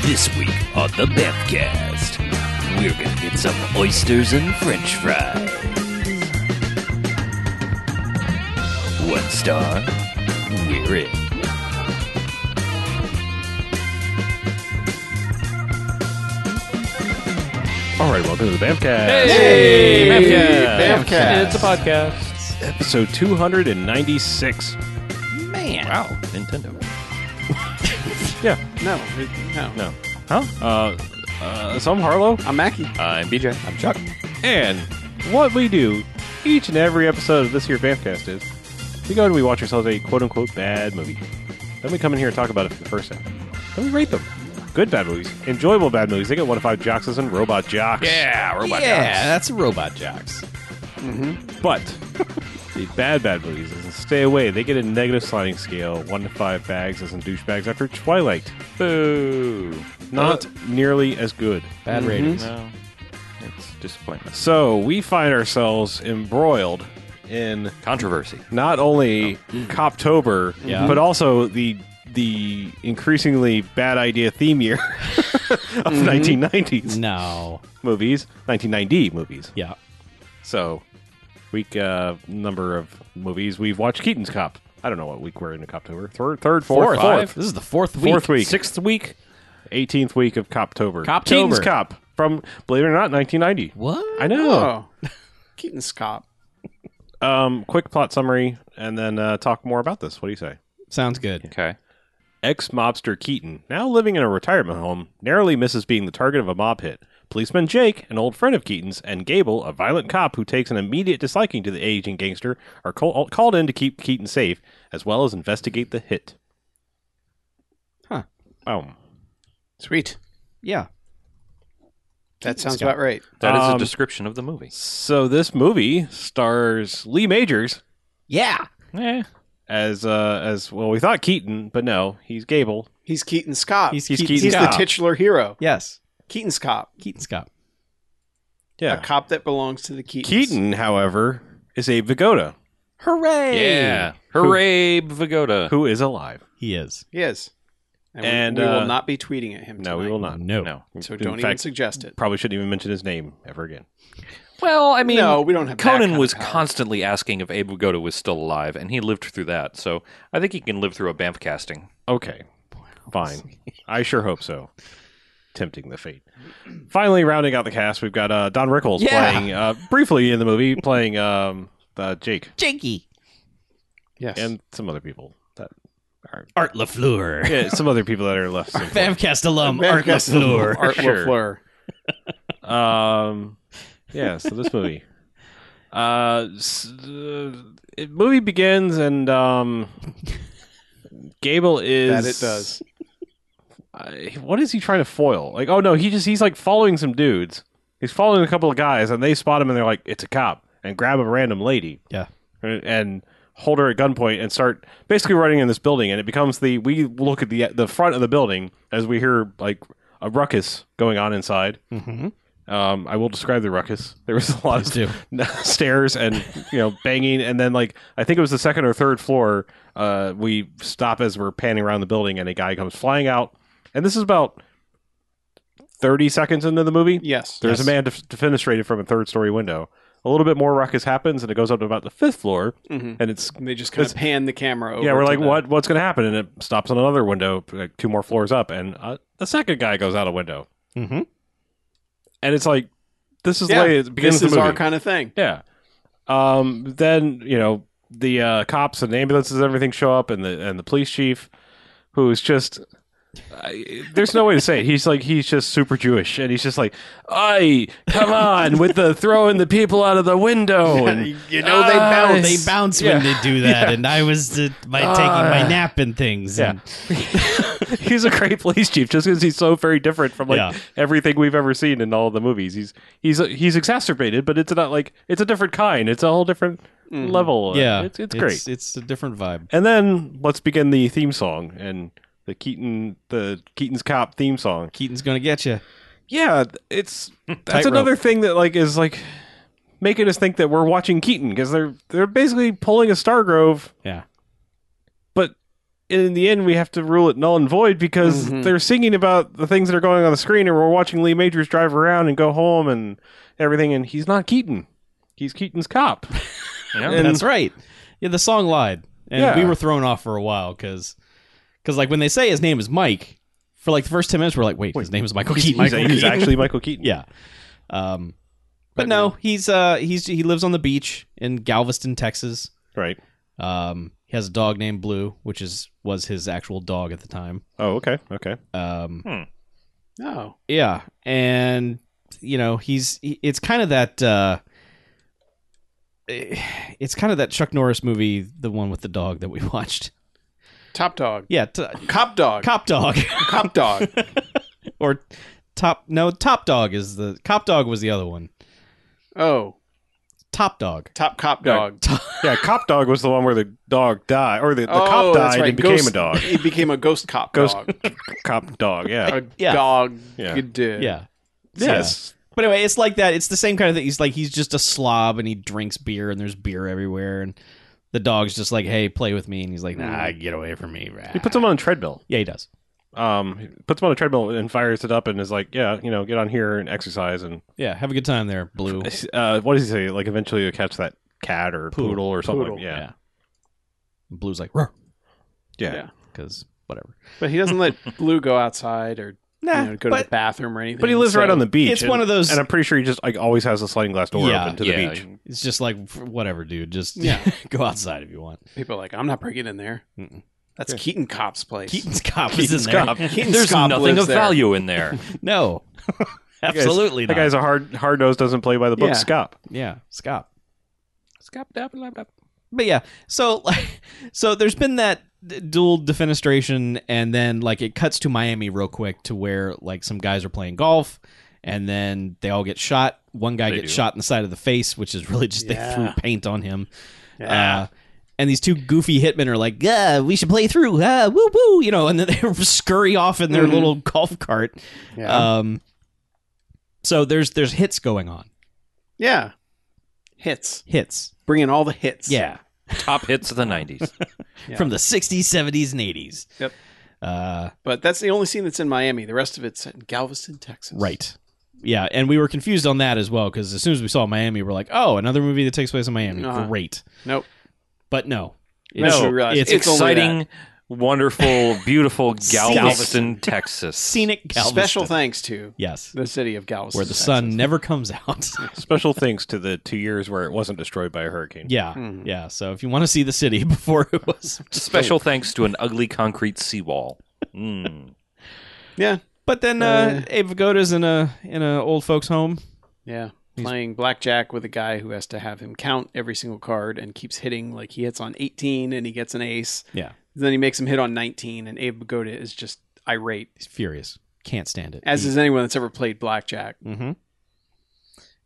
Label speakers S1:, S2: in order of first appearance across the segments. S1: This week on the Bethcast, we're gonna get some oysters and french fries. One star, we're in.
S2: All right, welcome to the Bamcast.
S3: Hey,
S4: Bamfcast. Bamfcast.
S3: It's a podcast.
S2: Episode 296.
S1: Man.
S2: Wow, Nintendo. yeah,
S4: No, it- no.
S2: no. Huh? Uh, uh, so I'm Harlow,
S4: I'm Mackie.
S1: I'm BJ.
S4: I'm Chuck.
S2: and what we do each and every episode of this here Bamcast is we go and we watch ourselves a quote unquote bad movie. Then we come in here and talk about it for the first time. Then we rate them. Good bad movies, enjoyable bad movies. They get one to five jocks and robot jocks.
S1: Yeah, robot
S3: that's Robot Jocks.
S2: But the bad bad movies is stay away. They get a negative sliding scale, one to five bags as in douchebags after Twilight.
S1: Boo.
S2: Not nearly as good.
S3: Bad ratings.
S1: No, it's disappointment.
S2: So we find ourselves embroiled in
S1: Controversy.
S2: not only Coptober,
S3: Yeah.
S2: but also the the increasingly bad idea theme year of 1990s
S3: No.
S2: movies, 1990 movies.
S3: Yeah.
S2: So, week uh, number of movies we've watched Keaton's Cop. I don't know what week we're in in Coptober. Third, third, fourth, fourth,
S3: This is the fourth week.
S2: fourth week,
S1: Sixth week.
S2: eighteenth week of Coptober.
S3: Coptober.
S2: Keaton's Cop from believe it or not, 1990.
S3: What?
S2: I know.
S4: Oh, Keaton's cop.
S2: Um, quick plot summary, and then uh, talk more about this. What do you say?
S3: Sounds good.
S1: Okay.
S2: Ex mobster Keaton, now living in a retirement home, narrowly misses being the target of a mob hit. Policeman Jake, an old friend of Keaton's, and Gable, a violent cop who takes an immediate disliking to the aging gangster, are call- called in to keep Keaton safe, as well as investigate the hit.
S3: Huh.
S2: Um,
S4: Sweet.
S3: Yeah.
S4: That sounds about right.
S1: That is
S2: Um,
S1: a description of the movie.
S2: so this movie stars Lee Majors
S3: Yeah.
S1: Yeah.
S2: as uh, as well. We thought Keaton, but no, he's Gable.
S4: He's Keaton's cop.
S3: He's,
S4: He's,
S2: He's
S3: Keaton
S2: Keaton
S3: Scott.
S4: the
S2: cop.
S4: titular hero.
S3: Yes.
S4: Keaton's cop.
S3: Keaton Scott.
S2: Yeah,
S4: A cop that belongs to the Keatons.
S2: Keaton, however, is a Vigoda
S3: Hooray.
S1: Yeah. Hooray, Vigoda.
S2: who is alive.
S3: He is.
S4: He is. And, we-
S2: And,
S4: we,
S2: uh,
S4: will not be tweeting at him.
S2: No, we
S4: tonight.
S2: will not.
S3: No.
S1: No.
S4: So
S2: In
S4: don't even
S2: fact,
S4: suggest it.
S2: Probably shouldn't even mention his name ever again.
S1: Well, I mean,
S4: no, we don't have. that kind
S1: Conan
S4: of
S1: was
S4: power.
S1: constantly asking if Abe Vigoda was still alive, and he lived through that. So I think he can live through a Banff casting.
S2: Okay. Fine. I sure hope so. Tempting the fate. Finally, rounding out the cast, we've got uh, Don Rickles
S3: Yeah.
S2: playing uh, briefly in the movie, playing um, uh, Jake
S3: Jakey.
S4: Yes.
S2: and some other people. That are,
S3: Art LaFleur.
S2: yeah, some other people that are left. single.
S3: Famcast alum
S4: Van
S3: Art
S4: Kessel,
S3: LaFleur.
S4: Art
S2: Sure.
S4: LaFleur.
S2: um, yeah. So this movie. Uh, s- uh, it, movie begins and um, Gable is
S4: That it does.
S2: uh, what is he trying to foil? Like, oh no, he just he's like following some dudes. He's following a couple of guys, and they spot him, and they're like, "It's a cop!" and grab a random lady
S3: Yeah.
S2: and, and hold her at gunpoint and start basically running in this building. And it becomes the we look at the the front of the building as we hear like a ruckus going on inside.
S3: Mm-hmm.
S2: Um, I will describe the ruckus. There was a lot of
S3: do.
S2: stairs and you know banging, and then like I think it was the second or third floor. Uh, we stop as we're panning around the building, and a guy comes flying out. And this is about thirty seconds into the movie.
S4: Yes.
S2: There's
S3: Yes.
S2: a man def- defenestrated from a third story window. A little bit more ruckus happens, and it goes up to about the fifth floor,
S4: Mhm.
S2: and it's
S4: And they just kind of pan the camera over.
S2: yeah, we're
S4: to
S2: like,
S4: the-
S2: what what's going to happen? And it stops on another window, like two more floors up, and uh, a second guy goes out a window,
S3: Mm-hmm.
S2: and it's like this is
S4: Yeah,
S2: the way it begins
S4: This
S2: the
S4: is
S2: movie.
S4: our kind of thing.
S2: Yeah. Um, then you know the uh, cops and ambulances, and everything show up, and the and the police chief, who is just. I, there's no way to say it. He's like he's just super Jewish, and he's just like, "I come on with the throwing the people out of the window." And, "Ah,
S4: You know they bounce.
S3: They bounce when they do that, and I was uh, my, taking my nap and things.
S2: yeah,
S3: And,
S2: he's a great police chief just because he's so very different from like
S3: Yeah.
S2: everything we've ever seen in all the movies. He's he's he's exacerbated, but it's not like it's a different kind. It's a whole different
S4: Mm-hmm.
S2: level.
S3: yeah,
S2: it's, it's great.
S3: It's, a different vibe.
S2: And then let's begin the theme song and the Keaton the Keaton's Cop theme song.
S3: Keaton's gonna get you.
S2: Yeah, it's that's
S3: Hmm, Tightrope.
S2: another thing that like is like making us think that we're watching Keaton because they're they're basically pulling a Stargrove,
S3: Yeah.
S2: but in the end, we have to rule it null and void because
S3: Mm-hmm.
S4: Mhm.
S2: they're singing about the things that are going on the screen, and we're watching Lee Majors drive around and go home and everything, and he's not Keaton. He's Keaton's cop.
S1: Yeah.
S2: And-
S3: That's right. Yeah, the song lied, and
S2: Yeah.
S3: we were thrown off for a while because, like when they say his name is Mike, for like the first ten minutes we're like, wait, his name is Michael Keaton.
S2: he's,
S3: Michael
S2: he's
S3: Keaton.
S2: actually Michael Keaton.
S3: yeah. Um, but no, he's uh he's he lives on the beach in Galveston, Texas.
S2: Right.
S3: Um, he has a dog named Blue, which is was his actual dog at the time.
S2: Oh, okay. Okay.
S3: Um,
S4: No.
S3: yeah, and you know he's he- it's kind of that uh eh, it's kind of that Chuck Norris movie, the one with the dog that we watched.
S4: Top dog.
S3: Yeah, t-
S4: Cop dog.
S3: Cop Dog
S4: Cop dog.
S3: or Top no Top Dog is the Cop Dog was the other one.
S4: Oh,
S3: Top Dog.
S4: top cop dog.
S2: Yeah, cop dog was the one where the dog died, or the, the
S4: oh,
S2: cop
S4: that's
S2: died
S4: right.
S2: and became
S4: Ghost-
S2: a dog.
S4: He became a ghost cop
S2: Ghost-
S4: dog.
S2: cop dog. Yeah.
S4: A
S3: Yeah.
S4: dog.
S2: Yeah.
S4: Good dude.
S3: Yeah.
S2: yes.
S3: But anyway, it's like that. It's the same kind of thing. He's like he's just a slob and he drinks beer and there's beer everywhere and the dog's just like, "Hey, play with me." And he's like, "Nah, get away from me."
S2: He puts him on a treadmill.
S3: Yeah, he does.
S2: Um, he puts him on a treadmill and fires it up, and is like, "Yeah, you know, get on here and exercise." And
S3: Yeah, have a good time there, Blue.
S2: uh, what does he say? Like, eventually you'll catch that cat or
S3: Poodle.
S2: poodle, or something.
S4: Poodle.
S2: Yeah.
S3: And Blue's like,
S2: yeah,
S4: Yeah.
S3: because whatever.
S4: But he doesn't let Blue go outside or
S3: Nah,
S4: you know, go to
S3: but
S4: the bathroom or anything.
S2: But he lives
S4: so-
S2: right on the beach.
S3: it's
S2: and-
S3: one of those-
S2: and I'm pretty sure he just like always has a sliding glass door
S3: Yeah,
S2: open to the
S1: yeah.
S2: beach.
S3: it's just like f- whatever, dude. Just
S4: Yeah.
S3: go outside if you want.
S4: People are like, I'm not breaking in there.
S3: Mm-mm.
S4: That's Keaton Cop's place.
S3: Keaton's cop is
S1: Keaton's
S3: in there.
S1: cop.
S4: Keaton's
S1: There's
S4: cop
S1: nothing
S4: lives
S1: of
S4: there.
S1: value in there.
S3: No, absolutely
S2: That
S3: not.
S2: guy's a hard hard nose doesn't play by the book.
S4: Yeah.
S2: Scop.
S3: Yeah, it's cop.
S4: Scop, dap, dap, dap.
S3: But yeah, so so there's been that d- dual defenestration, and then like it cuts to Miami real quick to where like some guys are playing golf, and then they all get shot. One guy
S1: They
S3: gets
S1: do.
S3: shot in the side of the face, which is really just they threw
S4: Yeah.
S3: paint on him.
S4: Yeah.
S3: Uh, and these two goofy hitmen are like, "Yeah, we should play through. Uh, woo woo!" You know, and then they scurry off in their
S4: Mhm.
S3: little golf cart.
S4: yeah.
S3: Um, so there's there's hits going on.
S4: yeah. Hits.
S3: Hits.
S4: Bringing all the hits.
S3: Yeah.
S1: Top hits of the 90s.
S4: Yeah.
S3: From the 60s, 70s, and 80s.
S4: Yep.
S3: Uh,
S4: But that's the only scene that's in Miami. The rest of it's in Galveston, Texas.
S3: right. Yeah. And we were confused on that as well because as soon as we saw Miami, we're like, oh, another movie that takes place in Miami.
S4: Uh-huh.
S3: Great.
S4: Nope.
S3: But no.
S4: No,
S3: It's-
S4: we realized
S3: it's,
S4: it's only
S1: Exciting, wonderful, beautiful
S3: Scenic.
S1: Galveston, Texas.
S3: scenic Galveston.
S4: Special thanks to
S3: Yes.
S4: the city of Galveston.
S3: Where the
S4: Texas.
S3: sun never comes out.
S2: Special thanks to the two years where it wasn't destroyed by a hurricane.
S3: yeah.
S4: Mhm.
S3: Yeah. So if you want to see the city before it was
S1: Special thanks to an ugly concrete seawall. Mm.
S4: Yeah.
S3: But then uh, Abe Vigoda's in a in a old folks home.
S4: Yeah. Playing blackjack with a guy who has to have him count every single card and keeps hitting. Like he hits on 18 and he gets an ace.
S3: Yeah,
S4: Then he makes him hit on 19, and Abe Pagoda is just irate,
S3: he's furious. Can't stand it.
S4: as is anyone that's ever played blackjack.
S3: mm-hmm.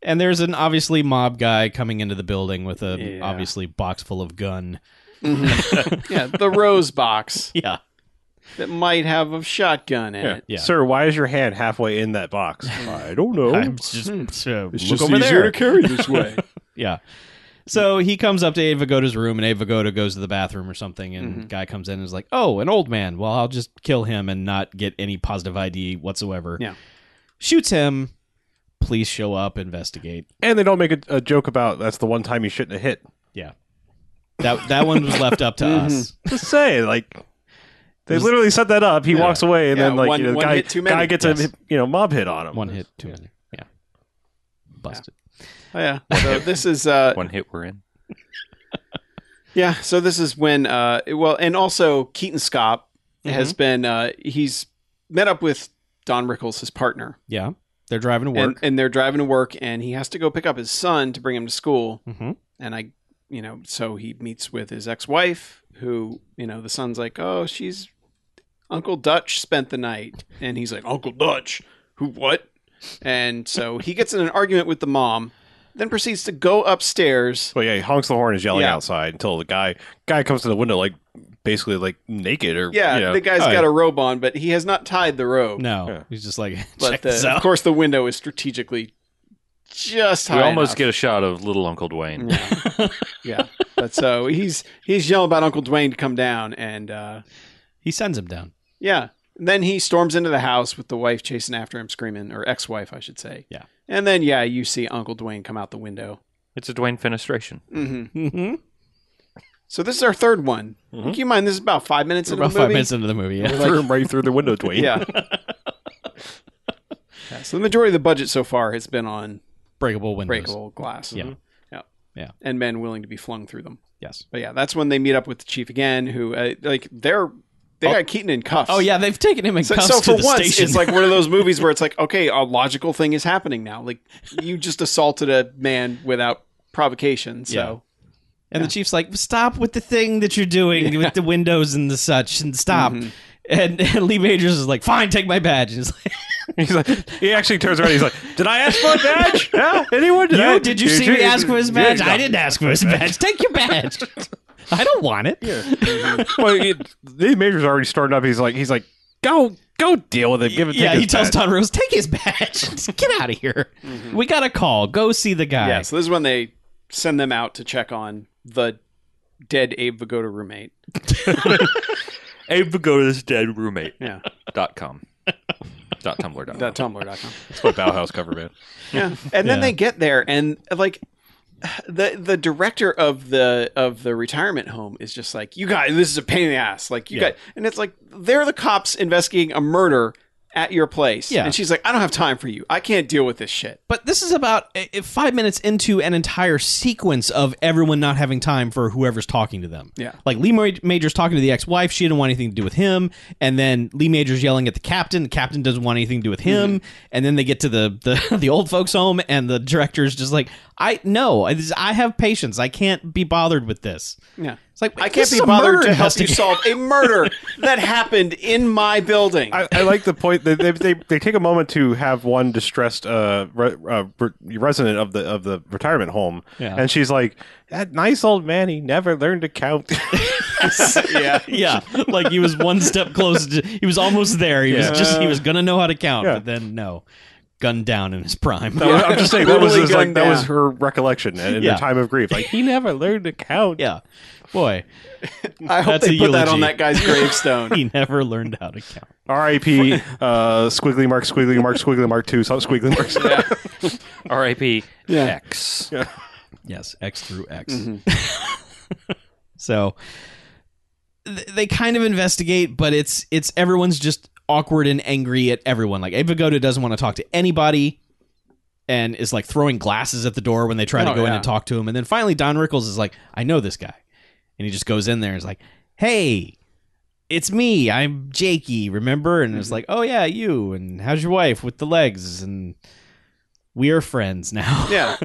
S3: And there's an obviously mob guy coming into the building with a
S4: Yeah.
S3: obviously box full of gun.
S4: yeah, the rose box
S3: Yeah,
S4: that might have a shotgun in it.
S3: Yeah.
S2: Sir, why is your hand halfway in that box? I don't know.
S4: Oh.
S3: I'm just
S4: Hmm.
S3: uh, look
S4: just
S3: over
S4: easier to
S3: there.
S4: carry this way.
S3: yeah. So he comes up to Abe Vigoda's room, and Abe Vigoda goes to the bathroom or something, and
S4: Mm-hmm.
S3: guy comes in and is like, "Oh, an old man. Well, I'll just kill him and not get any positive ID whatsoever."
S4: Yeah.
S3: shoots him. Please show up, investigate.
S2: and they don't make a, a joke about that's the one time you shouldn't have hit.
S3: Yeah. That that one was left up to
S4: Mm-hmm.
S3: us.
S2: Just say like they
S3: was-
S2: literally set that up. He walks away, and
S4: Yeah,
S2: then like
S4: one-
S2: you know, the
S4: one
S2: guy,
S4: hit too many.
S2: guy gets
S3: Yes.
S2: a you know mob hit on him.
S3: One hit, two many. Yeah. Busted.
S4: Oh, yeah. So this is uh,
S1: One hit we're in.
S4: Yeah, so this is when uh well and also Keaton Scott has been uh he's met up with Don Rickles, his partner.
S3: Yeah. They're driving to
S4: And
S3: work.
S4: and they're driving to work and he has to go pick up his son to bring him to school.
S3: hmm
S4: And I you know, so he meets with his ex wife who, you know, the son's like, Oh, she's Uncle Dutch spent the night and he's like, Uncle Dutch? Who what? And so he gets in an argument with the mom, then proceeds to go upstairs.
S2: But yeah, he honks the horn and is yelling
S4: Yeah.
S2: outside until the guy guy comes to the window like basically like naked or
S4: Yeah,
S2: you know,
S4: the guy's
S2: oh,
S4: got a robe on, but he has not tied the robe.
S3: No.
S2: Yeah.
S3: He's just like, check
S4: Oh, but
S3: this
S4: the, of
S3: out.
S4: course the window is strategically just high
S1: We almost
S4: enough.
S1: get a shot of little Uncle Dwayne.
S4: yeah. yeah but so he's he's yelling about uncle dwayne to come down and uh
S3: He sends him down.
S4: Yeah. Then he storms into the house with the wife chasing after him, screaming, or ex wife, I should say.
S3: Yeah.
S4: And then, yeah, you see Uncle Dwayne come out the window.
S1: It's a Dwayne fenestration.
S4: hmm
S3: Mm-hmm.
S4: So this is our third one.
S1: Mhm.
S4: Keep in mind, this is about five minutes into
S3: About
S4: the movie.
S3: five minutes into the movie. Yeah.
S2: Threw him right through the window, Dwayne.
S4: Yeah. Yeah, So the majority of the budget so far has been on
S3: breakable windows.
S4: breakable glass. Mm-hmm.
S3: Yeah.
S4: Yeah.
S3: Yeah.
S4: And men willing to be flung through them.
S3: Yes.
S4: But yeah, that's when they meet up with the chief again, who, uh, like, they're, they got Keaton in cuffs.
S3: Oh yeah, they've taken him in
S4: So,
S3: cuffs
S4: so
S3: to
S4: for
S3: the
S4: once,
S3: station.
S4: it's like one of those movies where it's like, okay, a logical thing is happening now. Like you just assaulted a man without provocation. So
S3: and the chief's like, "Stop with the thing that you're doing with the windows and the such, and stop."
S2: Mm-hmm.
S3: And, and Lee Majors is like, "Fine, take my badge." And he's like,
S2: He's like, he actually turns around. He's like, "Did I ask for a badge? yeah, anyone? Did I-
S3: "You "Oh, did you see me ask for his
S2: Yeah,
S3: badge?
S2: yeah.
S3: I didn't ask for his badge. Take your badge. I don't want it."
S2: well, it, the major's already starting up. He's like, he's like, go, go deal with it. Give it.
S3: yeah,
S2: take
S3: he
S2: his
S3: tells
S2: badge." Mm-hmm.
S3: Don Rose, "Take his badge. Just Get out of here. We got a call. Go see the guy."
S4: yeah, so this is when they send them out to check on the dead Abe Vigoda roommate.
S1: Abe Vigoda's dead roommate.
S4: Yeah,
S1: dot com. dot tumblr. Dot
S4: that Tumblr.com.
S2: That's my Bauhaus cover, man.
S4: Yeah, and then
S3: Yeah.
S4: they get there, and like the the director of the of the retirement home is just like, you guys, this is a pain in the ass. Like you
S3: Yeah.
S4: got, and it's like they're the cops investigating a murder at your place.
S3: Yeah.
S4: and she's like, I don't have time for you. I can't deal with this shit.
S3: But this is about uh, five minutes into an entire sequence of everyone not having time for whoever's talking to them.
S4: Yeah.
S3: Like Lee Ma- Major's talking to the ex wife. She didn't want anything to do with him. And then Lee Major's yelling at the captain. The captain doesn't want anything to do with
S4: Mm-hmm.
S3: him. And then they get to the, the, the old folks' home, and the director's just like, I no, I, this- I have patience. I can't be bothered with this.
S4: Yeah.
S3: It's like,
S4: I
S3: this
S4: can't
S3: is
S4: be
S3: a
S4: bothered
S3: murder
S4: to help you
S3: investigation.
S4: solve a murder that happened in my building.
S2: I, I like the point. They, they, they, they take a moment to have one distressed uh, re, uh, re- resident of the of the retirement home,
S3: Yeah.
S2: and she's like, "That nice old man, he never learned to count."
S4: yeah.
S3: Yeah, like he was one step closer. To, he was almost there. He
S2: Yeah.
S3: was just he was gonna know how to count,
S2: Yeah.
S3: but then no, gunned down in his prime.
S2: That was- I'm just saying that was
S4: Brutally
S2: his, like
S4: gunned
S2: that was
S4: down.
S2: her recollection in
S3: Yeah.
S2: her time of grief. Like he never learned to count.
S3: yeah, boy,
S4: I hope
S3: That's
S4: they
S3: a
S4: put that on
S3: eulogy.
S4: that guy's gravestone.
S3: he never learned how to count.
S2: R.I.P. Uh, squiggly mark, squiggly mark, squiggly mark two, so- squiggly marks.
S1: R.I.P.
S4: Yeah.
S1: X.
S3: Yes, X through X.
S4: Mm-hmm.
S3: so th- they kind of investigate, but it's it's everyone's just awkward and angry at everyone. Like Ava Goda doesn't want to talk to anybody. And is like throwing glasses at the door when they try to
S4: Oh,
S3: go in
S4: yeah.
S3: and talk to him. And then finally, Don Rickles is like, I know this guy. And he just goes in there and is like, Hey, it's me. I'm Jakey, remember? And
S4: Mm-hmm.
S3: it's like, Oh, yeah, you. And how's your wife with the legs? And we are friends now.
S4: yeah.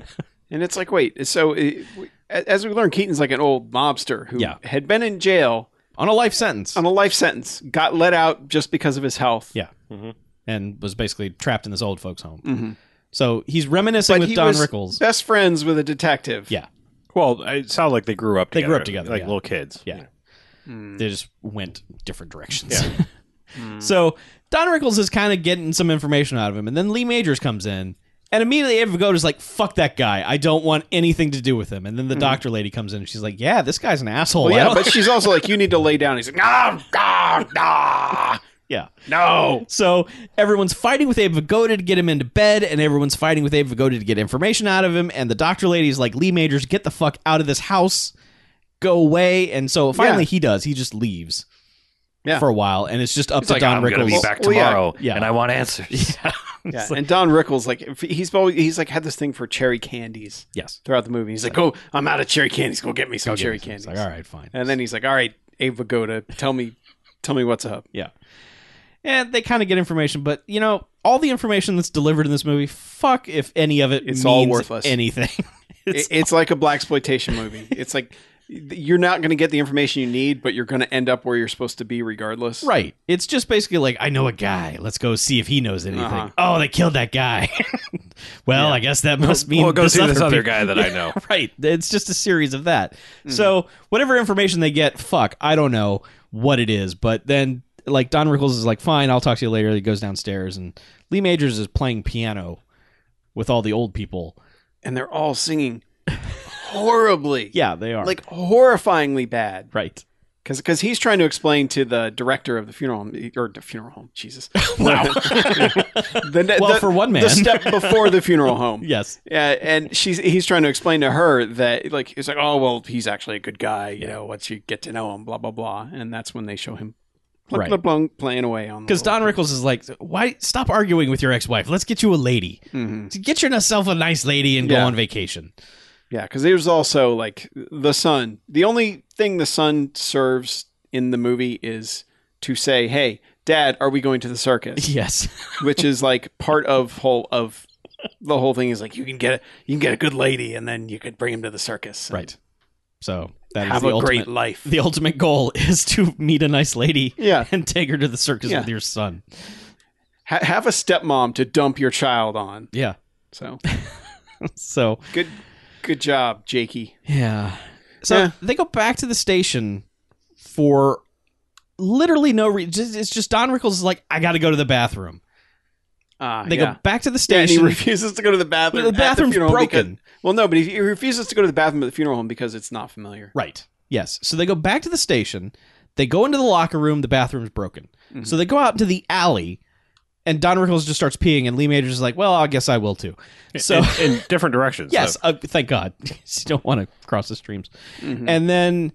S4: And it's like, wait, so uh, we- a- as we learn, Keaton's like an old mobster who
S3: Yeah.
S4: had been in jail
S3: On a life sentence.
S4: on a life sentence, got let out just because of his health.
S3: Yeah.
S1: Mhm.
S3: And was basically trapped in this old folks' home.
S4: hmm
S3: So he's reminiscing
S4: But
S3: with
S4: he
S3: Don
S4: was
S3: Rickles.
S4: best friends with a detective.
S3: Yeah.
S2: Well, it sounded like they grew up.
S3: They
S2: Together,
S3: grew up together,
S2: like
S3: yeah.
S2: little kids.
S3: Yeah.
S4: Mm.
S3: They just went different directions. so Don Rickles is kind of getting some information out of him. And then Lee Majors comes in. And immediately Ava Goda's like, fuck that guy. I don't want anything to do with him. And then the doctor lady comes in and she's like, yeah, this guy's an asshole.
S4: Mm-hmm. Well,
S3: I
S4: yeah,
S3: don't-
S4: but she's also like, you need to lay down. He's like, no, no, no,
S3: yeah.
S4: no.
S3: So everyone's fighting with Abe Vigoda to get him into bed, and everyone's fighting with Abe Vigoda to get information out of him. And the doctor lady's like, Lee Majors, get the fuck out of this house, go away. And so finally
S4: Yeah.
S3: he does. He just leaves
S4: Yeah.
S3: for a while, and it's just up
S1: It's
S3: to
S1: like
S3: Don
S1: I'm
S3: Rickles.
S1: gonna be back
S4: Well, yeah.
S1: tomorrow,
S3: Yeah.
S1: and I want answers.
S4: Yeah. And Don Rickles, like, if- he's always, he's like had this thing for cherry candies
S3: Yes.
S4: throughout the movie. He's like, oh, I'm out of cherry candies. Go get me some
S3: Go get
S4: cherry
S3: it. It's
S4: candies.
S3: Like, all right, fine.
S4: And then he's like, all right, Abe Vigoda, tell me, tell me what's up.
S3: yeah. And they kind of get information, but you know, all the information that's delivered in this movie, fuck if any of it
S4: It's
S3: means
S4: all worthless.
S3: anything.
S4: It's, it's like a black exploitation movie. It's like you're not going to get the information you need, but you're going to end up where you're supposed to be regardless.
S3: Right. It's just basically like, I know a guy. Let's go see if he knows anything.
S4: Uh-huh.
S3: Oh, they killed that guy. well, I guess that must mean
S2: Well, go
S3: this
S2: see
S3: other
S2: this other
S3: pe-
S2: guy Hmm. that I know.
S3: Right. It's just a series of that. So whatever information they get, fuck, I don't know what it is. But then, like Don Rickles is like, fine, I'll talk to you later. He goes downstairs, and Lee Majors is playing piano with all the old people.
S4: And they're all singing horribly.
S3: Yeah, they are.
S4: Like horrifyingly bad.
S3: right.
S4: Because because he's trying to explain to the director of the funeral home or the funeral home, Jesus. Wow. the,
S3: Well,
S4: the-
S3: for one man.
S4: the step before the funeral home.
S3: yes.
S4: Yeah, and she's he's trying to explain to her that like he's like, oh well, he's actually a good guy, you know. Once you get to know him, blah blah blah, and that's when they show him, plunk,
S3: Right.
S4: plunk, plunk, playing away on the
S3: Because
S4: little-
S3: Don Rickles is like, why stop arguing with your ex wife? Let's get you a lady.
S4: Mhm.
S3: Get yourself a nice lady and go
S4: Yeah.
S3: on vacation.
S4: Yeah, because there's also like the son. The only thing the son serves in the movie is to say, "Hey, Dad, are we going to the circus?"
S3: Yes.
S4: Which is like part of whole of the whole thing is like you can get a, you can get a good lady, and then you could bring him to the circus. and
S3: Right. So that is
S4: Have
S3: the
S4: a
S3: ultimate.
S4: great life.
S3: the ultimate goal is to meet a nice lady
S4: Yeah.
S3: and take her to the circus
S4: Yeah.
S3: with your son.
S4: Ha- have a stepmom to dump your child on.
S3: Yeah.
S4: So
S3: So
S4: good, good job, Jakey.
S3: yeah. So
S4: Yeah.
S3: they go back to the station for literally no reason. It's just Don Rickles is like, I got to go to the bathroom.
S4: Uh,
S3: They
S4: yeah.
S3: go back to the
S4: Yeah, and he
S3: station.
S4: refuses to go to the bathroom.
S3: The
S4: at
S3: bathroom's
S4: funeral home
S3: broken.
S4: because- well, no, but he he refuses to go to the bathroom at the funeral home because it's not familiar.
S3: Right. Yes. So they go back to the station. They go into the locker room. The bathroom's broken.
S4: Mhm.
S3: So they go out into the alley, and Don Rickles just starts peeing, and Lee Majors is like, "Well, I guess I will too." So
S2: in, in different directions.
S3: yes,
S2: though.
S3: uh, thank God. you don't want to cross the streams.
S4: Mhm.
S3: And then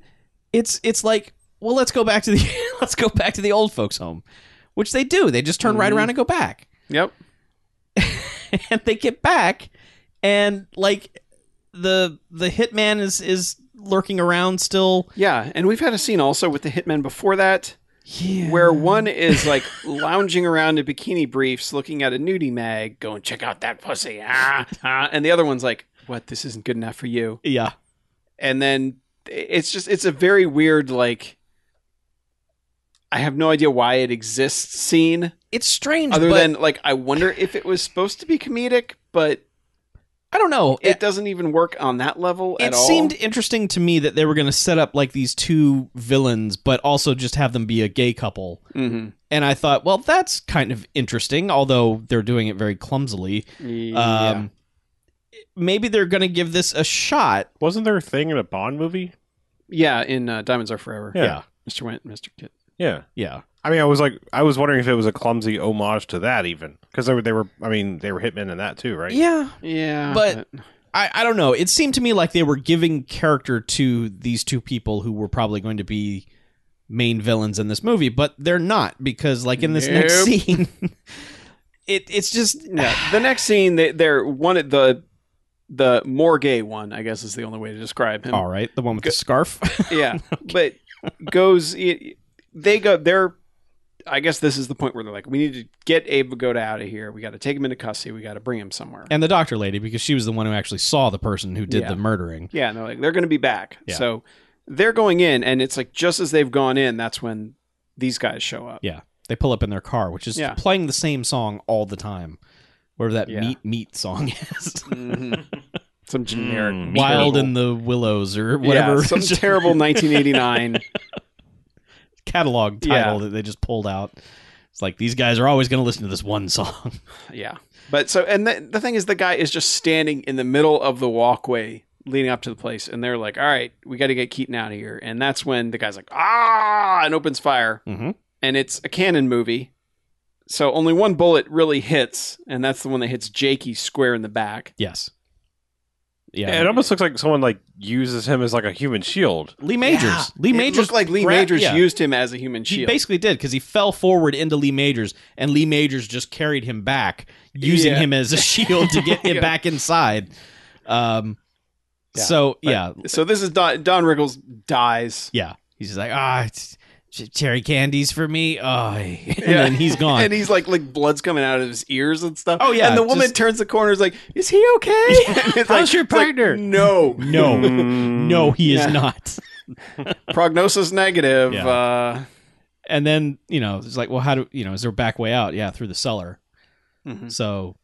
S3: it's it's like, well, let's go back to the let's go back to the old folks' home, which they do. They just turn right
S4: Mhm.
S3: around and go back,
S4: Yep.
S3: and they get back, and like the the hitman is is lurking around still.
S4: Yeah, and we've had a scene also with the hitmen before that
S3: Yeah.
S4: where one is like lounging around in bikini briefs looking at a nudie mag going, check out that pussy. Ah, ah. And the other one's like, what? This isn't good enough for you.
S3: Yeah.
S4: And then it's just, it's a very weird, like, I have no idea why it exists scene
S3: It's strange.
S4: other
S3: but
S4: than like, I wonder if it was supposed to be comedic, but
S3: I don't know.
S4: it doesn't even work on that level
S3: it
S4: at all.
S3: seemed interesting to me that they were going to set up like these two villains but also just have them be a gay couple
S4: Mhm.
S3: and i thought well that's kind of interesting although they're doing it very clumsily
S4: Yeah.
S3: um, maybe they're going to give this a shot
S2: Wasn't there a thing in a Bond movie?
S4: yeah, in uh, Diamonds Are Forever.
S2: Yeah.
S4: Mr. Went, Mr. Kit.
S2: Yeah.
S3: yeah
S2: I mean, I was like, I was wondering if it was a clumsy homage to that, even because they were, they were, I mean, they were hitmen in that too, right?
S3: yeah
S4: Yeah.
S3: But- I, I don't know it seemed to me like they were giving character to these two people who were probably going to be main villains in this movie but they're not because like in this next
S4: Nope.
S3: scene it, it's just
S4: Yeah, the next scene, they, they're one of the the more gay one, I guess is the only way to describe him.
S3: all right the one with the scarf
S4: Yeah, but goes it, they go they're. I guess this is the point where they're like, we need to get Abe Vigoda out of here. We got to take him into custody. We got to bring him somewhere.
S3: and the doctor lady because she was the one who actually saw the person who did
S4: Yeah.
S3: the murdering.
S4: yeah, and they're like, they're going to be back.
S3: Yeah.
S4: So they're going in, and it's like just as they've gone in, that's when these guys show up.
S3: Yeah, they pull up in their car, which is
S4: Yeah.
S3: playing the same song all the time, wherever that
S4: Yeah.
S3: meat meat song is.
S4: Mhm. Some generic
S1: Mm,
S3: Wild
S4: terrible-
S3: in the Willows or whatever
S4: Yeah, some
S3: just
S4: terrible 1989.
S3: catalog
S4: Yeah.
S3: title that they just pulled out. It's like these guys are always going to listen to this one song.
S4: Yeah. But so, and the, the thing is, the guy is just standing in the middle of the walkway leading up to the place. And they're like, all right, we got to get Keaton out of here. And that's when the guy's like, ah, and opens fire.
S3: Mm-hmm.
S4: And it's a cannon movie. So only one bullet really hits. And that's the one that hits Jakey square in the back.
S3: Yes.
S2: Yeah,
S3: Yeah.
S2: It almost looks like someone like uses him as like a human shield.
S3: Lee Majors.
S4: Yeah.
S3: Lee
S4: It
S3: Majors.
S4: looked like Lee
S3: gra-
S4: Majors
S3: yeah.
S4: used him as a human
S3: He
S4: shield.
S3: basically did because he fell forward into Lee Majors, and Lee Majors just carried him back, using
S4: Yeah.
S3: him as a shield to get him
S4: Yeah.
S3: back inside. Um,
S4: Yeah.
S3: so yeah,
S4: so this is Don, Don Rickles dies.
S3: yeah, he's just like ah, it's ch- cherry candies for me. Oh, and
S4: Yeah.
S3: then he's gone.
S4: And he's like, like blood's coming out of his ears and stuff.
S3: Oh, yeah,
S4: And the woman
S3: just-
S4: turns the corner, is like, "Is he okay?" And it's
S2: How's your
S4: it's like,
S2: partner?
S4: no,
S3: no,
S2: Mm.
S3: no, he
S4: Yeah.
S3: is not.
S4: prognosis negative.
S3: Yeah.
S4: Uh,
S3: And then you know, it's like, well, how do you know? Is there a back way out? Yeah, through the cellar. Mm-hmm.
S4: mhm.
S3: So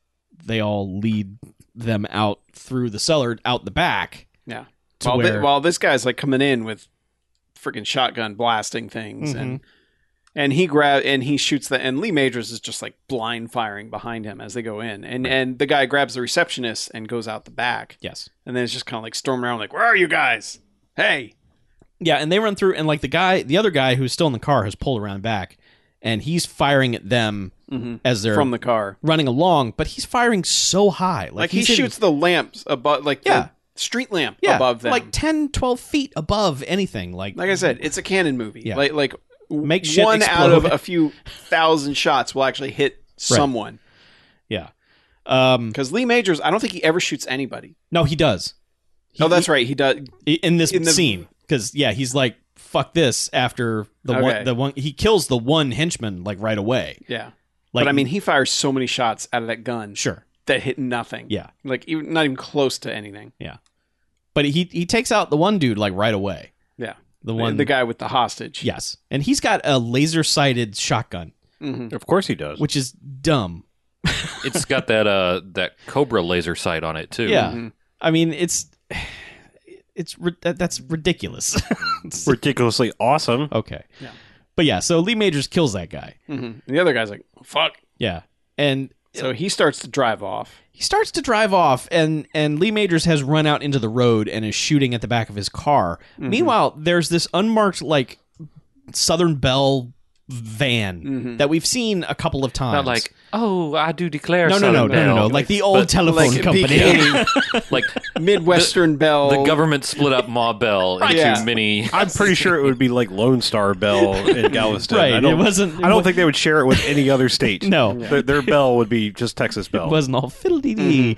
S3: they all lead them out through the cellar, out the back.
S4: Yeah.
S3: to
S4: while, thi-
S3: where-
S4: while this guy's like coming in with freaking shotgun blasting things and
S3: Mm-hmm.
S4: and he grab and he shoots the and Lee Majors is just like blind firing behind him as they go in and and the guy grabs the receptionist and goes out the back
S3: yes.
S4: and then it's just kind of like storming around like where are you guys hey
S3: Yeah, and they run through, and like the guy, the other guy who's still in the car has pulled around back, and he's firing at them
S4: Mhm.
S3: as they're
S4: from the car.
S3: running along, but he's firing so high, like,
S4: Like, he
S3: he's hitting-
S4: shoots the lamps above, like
S3: Yeah.
S4: the street lamp
S3: yeah,
S4: above them.
S3: like 10, 12 feet above anything. Like,
S4: like I said, it's a cannon movie.
S3: Yeah.
S4: Like like w-
S3: Make shit
S4: one out of
S3: explode.
S4: a few thousand shots will actually hit someone.
S3: yeah. Um,
S4: Because Lee Majors, I don't think he ever shoots anybody.
S3: no, he does. He-
S4: oh, that's right. He does.
S3: he- in this
S4: in the-
S3: scene because yeah, he's like fuck this after the
S4: Okay.
S3: one the one he kills the one henchman like right away.
S4: Yeah.
S3: Like,
S4: but I mean, he fires so many shots out of that gun
S3: sure,
S4: that hit nothing.
S3: yeah,
S4: Like even not even close to anything.
S3: but he he takes out the one dude like right away.
S4: Yeah. The,
S3: The one
S4: the guy with the hostage.
S3: Yes. And he's got a laser sighted shotgun,
S4: Mhm.
S2: Of course he does.
S3: which is dumb.
S1: it's got that uh that cobra laser sight on it too.
S3: Yeah.
S4: Mhm.
S3: I mean, it's it's ri- that, that's ridiculous.
S2: Ridiculously awesome.
S3: okay.
S4: Yeah.
S3: But yeah, so Lee Majors kills that guy.
S4: Mhm. And The other guy's like, "Fuck."
S3: Yeah. And
S4: So he starts to drive off.
S3: he starts to drive off and and Lee Majors has run out into the road and is shooting at the back of his car. Meanwhile, there's this unmarked like Southern Belle van
S4: Mhm.
S3: that we've seen a couple of times.
S1: Not like, oh, I do declare.
S3: no, no, no, no, no,
S1: Southern
S3: no,
S1: Belle."
S3: like the old
S1: But,
S3: telephone
S4: like,
S3: company.
S4: BK,
S1: like
S4: Midwestern Bell.
S1: the government split up Ma Bell into
S4: Yeah.
S1: many.
S2: I'm pretty sure it would be like Lone Star Bell in Galveston.
S3: Right,
S2: I don't,
S3: it wasn't-
S2: I don't think they would share it with any other state.
S3: No.
S2: their, their bell would be just Texas
S3: It
S2: Bell.
S3: wasn't all fiddle dee dee.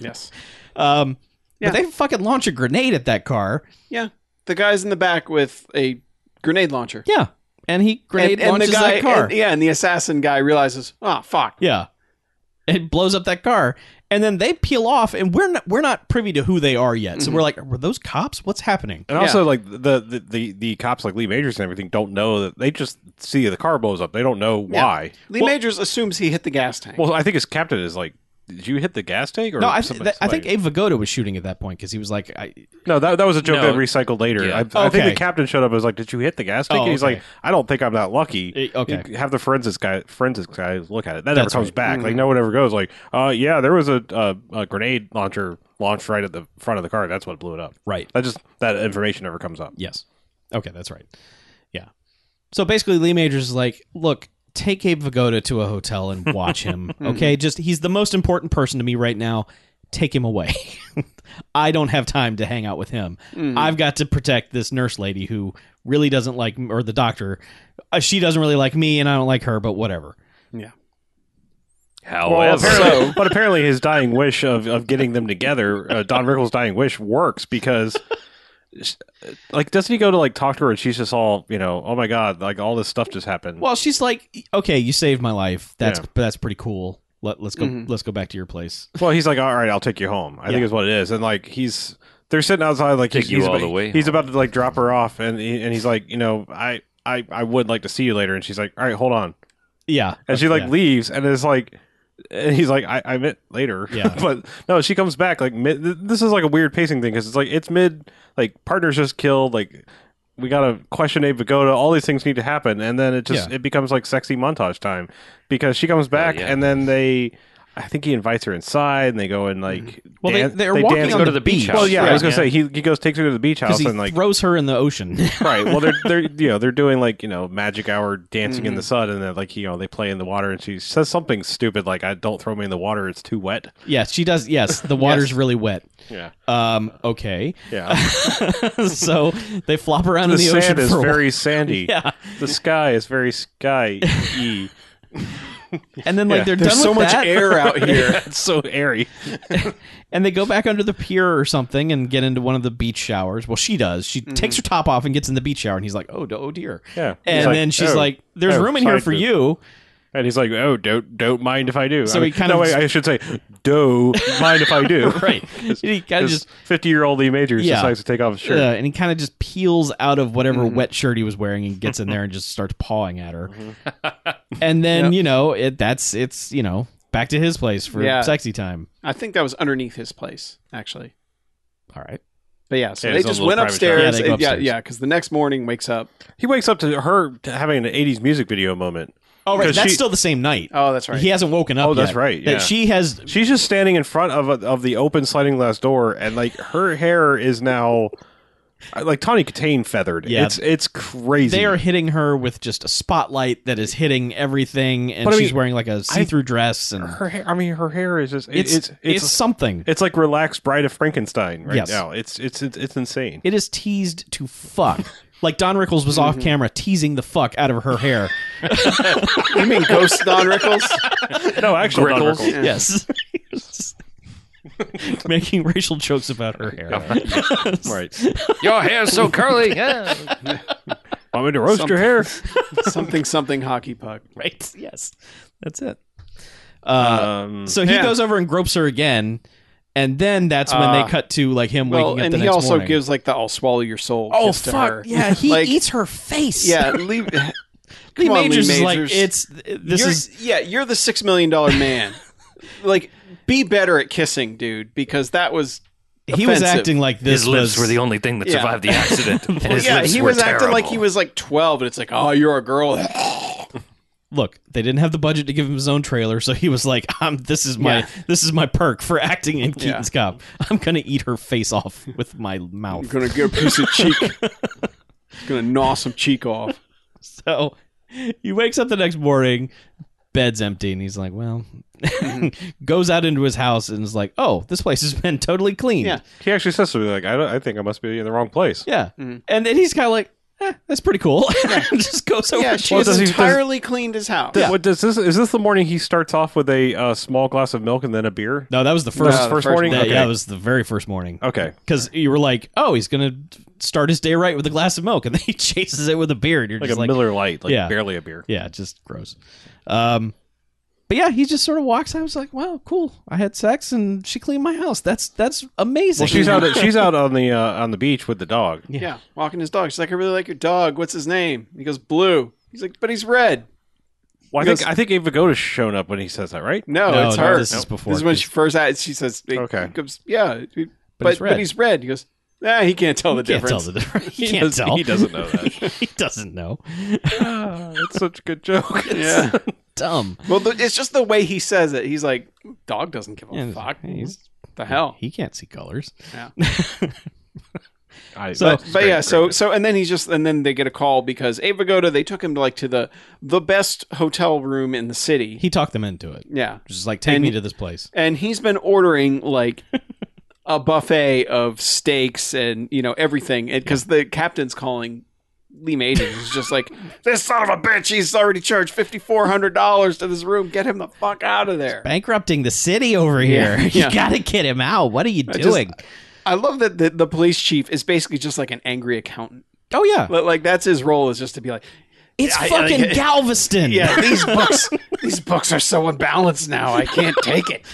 S4: Yes.
S3: Um,
S4: Yeah.
S3: But they fucking launch a grenade at that car.
S4: Yeah. The guy's in the back with a grenade launcher.
S3: Yeah, and he
S4: and,
S3: grenade
S4: and
S3: launches
S4: the guy,
S3: that car.
S4: and- yeah, and the assassin guy realizes, oh fuck.
S3: yeah, it blows up that car, and then they peel off, and we're not we're not privy to who they are yet. So we're like, were those cops? What's happening?
S2: and also, like the, the the the cops, like Lee Majors and everything, don't know that they just see the car blows up. They don't know why.
S4: Lee Majors assumes he hit the gas tank.
S2: Well, I think his captain is like, "Did you hit the gas tank?" Or
S3: No, I,
S2: somebody-
S3: that, I think
S2: somebody-
S3: Abe Vigoda was shooting at that point because he was like, I,
S2: no, that, that was a joke
S1: No.
S2: that recycled later.
S1: Yeah.
S2: I, I think
S3: Okay.
S2: the captain showed up and was like, "Did you hit the gas tank?"
S3: Oh,
S2: and he's
S3: okay.
S2: like, "I don't think I'm that lucky."
S3: Eh, okay.
S2: You have the forensics guy, forensics guy, look at it. That never
S3: That's
S2: comes
S3: right. Mm-hmm.
S2: back. Like no one ever goes like, "Uh, yeah, there was a, a, a grenade launcher launched right at the front of the car. That's what blew it up."
S3: right.
S2: That just that information never comes up.
S3: Yes. Okay, that's right. Yeah. So basically, Lee Majors is like, look, take Abe Vigoda to a hotel and watch him.
S1: Hmm.
S3: okay, just he's the most important person to me right now. Take him away. I don't have time to hang out with him.
S1: Hmm.
S3: I've got to protect this nurse lady who really doesn't like, m- or the doctor. Uh, she doesn't really like me, and I don't like her. But whatever.
S2: Well,
S1: However,
S2: apparently, but apparently his dying wish of, of getting them together, uh, Don Rickles' dying wish works because, like, doesn't he go to like talk to her and she's just all you know, oh my god, like all this stuff just happened.
S3: Well, she's like, okay, you saved my life. That's
S2: Yeah.
S3: that's pretty cool. Let, let's go.
S1: Mm-hmm.
S4: Mhm.
S3: Let's go back to your place.
S2: Well, he's like, all right, I'll take you home. I think
S3: Yeah.
S2: is what it is, and like he's they're sitting outside, like
S1: Take
S2: he's,
S1: you
S2: he's
S1: all
S2: about,
S1: the way
S2: He's
S1: home.
S2: about to like drop her off, and he, and he's like, you know, I. I, I would like to see you later, and she's like, "All right, hold on,"
S3: Yeah.
S2: and she like
S3: Yeah.
S2: leaves, and it's like, and he's like, "I, I meant later,"
S3: Yeah.
S2: but no, she comes back like mid. th- This is like a weird pacing thing because it's like it's mid. Like partners just killed. Like we gotta question Abe Vigoda. All these things need to happen, and then it just
S3: Yeah.
S2: it becomes like sexy montage time because she comes back,
S1: Oh, yeah.
S2: and then they. I think he invites her inside, and they go and like.
S3: Mm-hmm. Well, they,
S2: dan-
S3: they're walking
S2: dance-
S3: on
S1: Go
S3: the
S1: to the beach house.
S2: Well, yeah, I was
S1: Yeah.
S2: gonna say he, he goes takes her to the beach
S3: because
S2: house
S3: he
S2: and like
S3: throws her in the ocean.
S2: right. Well, they're they're you know they're doing like you know magic hour dancing in
S3: Mm-hmm.
S2: the sun, and then like you know they play in the water, and she says something stupid like "I don't throw me in the water; it's too wet."
S3: Yes, she does. Yes, the water's really wet.
S2: Yeah,
S3: Um, okay.
S2: yeah.
S3: so they flop around
S2: the
S3: in the ocean
S2: sand is
S3: for a
S2: very sandy.
S3: while.
S2: The sky is very sky-y.
S3: Yeah. And then like they're
S4: There's
S3: done
S4: so
S3: with
S4: much
S3: that,
S4: air out here.
S2: it's so airy.
S3: and they go back under the pier or something and get into one of the beach showers. Well, she does. She takes her top off and gets in the beach shower and he's like, "Oh, d- oh dear."
S2: Mm-hmm. Yeah. He's
S3: And
S2: like,
S3: then she's
S2: "Oh,
S3: like, "There's
S2: oh,
S3: room in
S2: sorry,
S3: here for
S2: dude."
S3: you."
S2: and he's like, "Oh, don't don't mind if I do."
S3: So
S2: I
S3: he kind
S2: no,
S3: of-
S2: wait, I should say, "Do mind if I do?"
S3: Right. he kind of just
S2: fifty-year-old Lee Majors
S3: Yeah.
S2: decides to take off his shirt.
S3: uh, and he kind of just peels out of whatever
S2: Mm-hmm.
S3: wet shirt he was wearing and gets in there and just starts pawing at her.
S2: Mm-hmm.
S3: and then, you know, it that's it's, you know, back to his place for
S4: Yeah.
S3: sexy time.
S4: I think that was underneath his place, actually.
S3: All right.
S4: But yeah, so
S2: Yeah,
S4: they
S2: his own
S4: just
S2: little
S4: went
S2: private
S4: upstairs.
S3: shop. Yeah, they go
S4: and- yeah,
S3: upstairs.
S4: yeah, because the next morning wakes up.
S2: He wakes up to her to having an '80s music video moment.
S3: Oh, right.
S2: 'Cause
S3: That's
S2: she-
S3: still the same night.
S4: Oh, that's right.
S3: He hasn't woken up.
S2: Oh, that's
S3: yet.
S2: right, yeah.
S3: That she has.
S2: She's just standing in front of a, of the open sliding glass door, and like her hair is now uh, like Tawny Katane feathered.
S3: Yeah.
S2: It's it's crazy.
S3: They are hitting her with just a spotlight that is hitting everything, and
S2: But I
S3: she's
S2: mean,
S3: wearing like a see-through dress, and
S2: her hair. I mean, her hair is just it-
S3: it's it's,
S2: it's it's,
S3: something.
S2: it's like relaxed Bride of Frankenstein right
S3: Yes.
S2: now. It's it's it's, it's insane.
S3: It is teased to fuck. like Don Rickles was
S2: Mm-hmm.
S3: off camera teasing the fuck out of her hair.
S4: You mean Ghost Don Rickles?
S2: no, actual Don
S1: Grickles.
S2: Rickles.
S3: yes. Making racial jokes about her hair.
S2: Right.
S1: Your hair's so curly. Yeah.
S2: Want me to roast your hair?
S4: something something hockey puck.
S3: Right. Yes. That's it. Uh,
S2: Um,
S3: So he
S4: Yeah.
S3: goes over and gropes her again, and then that's when
S4: Uh,
S3: they cut to like him waking
S4: Well,
S3: up
S4: and
S3: the
S4: he
S3: next
S4: also
S3: morning.
S4: gives like the "I'll swallow your soul"
S3: oh
S4: kiss to her.
S3: fuck yeah, he
S4: Like-
S3: eats her face.
S4: yeah. Leave.
S3: Lee
S4: come on, Lee
S3: Majors, is like
S4: Majors.
S3: it's this
S4: you're,
S3: is
S4: yeah. You're the six million dollar man. like, be better at kissing, dude, because that was
S3: he was
S4: offensive.
S3: acting like this
S1: His lips
S3: was-
S1: were the only thing that
S4: Yeah.
S1: survived the accident. And his
S4: yeah,
S1: lips
S4: he
S1: were
S4: was acting like he
S1: terrible.
S4: was like 12, and it's like, oh, you're a girl.
S3: look they didn't have the budget to give him his own trailer so he was like um, this is my
S4: Yeah.
S3: this is my perk for acting in
S4: Yeah.
S3: keaton's cop i'm gonna eat her face off with my mouth
S4: I'm gonna get a piece of cheek. gonna gnaw some cheek off.
S3: so he wakes up the next morning bed's empty and he's like well goes out into his house and is like oh this place has been totally cleaned
S4: Yeah.
S2: he actually says something like, "I don't, I think I must be in the wrong place."
S3: Yeah.
S4: Mhm.
S3: and then he's kind of like eh, that's pretty cool just goes over
S4: Yeah,
S3: and
S4: she
S2: Well,
S4: has
S2: does he- does-
S4: entirely cleaned his house.
S2: Th- What does this? Is this the morning he starts off with a uh, small glass of milk and then a beer?
S3: no that was the
S2: This
S3: first,
S2: is
S4: No, the
S2: first
S4: first
S2: morning.
S3: that,
S2: okay.
S3: that was the very first morning
S2: okay.
S3: because you were like, "Oh, he's gonna start his day right with a glass of milk," and then he chases it with a beer, and you're
S2: Like
S3: just
S2: a
S3: like,
S2: Miller Light, like
S3: Yeah.
S2: barely a beer.
S3: "Yeah, just gross." Um, but yeah, he just sort of walks. I was like, "Wow, cool! I had sex, and she cleaned my house. That's that's amazing."
S2: Well, she's out. She's out on the uh, on the beach with the dog.
S4: Yeah. walking his dog. She's like, I really like your dog. What's his name? He goes, Blue. He's like, but he's red.
S2: Well, I
S4: Because-
S2: think I think Ava Goda's shown up when he says that, right?
S4: No,
S3: No,
S4: it's
S3: no,
S4: her.
S3: this is before,
S4: This is when
S3: 'cause-
S4: she first asked. She says, he-
S2: Okay.
S4: He goes, yeah, but, but,
S3: he's
S4: he's
S3: red."
S4: red. He goes, ah, he can't tell the
S3: can't tell
S4: difference.
S3: the difference. He
S2: He
S3: can't
S2: does-
S3: tell.
S2: He doesn't know that.
S3: he doesn't know.
S2: Ah, That's such a good joke.
S4: yeah.
S3: Dumb.
S4: Well, th- it's just the way he says it. He's like, dog doesn't give a
S3: Yeah,
S4: fuck.
S3: he's-
S4: the hell.
S3: He can't see colors.
S4: Yeah.
S2: I,
S4: but, but yeah, so so and then he's just and then they get a call because Ava Goda they took him to like to the the best hotel room in the city.
S3: He talked them into it.
S4: yeah,
S3: Just like, take
S4: And-
S3: me to this place.
S4: and he's been ordering like a buffet of steaks and you know everything because the captain's calling Lee Majors is just like this son of a bitch. He's already charged fifty four hundred dollars to this room. Get him the fuck out of there.
S3: Bankrupting the city over here.
S4: Yeah,
S3: you
S4: yeah.
S3: gotta get him out. What are you
S4: just-
S3: doing?
S4: I love that the, the police chief is basically just like an angry accountant.
S3: oh yeah,
S4: Like, like that's his role is just to be like,
S3: it's
S4: I- I-
S3: fucking Galveston.
S4: yeah, these books these books are so unbalanced now. I can't take it.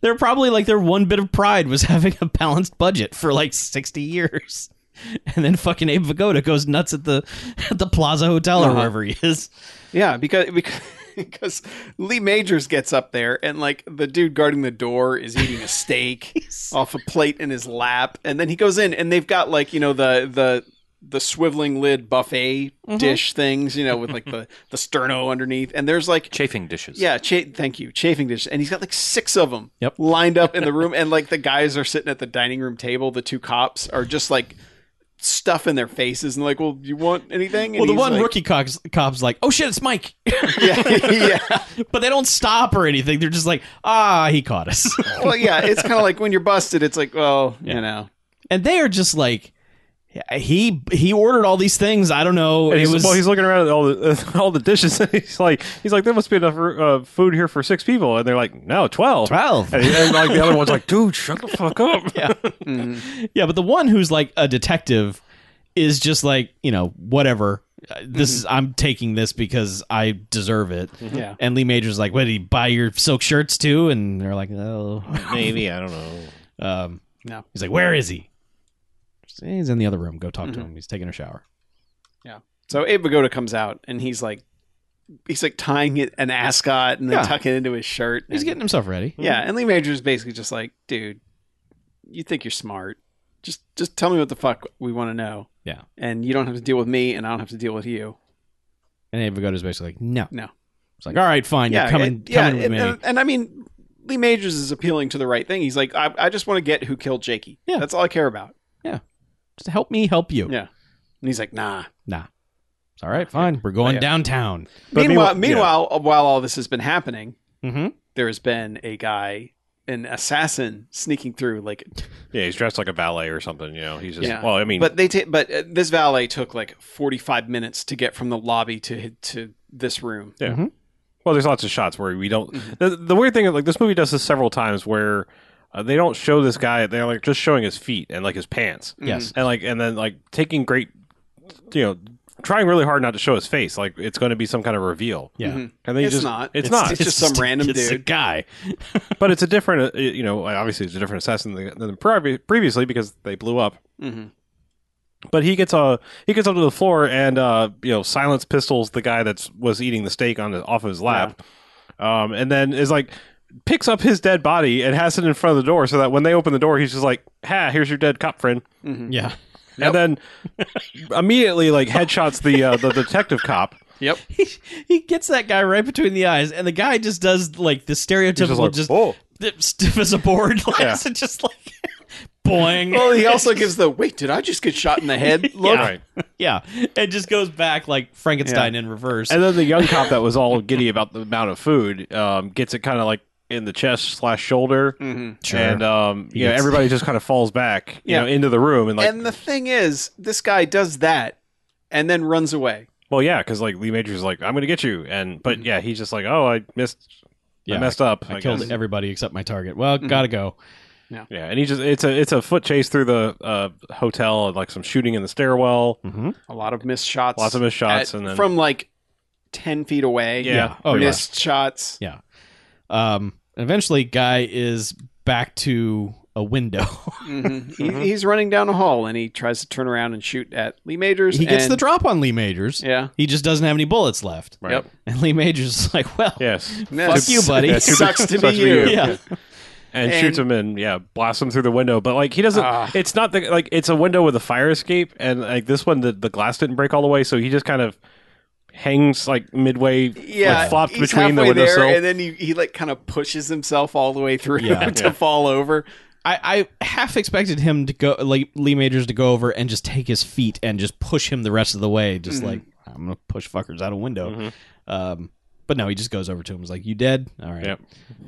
S3: they're probably like their one bit of pride was having a balanced budget for like 60 years and then fucking abe vigoda goes nuts at the at the plaza hotel or
S4: Uh-huh.
S3: wherever he is
S4: Yeah, because because because Lee Majors gets up there and like the dude guarding the door is eating a steak off a plate in his lap, and then he goes in and they've got like you know the the the swiveling lid buffet dish things, you know, with like the the sterno underneath, and there's like.
S1: chafing dishes.
S4: Yeah, cha- thank you. Chafing dish, and he's got like six of them
S3: Yep.
S4: lined up in the room, and like the guys are sitting at the dining room table. The two cops are just like stuffing their faces and like, "Well, you want anything?" And
S3: well the
S4: he's
S3: one
S4: like-
S3: rookie cop's, cop's like oh shit it's mike
S4: yeah, yeah.
S3: but they don't stop or anything they're just like ah he caught us
S4: well, yeah, it's kind of like when you're busted, it's like, well, you know,
S3: and they are just like he he ordered all these things i don't know
S2: And
S3: it
S2: he's,
S3: was
S2: well, he's looking around at all the all the dishes, and he's like, he's like, there must be enough uh, food here for six people, and they're like, no, twelve.
S3: 12
S2: And, and, like the other one's like, dude, shut the fuck up.
S4: Mm-hmm.
S3: Yeah, but the one who's like a detective is just like, you know, whatever. Uh, This
S4: Mm-hmm.
S3: is I'm taking this because I deserve it.
S4: Yeah.
S3: And Lee Major's like, "What did he buy your silk shirts too?" And they're like, "Oh."
S2: Maybe I don't know.
S3: Um,
S4: no.
S3: he's like, "Where is he?" eh, He's in the other room. Go talk
S4: Mm-hmm.
S3: to him. He's taking a shower.
S4: So Abe Vigoda comes out and he's like, he's like tying it an ascot and then
S3: Yeah.
S4: tucking it into his shirt.
S3: He's
S4: and-
S3: getting himself ready.
S4: yeah. And Lee Majors is basically just like, dude, you think you're smart? Just just tell me what the fuck we want to know.
S3: Yeah.
S4: And you don't have to deal with me, and I don't have to deal with you.
S3: And Abe Vigoda's basically like, "No."
S4: No.
S3: It's like, "All right, fine.
S4: yeah,
S3: you're coming
S4: it- uh, yeah,
S3: coming with
S4: and,
S3: me."
S4: And, and I mean, Lee Majors is appealing to the right thing. He's like, I, I just want to get who killed Jakey.
S3: Yeah.
S4: That's all I care about.
S3: Yeah. Just help me help you.
S4: Yeah. And he's like, nah.
S3: Nah. It's all right, fine. We're going
S4: Yeah.
S3: downtown.
S2: But
S4: meanwhile,
S2: meanwhi-
S4: meanwhile, uh, while all this has been happening,
S3: Mm-hmm.
S4: there has been a guy, an assassin, sneaking through. Like,
S2: Yeah, he's dressed like a valet or something. You know, he's just
S4: Yeah.
S2: well. I mean,
S4: but they ta- but uh, this valet took like forty five minutes to get from the lobby to to this room.
S2: Yeah. Well, there's lots of shots where we don't.
S4: Mm-hmm.
S2: The, the weird thing, like this movie does this several times, where uh, they don't show this guy. They're like just showing his feet and like his pants.
S4: Mm-hmm.
S3: Yes.
S2: and like and then like taking great, you know, trying really hard not to show his face. Like it's going to be some kind of reveal.
S3: Yeah.
S4: Mhm.
S2: And then you
S4: It's
S2: just,
S4: not.
S2: It's, not.
S4: Ah, It's just some random
S3: it's a
S4: dude.
S3: guy.
S2: but it's a different. Uh, you know, obviously it's a different assassin than, than previ- previously because they blew up.
S4: Mhm.
S2: But he gets uh he gets up to the floor and uh you know silence pistols the guy that's was eating the steak on the, off of his lap, um and then is like picks up his dead body and has it in front of the door so that when they open the door he's just like ha here's your dead cop friend
S3: Yeah.
S2: and then immediately like headshots the uh, the detective cop
S4: Yep.
S3: He, he gets that guy right between the eyes, and the guy just does like the stereotypical, just,
S2: like, "Oh."
S3: th- stiff as a board, like,
S2: Yeah.
S3: and just like boing.
S4: Well, he also gives the wait. Did I just get shot in the head? Look.
S3: yeah. yeah, and just goes back like Frankenstein in reverse.
S2: and then the young cop that was all giddy about the amount of food um gets it kind of like in the chest slash shoulder.
S4: Mhm.
S3: Sure.
S2: And um, you know,
S3: gets-
S2: everybody just kind of falls back, you
S4: Yeah.
S2: know, into the room, and like,
S4: and the thing is, this guy does that and then runs away.
S2: Well, yeah, because like Lee Majors is like, I'm gonna get you, and but yeah, he's just like, oh, I missed,
S3: Mm. yeah,
S2: I messed up,
S3: I, killed
S2: guess.
S3: everybody except my target. Well, gotta go.
S2: Yeah, and he just it's a it's a foot chase through the uh, hotel, and, like some shooting in the stairwell,
S3: Mm-hmm.
S4: A lot of missed shots.
S2: lots of missed shots,
S4: at-
S2: and then
S4: from like ten feet away.
S2: Yeah.
S3: Oh, yeah.
S4: missed shots.
S3: Um. Eventually, guy is back to a window.
S4: Mhm. He, he's running down a hall and he tries to turn around and shoot at Lee Majors.
S3: he gets
S4: and-
S3: the drop on Lee Majors.
S4: Yeah.
S3: He just doesn't have any bullets left.
S2: Right.
S4: Yep.
S3: And Lee Majors is like, well,
S2: yes,
S4: Yeah,
S3: Fuck you, buddy.
S4: It sucks to be
S2: Sucks to be
S4: you.
S2: you.
S3: yeah.
S2: and,
S4: And-
S2: shoots him and yeah, blasts him through the window, but like he doesn't.
S4: Ah.
S2: It's not the like it's a window with a fire escape, and like this one the the glass didn't break all the way, so he just kind of hangs like midway,
S4: Yeah,
S2: like, flopped
S4: he's
S2: between the
S4: halfway there,
S2: windowsill.
S4: and then he, he like kind of pushes himself all the way through
S3: Yeah.
S4: to fall over.
S3: I, I half expected him to go, like Lee Majors to go over and just take his feet and just push him the rest of the way, just
S2: Mm-hmm.
S3: like I'm gonna push fuckers out a window. Um, but no, he just goes over to him. He's like, "You dead? All right,
S2: Yep.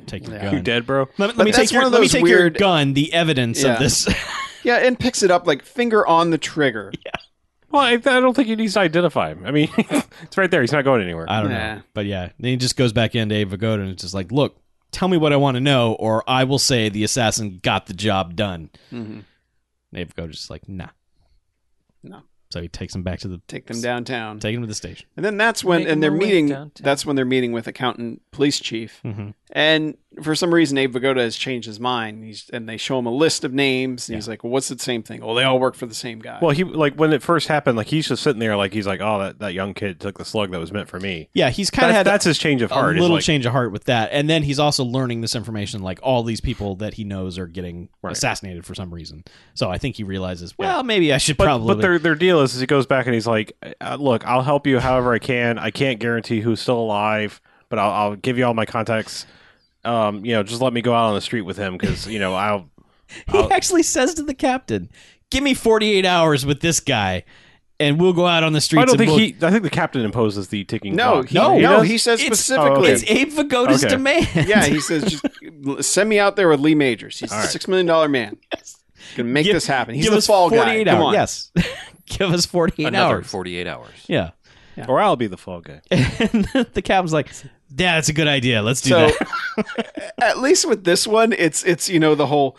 S3: take your
S4: Yeah.
S3: gun.
S2: You dead, bro?
S3: Let, me-
S4: But
S3: let me
S4: that's
S3: take your
S4: one of
S3: let me
S4: those
S3: take your
S4: weird-
S3: gun. The evidence
S4: Yeah.
S3: of this.
S4: Yeah, and picks it up like finger on the trigger.
S2: Well, I, I don't think he needs to identify him. I mean, it's right there. He's not going anywhere.
S3: I don't
S4: Nah.
S3: know, but yeah, then he just goes back into Abe Vigoda and it's just like, "Look, tell me what I want to know, or I will say the assassin got the job done."
S4: hmm
S3: And Abe Vigoda's just like, "Nah,
S4: No.
S3: So he takes him back to the
S4: Take them downtown,
S3: take him to the station.
S4: and then that's when
S1: Make
S4: and they're
S1: my way
S4: meeting.
S1: downtown.
S4: That's when they're meeting with accountant police chief,
S3: Mm-hmm.
S4: and for some reason Abe Vigoda has changed his mind. He's and they show him a list of names, and he's like, well, "What's the same thing? Well, they all work for the same guy."
S2: Well, he like when it first happened, like he's just sitting there, like he's like, "Oh, that, that young kid took the slug that was meant for me."
S3: Yeah, he's kind
S2: That's,
S3: of had
S2: that's his change of
S3: a
S2: heart. is,
S3: little
S2: like,
S3: change of heart with that, and then he's also learning this information. Like all these people that he knows are getting
S2: Right.
S3: assassinated for some reason. So I think he realizes, well, maybe I should
S2: But,
S3: probably.
S2: but their their deal is, is he goes back and he's like, uh, "Look, I'll help you however I can. I can't guarantee who's still alive, but I'll, I'll give you all my contacts. Um, you know, just let me go out on the street with him because you know I'll."
S3: he actually says to the captain, "Give me forty eight hours with this guy, and we'll go out on the streets."
S2: I don't
S3: and
S2: think
S3: we'll-
S2: he. I think the captain imposes the ticking.
S4: no,
S2: clock.
S4: he,
S3: No,
S4: no,
S3: he
S2: does? Oh,
S4: he says
S3: It's-
S4: specifically.
S3: It's Abe Vigoda's
S2: Okay.
S3: demand.
S4: Yeah, he says, just l- send me out there with Lee Majors. He's
S2: All
S4: a
S2: right.
S4: six million dollar man. Gonna make
S3: Give-
S4: this happen. He's
S3: give
S4: the
S3: us
S4: fall guy.
S3: Forty eight
S4: Come
S3: hours.
S4: on.
S3: Yes, give us forty eight
S1: Another
S3: hours.
S1: 48 hours.
S3: Yeah,
S2: or I'll be the fall guy.
S3: and the captain's like, "Yeah, that's a good idea. Let's do
S4: So
S3: that."
S4: at least with this one, it's it's you know the whole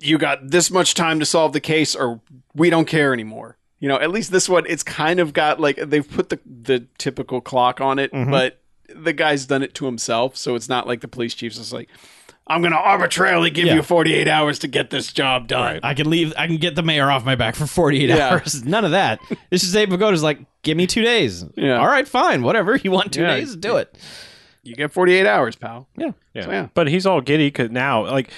S4: you got this much time to solve the case or we don't care anymore. You know, at least this one it's kind of got like they've put the the typical clock on it,
S3: Mm-hmm.
S4: but the guy's done it to himself, so it's not like the police chief's just like I'm going to arbitrarily give
S3: Yeah.
S4: you 48 hours to get this job done.
S3: I can leave. I can get the mayor off my back for 48
S4: Yeah.
S3: hours. None of that. This is Abe Vigoda's like, give me two days.
S4: Yeah.
S3: All right, fine. Whatever. You want two
S4: Yeah.
S3: days? Do it.
S4: You get 48 hours, pal.
S3: Yeah.
S2: Yeah.
S4: So, yeah.
S2: But he's all giddy 'cause now, like,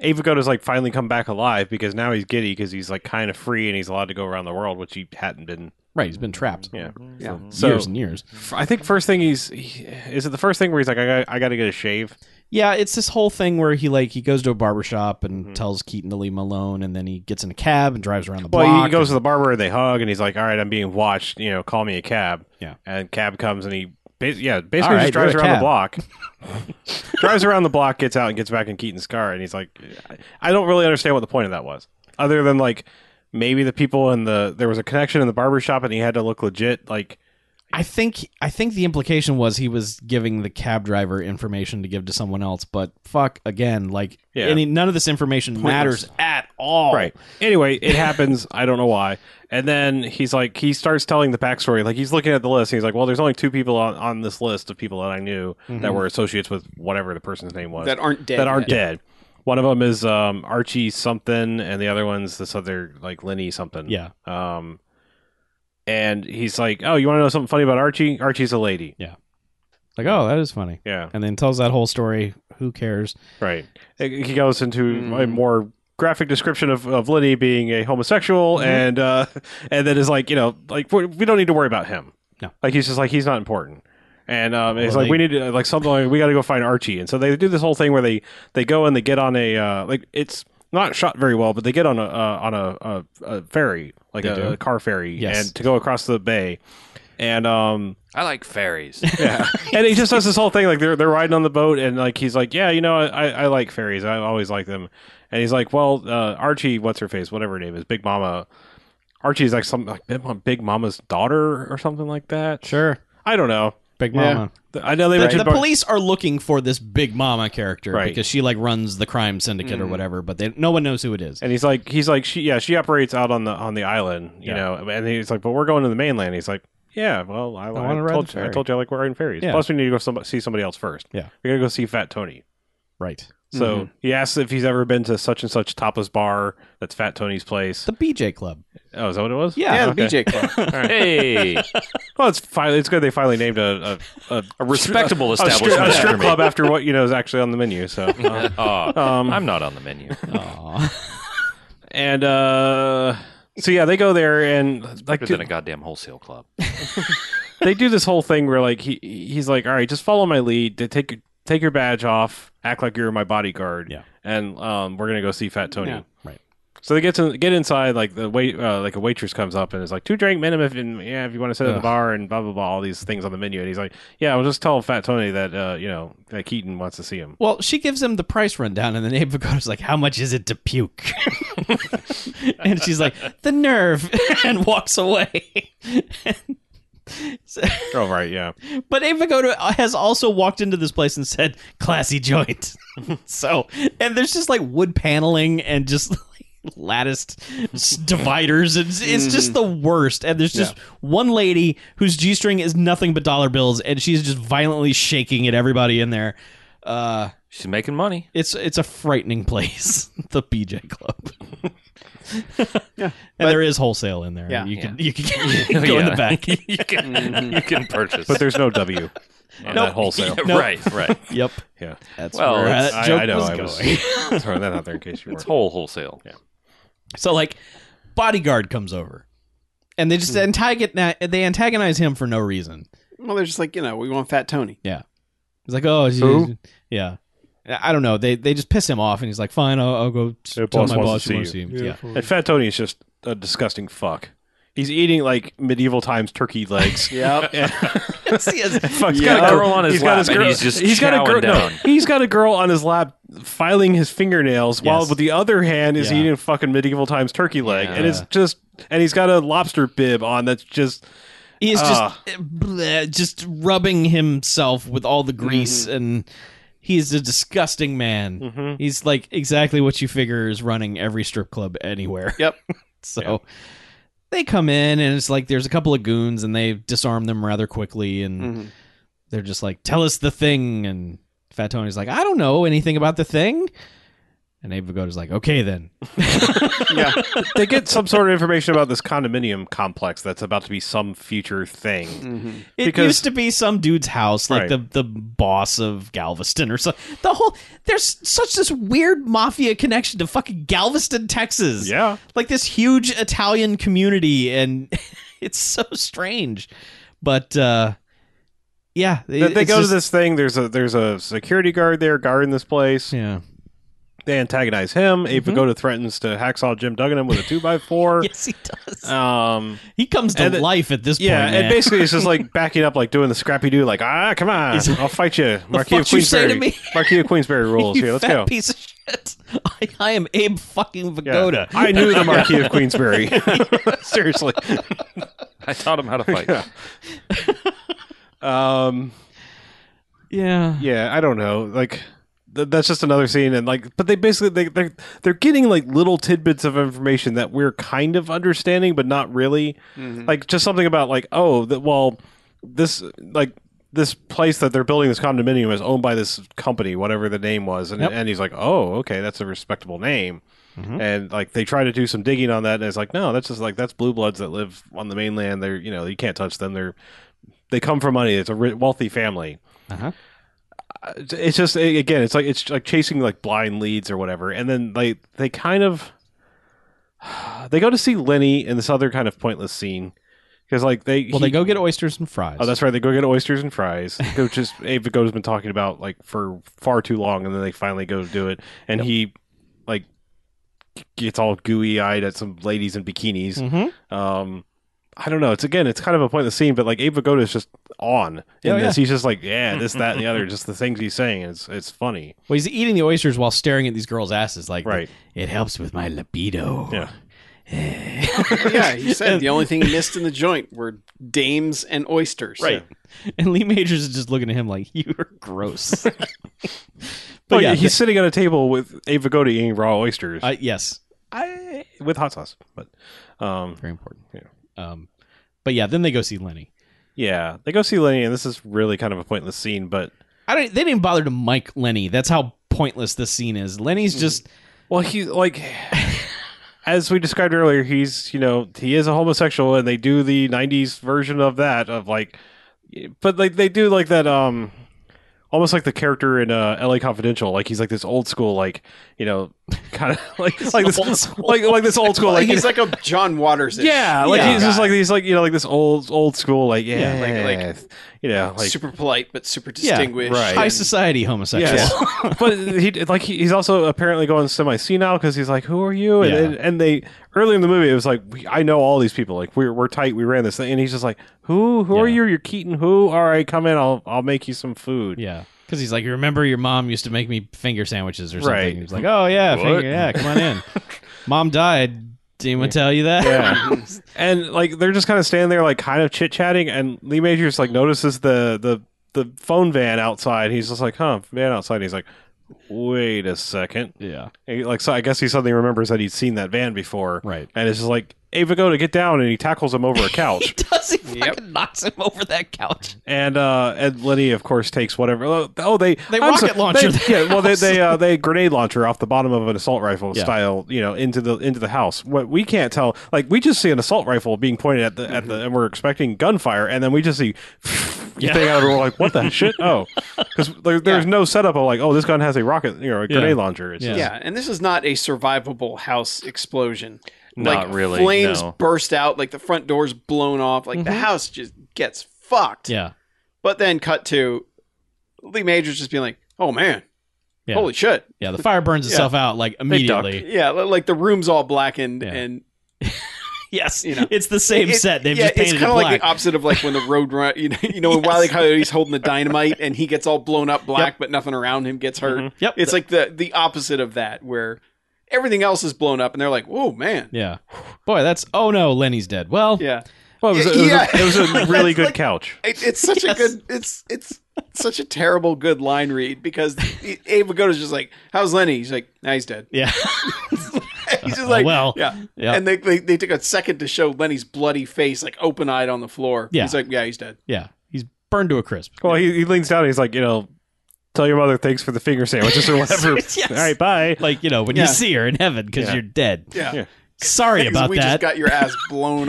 S2: Ava Goda's like finally come back alive because now he's giddy because he's like kind of free and he's allowed to go around the world, which he hadn't been.
S3: Right. He's been trapped
S2: Yeah.
S4: Yeah.
S3: for
S2: So
S3: years and years.
S2: f- I think first thing he's he, is it the first thing where he's like, I got, I got to get a shave.
S3: Yeah, it's this whole thing where he like he goes to a barbershop
S2: Mm-hmm.
S3: and tells Keaton to leave him alone, and then he gets in a cab and drives around the block.
S2: Well, he goes to the barber and they hug, and he's like, "All right, I'm being watched. You know, call me a cab."
S3: Yeah.
S2: and cab comes and he, ba- yeah, basically
S3: All
S2: just
S3: right,
S2: drives
S3: you're
S2: around
S3: a
S2: the block, drives around the block, gets out and gets back in Keaton's car, and he's like, "I don't really understand what the point of that was, other than like maybe the people in the there was a connection in the barber shop, and he had to look legit, like."
S3: I think I think the implication was he was giving the cab driver information to give to someone else, but fuck again, like
S2: Yeah.
S3: any none of this information matters at all.
S2: Right. Anyway, it happens. I don't know why. And then he's like, he starts telling the backstory. Like he's looking at the list. And he's like, well, there's only two people on, on this list of people that I knew
S3: Hmm. Mm-hmm.
S2: that were associates with whatever the person's name was
S4: that aren't dead.
S2: that aren't
S4: yet.
S2: dead. One of them is um, Archie something, and the other one's this other like Lenny something.
S3: Yeah.
S2: Um, and he's like, oh, you want to know something funny about Archie? Archie's a lady.
S3: Like, oh, that is funny.
S2: Yeah.
S3: And then tells that whole story. Who cares?
S2: Right. He goes into a
S4: Mm.
S2: more graphic description of, of Liddy being a homosexual and uh and then is like, you know, like we we don't need to worry about him.
S3: No.
S2: Like he's just like he's not important. And um it's
S3: Well,
S2: like
S3: they-
S2: we need to like something like we got to go find Archie. And so they do this whole thing where they they go and they get on a uh like it's not shot very well, but they get on a uh, on a, a, a ferry, like
S3: They
S2: a,
S3: do.
S2: a car ferry
S3: Yes.
S2: and to go across the bay. And um
S1: I like fairies.
S2: yeah, and he just does this whole thing like they're they're riding on the boat and like he's like, yeah, you know, I, I like fairies. I always like them. And he's like, well, uh, Archie, what's her face, whatever her name is, Big Mama. Archie's like something like Big Mama- Big Mama's daughter or something like that.
S3: Sure.
S2: I don't know.
S3: Big
S4: Yeah.
S3: Mama.
S2: Th- I know they
S3: The,
S2: mentioned
S3: the
S2: bar-
S3: police are looking for this Big Mama character
S2: Right.
S3: because she like runs the crime syndicate or whatever, but they, no one knows who it is.
S2: And he's like, he's like, she, yeah, she operates out on the on the island, you
S3: Yeah.
S2: know. And he's like, but we're going to the mainland. He's like, yeah, well, I, I,
S3: wanna ride
S2: told
S3: the
S2: you, I
S3: ferry."
S2: told you I like riding ferries.
S3: Yeah.
S2: Plus, we need to go some, see somebody else first.
S3: Yeah.
S2: we're gonna go see Fat Tony.
S3: Right.
S2: So he asks if he's ever been to such and such topless bar. That's Fat Tony's place.
S3: The BJ Club.
S2: oh, is that what it was?
S3: Yeah.
S4: Yeah,
S2: Okay.
S4: the BJ Club.
S1: hey,
S2: Well, it's finally it's good they finally named a a, a,
S1: a respectable
S2: a stri-
S1: establishment
S2: a
S1: after
S2: strip
S1: me.
S2: club after what you know is actually on the menu. So, uh,
S1: Aw,
S2: um,
S1: I'm not on the menu.
S3: Aw.
S2: and uh, so yeah, they go there and like
S1: Better than a goddamn wholesale club.
S2: they do this whole thing where like he he's like, all right, just follow my lead. To take take your badge off, act like you're my bodyguard.
S3: Yeah.
S2: and um, we're gonna go see Fat Tony.
S4: Yeah.
S3: Right.
S2: So they get to get inside. Like the wait, uh, like a waitress comes up and is like, two drink minimum, if, and yeah, if you want to sit at the
S3: Ugh.
S2: bar and blah blah blah, all these things on the menu. And he's like, yeah, I was just telling Fat Tony that uh, you know that Keaton wants to see him.
S3: Well, she gives him the price rundown, and then Abe Vigoda's like, "How much is it to puke?" and she's like, "The nerve," and walks away.
S2: Oh right, yeah.
S3: but Abe Vigoda has also walked into this place and said, "Classy joint." so, and there's just like wood paneling and just like, latticed s- dividers. It's, it's just
S4: Mm.
S3: the worst. And there's just one lady whose g string is nothing but dollar bills, and she's just violently shaking at everybody in there. Uh,
S1: She's making money.
S3: it's it's a frightening place, the BJ Club.
S4: Yeah,
S3: and
S4: but-
S3: there is wholesale in there.
S4: Yeah.
S3: you can you can go in the
S1: Yeah.
S3: back.
S1: you can
S2: Mhm.
S1: you can purchase
S2: But there's no W on
S1: No.
S2: that wholesale.
S1: Yeah,
S3: Nope.
S1: Right, right.
S3: yep,
S2: Yeah,
S3: that's
S1: Well,
S3: where
S1: it's-
S3: that joke
S2: I, I know.
S3: was
S2: I
S3: going.
S2: was throwing that out there in case you
S1: It's
S2: weren't.
S1: whole wholesale.
S3: So like, bodyguard comes over, and they
S2: Hmm.
S3: just antagonize they antagonize him for no reason.
S4: well, they're just like you know, we want Fat Tony.
S3: He's like, oh, geez.
S2: Who?
S3: yeah. I don't know. They they just piss him off, and he's like, fine, I'll, I'll go t-
S2: Your
S3: tell
S2: boss
S3: my
S2: wants
S3: boss
S2: to
S3: you
S2: see
S3: want to see him. Yeah.
S2: And Fat Tony is just a disgusting fuck. He's eating like medieval times turkey legs.
S4: Yep.
S3: He has-
S2: Fuck's
S1: Yeah.
S2: got a girl
S1: Girl on his
S2: Oh, he's got
S1: lap,
S2: his
S1: and
S2: girl,
S1: he's just
S2: got a
S1: chowing
S2: girl.
S1: down.
S2: No, he's got a girl on his lap filing his fingernails, while
S3: Yes.
S2: with the other hand is
S3: Yeah.
S2: eating fucking medieval times turkey leg, and it's
S3: Yeah.
S2: just and he's got a lobster bib on that's just
S3: He is
S2: Ah.
S3: just bleh, just rubbing himself with all the grease,
S2: Mm-hmm.
S3: and he is a disgusting man. He's like exactly what you figure is running every strip club anywhere.
S4: Yep.
S3: so they come in, and it's like there's a couple of goons, and they disarm them rather quickly, and
S2: Mm-hmm.
S4: Mhm.
S3: they're just like, "Tell us the thing," and Fat Tony's like, "I don't know anything about the thing." And Abe Vigoda's like, okay then.
S4: Yeah.
S2: they get some sort of information about this condominium complex that's about to be some future thing.
S4: Mhm.
S3: It
S2: Because-
S3: used to be some dude's house,
S2: Right.
S3: like the the boss of Galveston or something. The whole there's such this weird mafia connection to fucking Galveston, Texas.
S2: Yeah,
S3: like this huge Italian community, and it's so strange. But uh, yeah,
S2: They,
S3: it-
S2: they
S3: it's
S2: go
S3: just-
S2: to this thing. There's a there's a security guard there guarding this place.
S3: Yeah.
S2: They antagonize him. Abe Vigoda threatens to hacksaw Jim Duggan with a two by four.
S3: Yes, he does.
S2: Um,
S3: he comes to
S2: and the-
S3: life at this
S2: yeah,
S3: point.
S2: and
S3: man.
S2: basically it's just like backing up, like doing the Scrappy Doo, like ah, come on, I'll fight you, Marquis of
S3: fuck you say
S2: Queensberry.
S3: to me?
S2: Marquis of Queensberry rules.
S3: you
S2: Here, let's
S3: fat
S2: go.
S3: piece of shit. I, I am Abe fucking
S2: Yeah.
S3: Vigoda.
S2: I knew the Marquis of Queensberry. Seriously.
S1: I taught him how to fight.
S2: Um,
S3: Yeah.
S2: yeah, I don't know. Like th- that's just another scene, and like, but they basically they they're they're getting like little tidbits of information that we're kind of understanding, but not really. Like just something about like oh, that well, this like this place that they're building this condominium is owned by this company, whatever the name was, and
S3: Yep.
S2: and he's like oh, okay, that's a respectable name.
S3: Mhm.
S2: And like they try to do some digging on that, and it's like no, that's just like that's blue bloods that live on the mainland. They're you know you can't touch them. They're they come from money. It's a ri- wealthy family Uh,
S3: Uh-huh.
S2: it's just a- again it's like it's like chasing like blind leads or whatever and then like they kind of they go to see lenny in this other kind of pointless scene because like they
S3: Well,
S2: he-
S3: they go get oysters and fries.
S2: oh that's right they go get oysters and fries which is abe has been talking about like for far too long and then they finally go do it and he like gets all gooey eyed at some ladies in bikinis
S3: Mhm.
S2: um I don't know. It's again, it's kind of a pointless scene, but like Abe Vigoda is just on in
S3: Oh,
S2: this. He's just like, yeah, this, that, and the other. Just the things he's saying. It's it's funny.
S3: Well, he's eating the oysters while staring at these girls' asses. Like,
S2: Right.
S3: It helps with my libido.
S2: Yeah.
S4: yeah, he said the only thing he missed in the joint were dames and oysters.
S3: Right. And Lee Majors is just looking at him like, "You are gross." but
S2: But
S3: yeah,
S2: yeah, he's sitting at a table with Abe Vigoda eating raw oysters
S3: uh, yes,
S2: I, with hot sauce. But um,
S3: very important.
S2: Yeah.
S3: Um, but yeah, then they go see Lenny.
S2: yeah, they go see Lenny, and this is really kind of a pointless scene. But
S3: I don't. They didn't bother to mic Lenny. That's how pointless this scene is. Lenny's just
S2: well, he like as we described earlier, he's you know he is a homosexual, and they do the '90s version of that of like, but like they do like that um. Almost like the character in uh, L.A. Confidential, like he's like this old school, like you know, kind of like like this
S3: old school.
S2: like like this old school,
S4: Like
S2: like
S4: he's like a John Waters.
S2: Yeah, like
S3: Yeah.
S2: he's just like he's like you know like this old old school like yeah,
S4: Yeah, like-
S2: like, you know like
S4: super polite but super
S3: Yeah,
S4: distinguished.
S2: right.
S3: high society homosexual.
S2: Yes. but he like he, he's also apparently going semi senile because he's like who are you and,
S3: Yeah.
S2: and and they early in the movie it was like we, I know all these people like we're we're tight we ran this thing and he's just like who who are
S3: Yeah.
S2: you you're Keaton who all right come in I'll I'll make you some food
S3: Yeah. Because he's like, remember your mom used to make me finger sandwiches or something.
S2: Right.
S3: He's like, oh yeah,
S1: What?
S3: finger, yeah, come on in. mom died. Didn't even tell you that.
S2: Yeah. and like they're just kind of standing there like kind of chit chatting and Lee Majors like notices the the the phone van outside he's just like huh van outside he's like wait a second
S3: yeah.
S2: And he, like so I guess he suddenly remembers that he'd seen that van before.
S3: Right.
S2: And it's just like, Hey Vigoda, get down and he tackles him over a
S3: He
S2: couch.
S3: does. He fucking
S4: Yep.
S3: knocks him over that couch.
S2: and uh and Lenny of course takes whatever oh oh, they
S3: They
S2: I'm
S3: rocket launcher
S2: they-
S3: the
S2: yeah, well they they uh, they grenade launcher off the bottom of an assault rifle
S3: Yeah.
S2: style, you know, into the into the house. What we can't tell like we just see an assault rifle being pointed at the at the and we're expecting gunfire and then we just see
S3: Mm-hmm. Yeah.
S2: thing out of it, we're like, what the shit? Oh, because there, there's no setup of like, oh, this gun has a rocket, you know, a
S3: Yeah.
S2: grenade launcher. It's
S3: Yeah.
S2: yeah.
S4: Yeah, and this is not a survivable house explosion.
S1: Not
S4: like,
S1: really,
S4: Flames
S1: no.
S4: burst out, like the front door's blown off, like the house just gets fucked.
S3: Yeah.
S4: But then cut to Lee Majors just being like, "Oh man,
S3: Yeah.
S4: holy shit!"
S3: Yeah. The fire burns itself out like immediately.
S4: Yeah, li- like the room's all blackened,
S3: Yeah.
S4: and
S3: Yes.
S4: You know.
S3: It's the same
S4: it-
S3: set. They've
S4: yeah,
S3: just painted
S4: it's
S3: it
S4: kind of
S3: black.
S4: like the opposite of like when the road run, you know, you know when Wiley Coyote's holding the dynamite and he gets all blown up black, but nothing around him gets hurt.
S3: Yep.
S4: It's like the the opposite of that, where everything else is blown up, and they're like, "Whoa, man!"
S3: yeah. Boy, that's oh no, Lenny's dead. Well,
S4: Yeah,
S2: Well, it was, it was
S4: Yeah.
S2: a, it was a really
S4: That's
S2: good
S4: like-
S2: couch.
S4: It, it's such
S3: Yes.
S4: a good. It's it's such a terrible good line read because he- Abe Vigoda's just like, "How's Lenny?" He's like, "Nah, he's dead."
S3: yeah.
S4: He's just like,
S3: well,
S4: yeah."
S3: yeah.
S4: And they, they they took a second to show Lenny's bloody face, like open eyed on the floor.
S3: Yeah.
S4: He's like, "Yeah, he's dead."
S3: yeah. He's burned to a crisp.
S2: Well, he, he leans down. and He's like, you know, tell your mother thanks for the finger sandwiches or whatever.
S3: Yes.
S2: All right, bye.
S3: Like you know when
S4: Yeah.
S3: you see her in heaven because
S2: Yeah.
S3: you're dead.
S4: Yeah.
S2: Yeah.
S3: Sorry about
S4: we
S3: that.
S4: just got your ass blown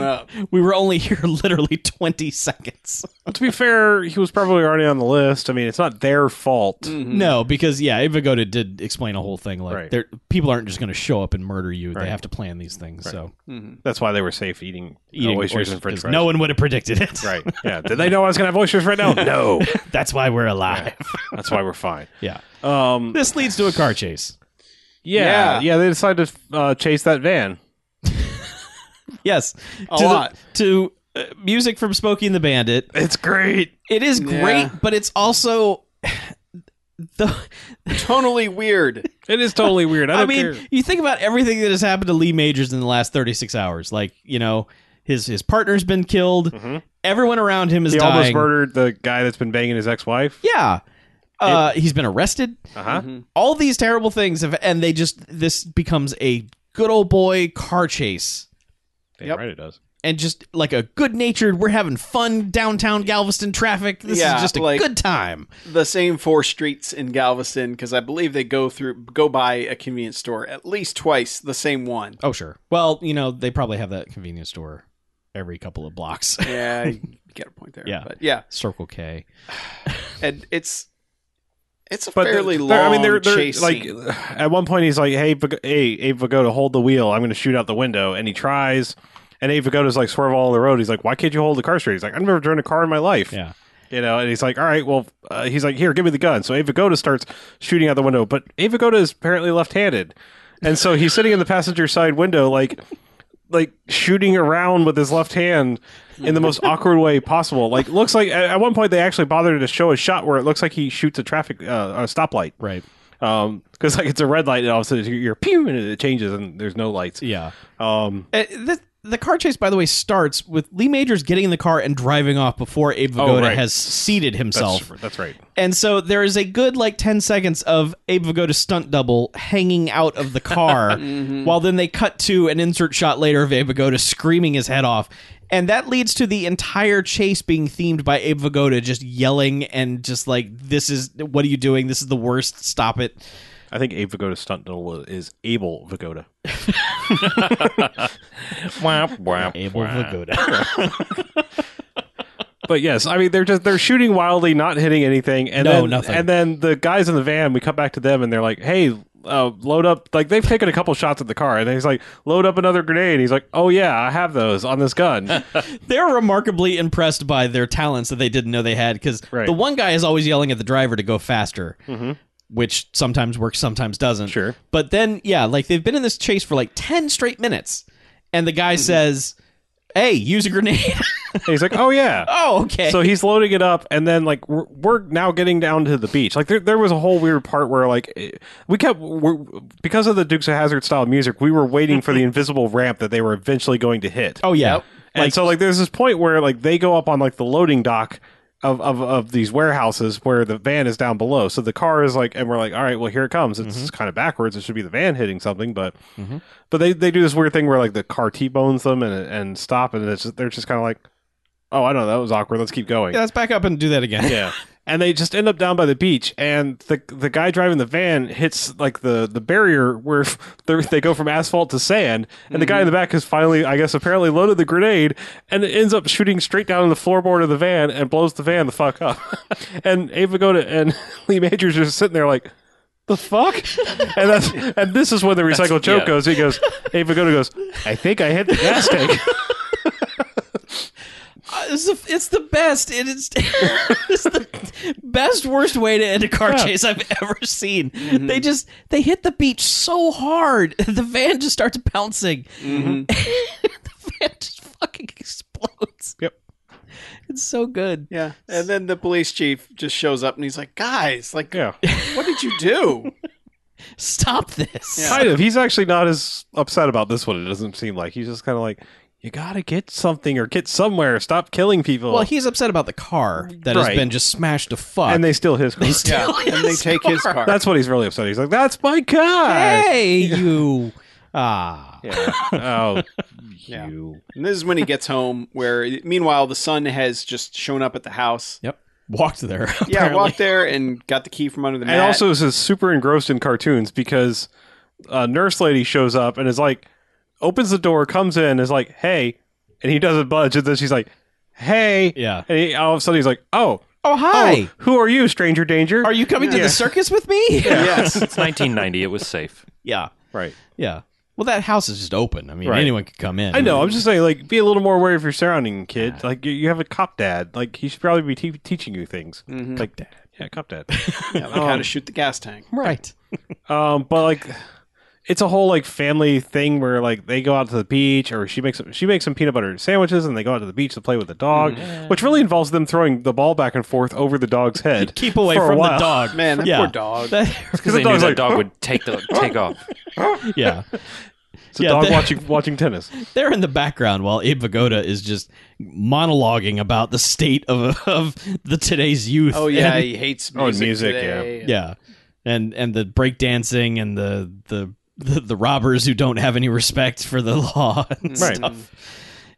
S4: up.
S3: we were only here literally 20 seconds.
S2: Well, to be fair, he was probably already on the list. I mean, it's not their fault.
S4: Mm. Mm-hmm.
S3: No, because yeah, Eva Goda did explain a whole thing. Like,
S2: Right.
S3: they're- people aren't just going to show up and murder you. They
S2: Right.
S3: have to plan these things. So,
S4: Mm-hmm.
S2: That's why they were safe eating,
S3: Eating
S2: oysters
S3: oysters-
S2: and French
S3: 'cause
S2: fries.
S3: no one would have predicted it.
S2: right? Yeah. Did they know I was gonna have oysters right now? No.
S3: That's why we're alive.
S2: That's why we're fine.
S3: Yeah.
S2: Um.
S3: This leads to a car chase.
S2: Yeah.
S4: Yeah.
S2: Yeah. they decided to uh, chase that van.
S3: Yes.
S4: A
S3: to the-
S4: lot.
S3: to uh, music from Smokey and the Bandit.
S2: It's great.
S3: It is
S4: Yeah.
S3: great, but it's also the
S4: Totally weird.
S2: It is totally weird. I,
S3: I,
S2: don't
S3: mean,
S2: care.
S3: you think about everything that has happened to Lee Majors in the last 36 hours. Like, you know, his his partner's been killed.
S2: Mhm.
S3: Everyone around him is
S2: he almost
S3: dying.
S2: murdered the guy that's been banging his ex-wife.
S3: Yeah. Uh, he's been arrested.
S2: Uh huh.
S4: Mhm.
S3: All these terrible things have and they just this becomes a good old boy car chase.
S4: Yep.
S2: Right. It does.
S3: And just like a good natured, we're having fun downtown Galveston traffic. This
S4: Yeah,
S3: is just a
S4: like-
S3: good time.
S4: The same four streets in Galveston because I believe they go through go by a convenience store at least twice. The same one.
S3: Oh, sure. Well, you know, they probably have that convenience store every couple of blocks.
S4: Yeah, you get a point there.
S3: Yeah.
S4: but yeah,
S3: Circle K.
S4: and it's it's a
S2: But
S4: fairly
S2: they're-
S4: long
S2: they're- I mean, they're, they're
S4: chase.
S2: like
S4: scene.
S2: at one point he's like, "Hey, Vig- hey, hey, Vigoda, hold the wheel. I'm going to shoot out the window." And he tries, and Abe Vigoda's like swerve all on the road. He's like, "Why can't you hold the car straight?" He's like, "I've never driven a car in my life."
S3: Yeah.
S2: You know, and he's like, "All right, well," uh, he's like, "Here, give me the gun." So Abe Vigoda starts shooting out the window, but Abe Vigoda is apparently left-handed, and so he's sitting in the passenger side window, like. Like shooting around with his left hand in the most awkward way possible. Like looks like at at one point they actually bothered to show a shot where it looks like he shoots a traffic uh, a stoplight
S3: Right.
S2: because like it's a red light and all of a sudden you're pew and it changes and there's no lights.
S3: Yeah.
S2: Um,
S3: Uh, the, the car chase, by the way, starts with Lee Majors getting in the car and driving off before Abe Vigoda
S2: Oh, right.
S3: has seated
S2: that's,
S3: himself.
S2: that's right.
S3: And so there is a good like 10 seconds of Abe Vigoda's stunt double hanging out of the car,
S2: Mm-hmm.
S3: while then they cut to an insert shot later of Abe Vigoda screaming his head off. And that leads to the entire chase being themed by Abe Vigoda just yelling and just like, this is, what are you doing? This is the worst. Stop it.
S2: I think Abe Vigoda's stunt double is Abel Vigoda.
S1: Womp, womp, womp.
S2: But yes, I mean they're just they're shooting wildly, not hitting anything, and
S3: No,
S2: then
S3: nothing.
S2: and then the guys in the van. We come back to them and they're like, "Hey, uh, load up!" Like they've taken a couple shots at the car, and then he's like, "Load up another grenade." He's like, "Oh yeah, I have those on this gun."
S3: They're remarkably impressed by their talents that they didn't know they had because
S2: Right. Mm-hmm.
S3: the one guy is always yelling at the driver to go faster, which sometimes works, sometimes doesn't.
S2: Sure.
S3: But then, yeah, like they've been in this chase for like 10 straight minutes, and the guy
S2: Mm-hmm.
S3: says, Hey, use a grenade.
S2: And he's like, "Oh yeah."
S3: oh, okay.
S2: So he's loading it up, and then like we're, we're now getting down to the beach. Like there, there was a whole weird part where like it- we kept we're, because of the Dukes of Hazard style music, we were waiting for the invisible ramp that they were eventually going to hit.
S3: oh, yeah.
S4: Yep.
S2: and so like there's this point where like they go up on like the loading dock. Of, of, of these warehouses where the van is down below. So the car is like, and we're like, all right, well, here it comes. It's kind of backwards. It should be the van hitting something, but but they, they do this weird thing where like the car T bones them and, and stop, and it's just, they're just kind of like, oh, I don't know, that was awkward. Let's keep going.
S3: Yeah, let's back up and do that again.
S2: Yeah. And they just end up down by the beach, and the the guy driving the van hits like the, the barrier where they're- they go from asphalt to sand, and the guy in the back has finally, I guess, apparently loaded the grenade, and it ends up shooting straight down on the floorboard of the van and blows the van the fuck up. and Ava Goda and Lee Majors are just sitting there like, the fuck? and that's and this is when the recycled joke
S1: yeah.
S2: goes. He goes, Ava Goda goes, I think I hit the gas tank.
S3: Uh, it's, the, it's the best. It is, it's the best, worst way to end a car chase I've ever seen. They just, they hit the beach so hard, the van just starts bouncing. Mm-hmm.
S4: Mhm.
S3: the van just fucking explodes.
S2: Yep.
S3: It's so good.
S4: Yeah, and then the police chief just shows up and he's like, "Guys, like,
S2: yeah.
S4: what did you do?"
S3: Stop this.
S4: Yeah.
S2: kind of. He's actually not as upset about this one. It doesn't seem like he's just kind of like, you gotta get something or get somewhere. Stop killing people.
S3: Well, he's upset about the car that has
S2: Right.
S3: been just smashed to fuck.
S2: and they steal his car.
S3: They steal
S4: and they
S3: his
S4: take his
S3: car.
S4: car.
S2: That's what he's really upset. He's like, that's my car.
S3: Hey, you. Ah.
S2: Yeah. Oh,
S4: Yeah.
S2: you.
S4: And this is when he gets home. Where meanwhile, the son has just shown up at the house.
S3: Yep. Walked there.
S4: Yeah,
S3: apparently.
S4: walked there and got the key from under the mat.
S2: And also, this is super engrossed in cartoons because a nurse lady shows up and is like, opens the door, comes in, is like, "Hey," and he doesn't budge. And then she's like, "Hey,"
S3: Yeah.
S2: and he, all of a sudden he's like, "Oh,
S3: Oh hi.
S2: oh, who are you, stranger danger?"
S3: Are you coming to
S2: Yeah.
S3: the circus with me?
S4: yes.
S1: It's 1990. It was safe.
S3: yeah.
S2: right?
S3: Yeah. Well, that house is just open. I mean,
S2: Right.
S3: anyone could come in.
S2: I know. I'm just saying, like, be a little more aware of your surrounding, kid. Like, you, you have a cop dad. Like, he should probably be te- teaching you things.
S3: Mm-hmm.
S4: Mhm.
S2: Like, dad. yeah, cop dad.
S4: Yeah,
S3: Oh.
S4: like how to shoot the gas tank.
S3: right.
S2: um, but like, it's a whole like family thing where like they go out to the beach, or she makes she makes some peanut butter sandwiches, and they go out to the beach to play with the dog,
S3: Mm-hmm.
S2: which really involves them throwing the ball back and forth over the dog's head.
S3: Keep away
S2: for a
S3: from the
S2: while.
S3: dog.
S4: Man, that
S3: yeah.
S4: poor dog.
S1: Because
S2: the
S1: they knew
S2: dog's
S1: that
S2: like,
S1: dog would take the take off.
S3: yeah.
S2: It's a
S3: Yeah,
S2: dog
S3: they-
S2: watching watching tennis.
S3: They're in the background while Abe Vigoda is just monologuing about the state of of the today's youth.
S4: Oh yeah,
S3: And-
S4: he hates
S2: Oh,
S4: music.
S2: music,
S4: today.
S3: yeah. And and the breakdancing and the the the, the robbers who don't have any respect for the law and
S2: Right.
S3: stuff.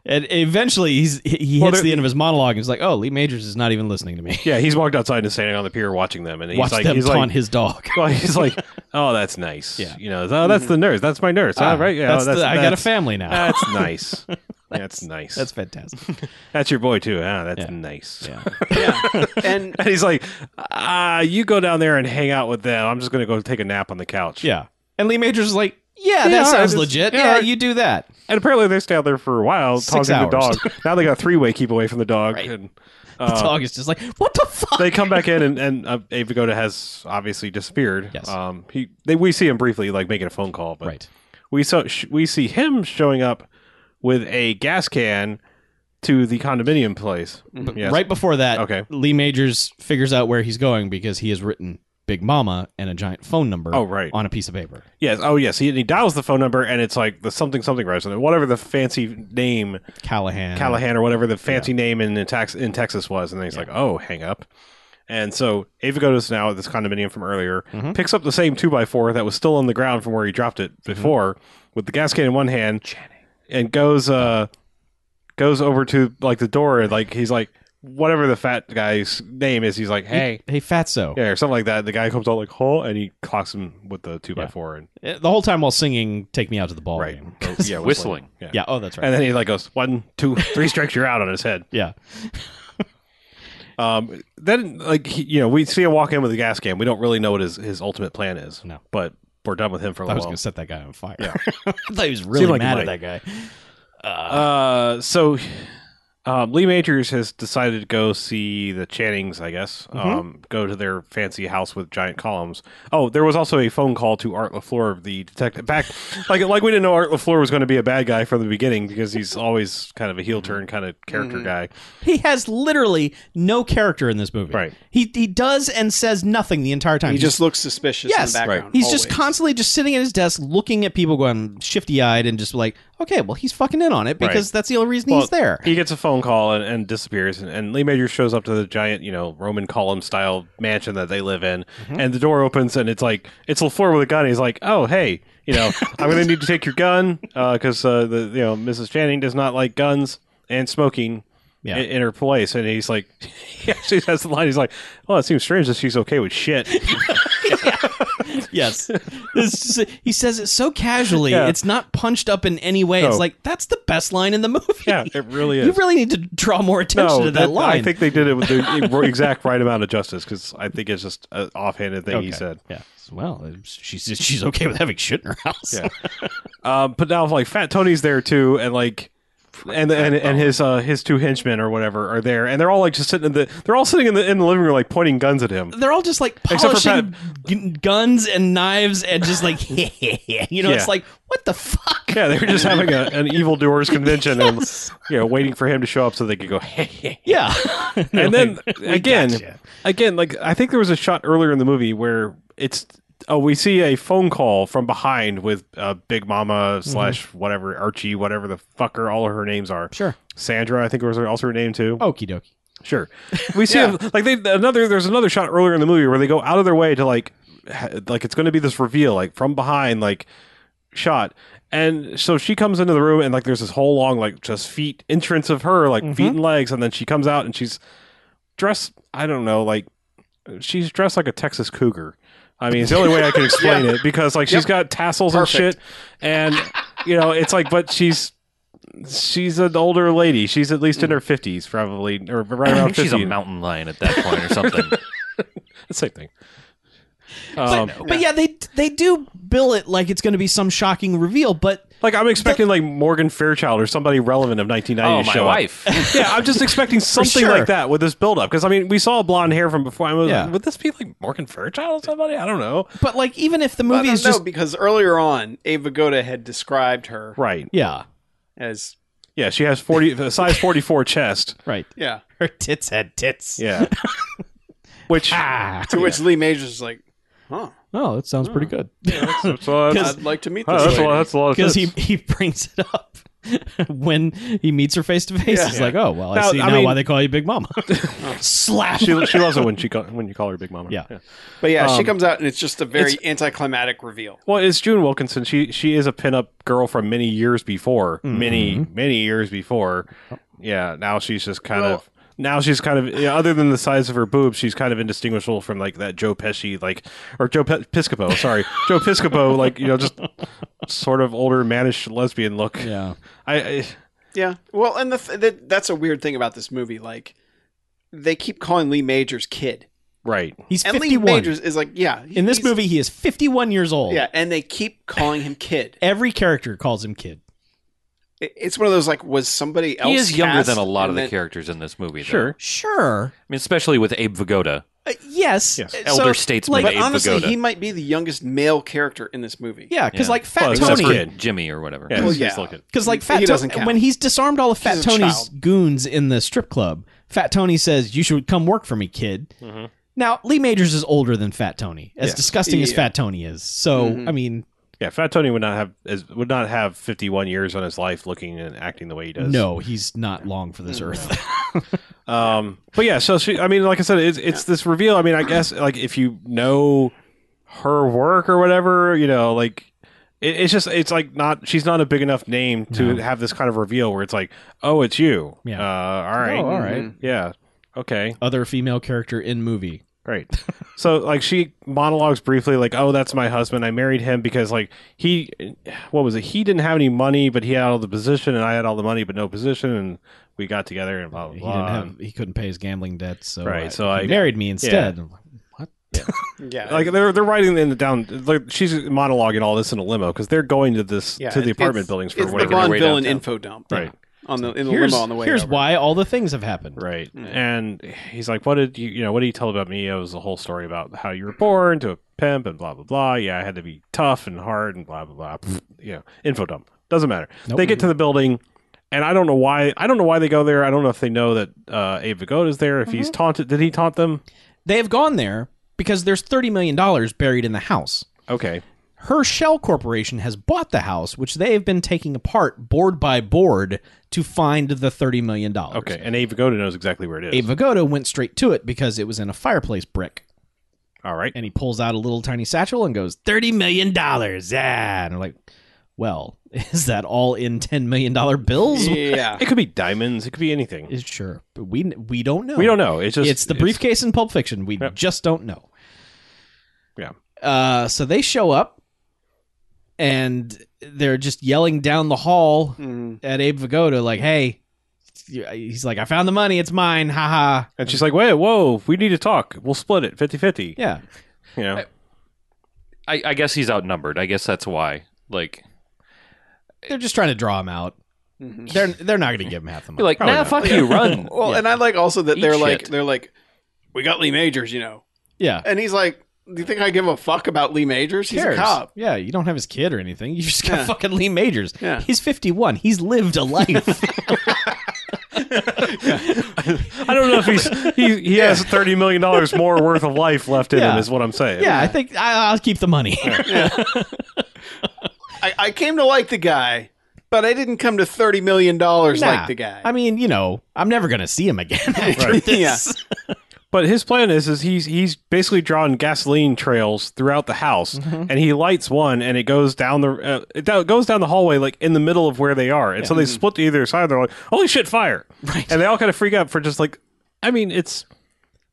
S3: And eventually he's he he
S2: Well,
S3: hits
S2: they're-
S3: the end of his monologue and he's like, "Oh, Lee Majors is not even listening to me.
S2: Yeah, he's walked outside and is standing on the pier watching them, and he's
S3: Watch
S2: like,
S3: them
S2: he's
S3: taunt
S2: like,
S3: his dog."
S2: well, he's like, oh, that's nice.
S3: Yeah.
S2: you know, oh, that's the nurse. That's my nurse.
S3: Ah,
S2: Ah, right? Yeah,
S3: that's
S2: that's,
S3: the- I got a
S2: that's- uh,
S3: family now.
S2: That's nice. that's nice.
S3: That's
S2: That's
S3: fantastic.
S2: that's your boy too. Ah, that's
S3: Yeah.
S2: nice.
S3: Yeah.
S4: And
S2: And he's like, ah, you go down there and hang out with them. I'm just gonna go take a nap on the couch.
S3: yeah. And Lee Majors is like, yeah,
S2: Yeah,
S3: that sounds
S2: it's-
S3: legit.
S2: yeah,
S3: Yeah,
S2: it-
S3: you do that.
S2: And apparently they stay out there for a while
S3: Six
S2: talking to
S3: hours.
S2: the dog. now they got three way keep away from the dog.
S3: Right.
S2: And
S3: The
S2: Uh,
S3: dog is just like, what the fuck?
S2: they come back in and, and uh, Abe Vigoda has obviously disappeared.
S3: Yes.
S2: Um he they we see him briefly like making a phone call, but
S3: right.
S2: we saw sh- we see him showing up with a gas can to the condominium place. Yes.
S3: Right before that,
S2: Okay.
S3: Lee Majors figures out where he's going because he has written Big Mama and a giant phone number
S2: Oh, right.
S3: on a piece of paper.
S2: Yes. Oh, yes. He, he dials the phone number, and it's like the something something resident, whatever the fancy name
S3: Callahan.
S2: Callahan or whatever the fancy name in in, tax, in Texas was, and then he's like, "Oh, hang up." And so Ava goes now at this condominium from earlier, picks up the same two by four that was still on the ground from where he dropped it before, with the gas can in one hand, and goes uh goes over to like the door, and like he's like whatever the fat guy's name is, he's like, "Hey."
S3: Hey, Fatso.
S2: Yeah, or something like that. The guy comes out like, "Huh," and he clocks him with the two by
S3: Yeah.
S2: four, and
S3: Uh, The whole time while singing Take Me Out to the Ball
S2: right,
S3: Game.
S2: Oh, yeah,
S1: Whistling.
S3: Yeah, oh, that's right.
S2: And then he like goes one, two, three strikes, you're out on his head.
S3: yeah.
S2: Um, then like he, you know, we see him walk in with a gas can. We don't really know what his, his ultimate plan is.
S3: No.
S2: but we're done with him for a
S3: I was
S2: little
S3: going
S2: while.
S3: to set that guy on fire. I thought he was really
S2: Oh, Seemed like he
S3: mad at
S2: might.
S3: that guy.
S2: Uh, so um, Lee Majors has decided to go see the Channings, I guess.
S3: Mm-hmm.
S2: Um, go to their fancy house with giant columns. Oh, there was also a phone call to Art Lafleur of the detective. Back like like we didn't know Art Lafleur was going to be a bad guy from the beginning because he's always kind of a
S3: Mm-hmm.
S2: heel turn kind of character guy.
S3: He has literally no character in this movie.
S2: Right.
S3: He he does and says nothing the entire time.
S4: he
S3: He's
S4: just looks suspicious in
S3: yes,
S4: the background.
S3: he's just
S4: always.
S3: constantly just sitting at his desk, looking at people, going shifty eyed, and just like, okay, well, he's fucking in on it because
S2: Right.
S3: that's the only reason
S2: Well,
S3: he's there.
S2: He gets a phone call and, and disappears, and, and Lee Major shows up to the giant, you know, Roman column style mansion that they live in,
S3: Mm-hmm.
S2: and the door opens, and it's like it's Lafleur with a gun. He's like, "Oh, hey, you know, I'm gonna need to take your gun because uh, the you know Mrs. Channing does not like guns and smoking."
S3: Yeah.
S2: In, in her place, and he's like, he actually has the line. He's like, "Well, it seems strange that she's okay with shit."
S3: yes, It's just- he says it so casually.
S2: Yeah.
S3: It's not punched up in any way.
S2: No.
S3: It's like that's the best line in the movie.
S2: Yeah, it really
S3: You
S2: is.
S3: really need to draw more attention to that, line.
S2: Oh, I think they did it with the exact right amount of justice because I think it's just an offhanded thing he
S3: Okay.
S2: said.
S3: Yeah. Well, she's she's okay with having shit in her house.
S2: Yeah. Um, but now like Fat Tony's there too, and like. And, and and
S3: Oh.
S2: his uh, his two henchmen or whatever are there, and they're all like just sitting in the they're all sitting in the in the living room like pointing guns at him.
S3: they're all just like
S2: Except for
S3: polishing gu- guns and knives and just like you know
S2: Yeah.
S3: it's like what the fuck
S2: Yeah, they're just having a, an evildoers convention
S3: Yes.
S2: and you know waiting for him to show up so they could go. Hey, hey.
S3: yeah
S2: And then again,
S3: gotcha.
S2: again, like I think there was a shot earlier in the movie where it's oh we see a phone call from behind with uh, Big Mama slash
S3: Mm-hmm.
S2: whatever Archie whatever the fucker all of her names are.
S3: Sure.
S2: Sandra I think was also her name too.
S3: okie dokie
S2: Sure, we see a- like they another. There's another shot earlier in the movie where they go out of their way to like, ha- like it's going to be this reveal like from behind like shot, and so she comes into the room and like there's this whole long like just feet entrance of her like
S3: Mm-hmm.
S2: feet and legs, and then she comes out and she's dressed. I don't know, like she's dressed like a Texas cougar. I mean, it's the only way I can explain it because like she's got tassels
S4: Perfect.
S2: and shit, and you know, it's like, but she's she's an older lady. She's at least in her fifties, probably, or right
S1: I
S2: around
S1: think she's a
S2: fifty.
S1: mountain lion at that point or something.
S2: Same thing.
S3: But,
S2: Um,
S3: but yeah, they they do bill it like it's going to be some shocking reveal, but
S2: like I'm expecting like Morgan Fairchild or somebody relevant of 1990
S1: oh,
S2: to
S1: my
S2: show up.
S1: wife.
S2: yeah, I'm just expecting something
S3: sure.
S2: like that with this build up because I mean we saw blonde hair from before. I was,
S3: Yeah.
S2: Would this be like Morgan Fairchild or somebody? I don't know.
S3: but like even if the
S4: I
S3: movie
S4: don't
S3: is
S4: know
S3: just
S4: because earlier on, Ava Goda had described her
S2: Right.
S3: yeah,
S4: as
S2: Yeah, she has 40 a size 44 chest.
S3: right.
S4: yeah.
S3: Her tits had tits.
S2: Yeah. Which
S3: Ah.
S4: To which Lee Majors is like, "Huh,
S3: Oh, that sounds pretty good.
S2: that's, a lot-
S4: I'd like to meet
S2: oh,
S4: this
S2: that's, a
S4: lady."
S2: lot, that's a lot of
S3: because he
S2: tits.
S3: he brings it up when he meets her face to face. He's like, "Oh, well, I
S2: Now,
S3: see
S2: I
S3: now
S2: mean-
S3: why they call you Big Mama." Slap.
S2: she, she loves it when she call, when you call her Big Mama.
S3: Yeah.
S4: But yeah, she
S2: Um,
S4: comes out and it's just a very
S2: it's-
S4: anticlimactic reveal.
S2: Well, it's June Wilkinson. She she is a pinup girl from many years before,
S3: Mm-hmm.
S2: many many years before. Yeah, now she's just kind of now she's kind of yeah, other than the size of her boobs, she's kind of indistinguishable from like that Joe Pesci like or Joe Pe- Piscopo. Sorry, Joe Piscopo. Like you know, just sort of older mannish lesbian look.
S3: Yeah.
S2: I, I
S4: Yeah. Well, and the th- that, that's a weird thing about this movie. Like, they keep calling Lee Majors kid,
S2: right.
S3: He's
S4: and Lee
S3: 51.
S4: Majors is like, yeah, he-
S3: In this
S4: he's-
S3: movie, he is 51 years old.
S4: yeah, and they keep calling him kid.
S3: Every character calls him kid.
S4: It- It's one of those like, was somebody else?
S1: he is younger
S4: cast
S1: than a lot
S4: and
S1: of the
S4: then-
S1: characters in this movie. though.
S2: Sure.
S3: Sure.
S1: I mean, especially with Abe Vigoda.
S3: Uh, yes.
S2: Yes.
S3: Uh,
S1: Elder statesman
S4: But
S1: Abe
S4: honestly,
S1: Vigoda.
S4: he might be the youngest male character in this movie.
S3: Yeah, because
S1: Yeah.
S3: like Fat
S2: Well, except
S1: Except
S2: Tony.
S1: for
S2: Kid.
S1: Jimmy or whatever.
S2: Yeah,
S4: Well,
S2: she's
S4: yeah.
S2: looking.
S3: Because like Fat
S4: He
S3: Tony,
S4: doesn't count.
S3: when he's disarmed all of Fat
S4: He's a
S3: Tony's
S4: child.
S3: goons in the strip club, Fat Tony says, "You should come work for me, kid." Now Lee Majors is older than Fat Tony, as
S2: Yeah.
S3: disgusting as
S4: Mm-hmm. Yeah.
S3: Fat Tony is. So
S4: Mhm.
S3: I mean,
S2: Yeah, Fat Tony would not have is, would not have fifty one years on his life looking and acting the way he does.
S3: no, he's not long for
S4: Mm-hmm.
S3: this earth.
S2: Um, but yeah, so she, I mean, like I said, it's, it's this reveal. I mean, I guess like if you know her work or whatever, you know, like it, it's just, it's like not, she's not a big enough name to
S3: No.
S2: have this kind of reveal where it's like, oh, it's you.
S3: Yeah.
S2: Uh, all right.
S3: Oh, all right.
S4: Mhm.
S2: Yeah. Okay.
S3: Other female character in movie.
S2: Great. so like she monologues briefly like, "Oh, that's my husband. I married him because like he what was it? He didn't have any money, but he had all the position and I had all the money but no position and we got together and blah blah
S3: He
S2: blah."
S3: didn't have, he couldn't pay his gambling debts, so
S2: Right,
S3: I-
S2: so
S3: he
S2: I-
S3: married me instead. I'm like, What?
S4: yeah.
S2: like they're they're writing in the down like she's monologuing all this in a limo because they're going to this
S4: Yeah,
S2: to the
S4: it's-
S2: apartment buildings for
S4: it's the
S2: whatever
S1: Ron
S4: Von
S1: way
S4: Villain
S1: downtown.
S4: info dump,
S2: Right.
S4: On the in the
S3: Here's,
S4: limo on the way.
S3: here's
S4: over.
S3: why all the things have happened.
S2: right
S4: Mm.
S2: and he's like what did you you know what did you tell about me it was a whole story about how you were born to a pimp and blah blah blah yeah i had to be tough and hard and blah blah blah Pfft, you know info dump doesn't matter
S3: Nope.
S2: they get to the building and i don't know why i don't know why they go there i don't know if they know that uh abe Vigoda is there if
S4: Mm-hmm.
S2: he's taunted did he taunt them
S3: They have gone there because there's thirty million dollars buried in the house.
S2: okay
S3: Her shell corporation has bought the house, which they have been taking apart board by board to find the thirty million dollars.
S2: okay and abe Vigoda knows exactly where it is
S3: Abe Vigoda went straight to it because it was in a fireplace brick.
S2: all right
S3: And he pulls out a little tiny satchel and goes, $30 million. Yeah. And I'm like, well, is that all in $10 million bills?
S4: Yeah.
S2: it could be diamonds it could be anything
S3: Is- Sure. But we, we don't know.
S2: we don't know it's just
S3: It's the briefcase in Pulp Fiction. We
S2: Yep.
S3: just don't know.
S2: Yeah.
S3: Uh, so they show up and they're just yelling down the hall
S4: Mhm.
S3: at Abe Vigoda, like, hey, he's like, I found the money. It's mine. Ha ha.
S2: And she's like, wait, whoa, we need to talk. We'll split it 50 50.
S3: Yeah.
S2: You know?
S1: I, I guess he's outnumbered. I guess that's why. Like,
S3: They're just trying to draw him out.
S4: Mhm.
S3: They're they're not going to give him half the money.
S1: be like,
S2: probably
S1: nah,
S2: not.
S1: fuck you, run.
S4: Well, and I like also that
S1: Eat
S4: they're like
S1: shit.
S4: they're like, we got Lee Majors, you know,
S3: yeah.
S4: and he's like, do you think I give a fuck about Lee Majors? He's
S3: cares?
S4: a cop.
S3: Yeah, you don't have his kid or anything. You just got
S4: Yeah.
S3: fucking Lee Majors.
S4: Yeah.
S3: He's 51. He's lived a life.
S2: I don't know if he's he, he has $30 million more worth of life left in
S3: Yeah.
S2: him, is what I'm saying.
S3: yeah, I think I, I'll keep the money.
S4: I, I came to like the guy, but I didn't come to thirty million dollars
S3: Nah.
S4: like the guy.
S3: I mean, you know, I'm never going to see him again after
S2: Right.
S3: this.
S2: But his plan is is he's he's basically drawing gasoline trails throughout the house,
S3: Mm-hmm.
S2: and he lights one, and it goes down the uh, it do- goes down the hallway like in the middle of where they are, and so they split to either side. They're like, "Holy shit, fire!"
S3: Right.
S2: And they all kind of freak out for just like, I mean, it's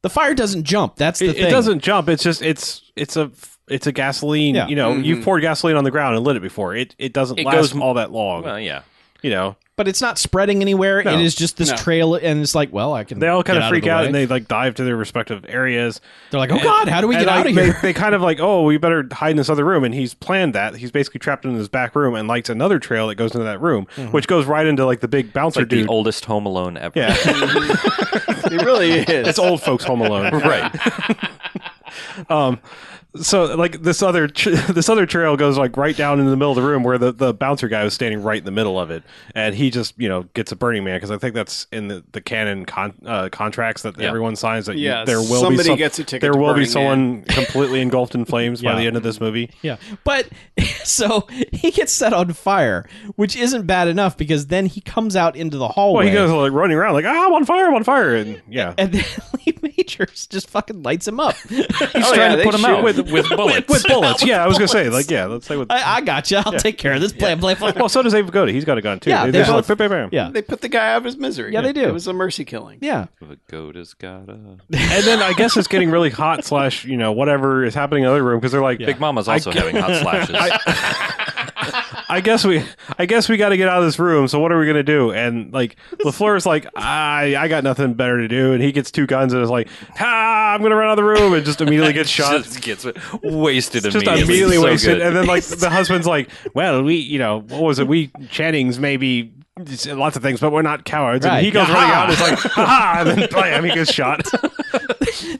S3: The fire doesn't jump. That's the
S2: it,
S3: thing.
S2: it doesn't jump. It's just it's it's a f- It's a gasoline.
S3: Yeah.
S2: You know, you've poured gasoline on the ground and lit it before. It it doesn't
S1: Mm-hmm. It
S2: last
S1: goes-
S2: all that long.
S1: Well, yeah.
S2: you know,
S3: but it's not spreading anywhere.
S2: No.
S3: It is just this
S4: No.
S3: trail, and it's like, well, I can.
S2: they all kind
S3: get
S2: of freak
S3: the
S2: out
S3: way.
S2: and they like dive to their respective areas.
S3: they're like, oh god, how do we
S2: And,
S3: get out
S2: like,
S3: of
S2: they-
S3: here?
S2: They, kind of like, oh, we better hide in this other room. And he's planned that. He's basically trapped in his back room and lights another trail that goes into that room,
S3: Mm-hmm.
S2: which goes right into like the big bouncer
S1: Like
S2: dude.
S1: the oldest Home Alone ever.
S2: yeah,
S4: It really is.
S2: it's old folks home alone. Um,
S1: right.
S2: so like this other tr- this other trail goes like right down in the middle of the room where the, the bouncer guy was standing right in the middle of it and he just you know gets a burning man because i think that's in the, the canon con- uh, contracts that
S1: Yeah.
S2: everyone signs that you-
S4: Yeah,
S2: there will be
S4: somebody
S2: some-
S4: gets a ticket
S2: there
S4: to
S2: will be
S4: Burning
S2: someone completely engulfed in flames by
S3: Yeah.
S2: the end of this movie
S3: Yeah. But so he gets set on fire, which isn't bad enough because then he comes out into the hallway.
S2: well he goes like running around like ah, i'm on fire i'm on fire and yeah
S3: and then Lee Majors just fucking lights him up.
S4: Oh,
S1: He's trying
S4: yeah,
S1: to
S4: they
S1: put him
S4: shoot
S1: out with, with bullets.
S2: with bullets yeah i was gonna say
S3: bullets.
S2: like yeah let's say with
S3: I, I got you. I'll take care of this. Plan, plan, plan.
S2: well so does Abe Vigoda. he's got a gun too
S3: Yeah,
S2: They
S3: they're
S2: just
S3: both-
S2: like, bam, bam, bam.
S3: Yeah.
S4: they put the guy out of his misery.
S3: Yeah, they do.
S4: It was a mercy killing.
S3: Yeah.
S1: Pagoda's got a
S2: and then i guess it's getting really hot slash you know whatever is happening in the other room because they're like
S1: Big Mama's also having hot slashes.
S2: I guess we, I guess we got to get out of this room. So what are we gonna do? And like Lafleur's like, I, I got nothing better to do. And he gets two guns and is like, Ha! I'm gonna run out of the room and just immediately gets shot.
S1: Just gets wasted
S2: Just
S1: immediately.
S2: immediately,
S1: So
S2: wasted.
S1: good.
S2: And then like the husband's like, Well, we, you know, what was it? We Channings maybe lots of things, but we're not cowards.
S3: Right.
S2: And he goes running out. and It's like, ha ha! And then bam, he gets shot.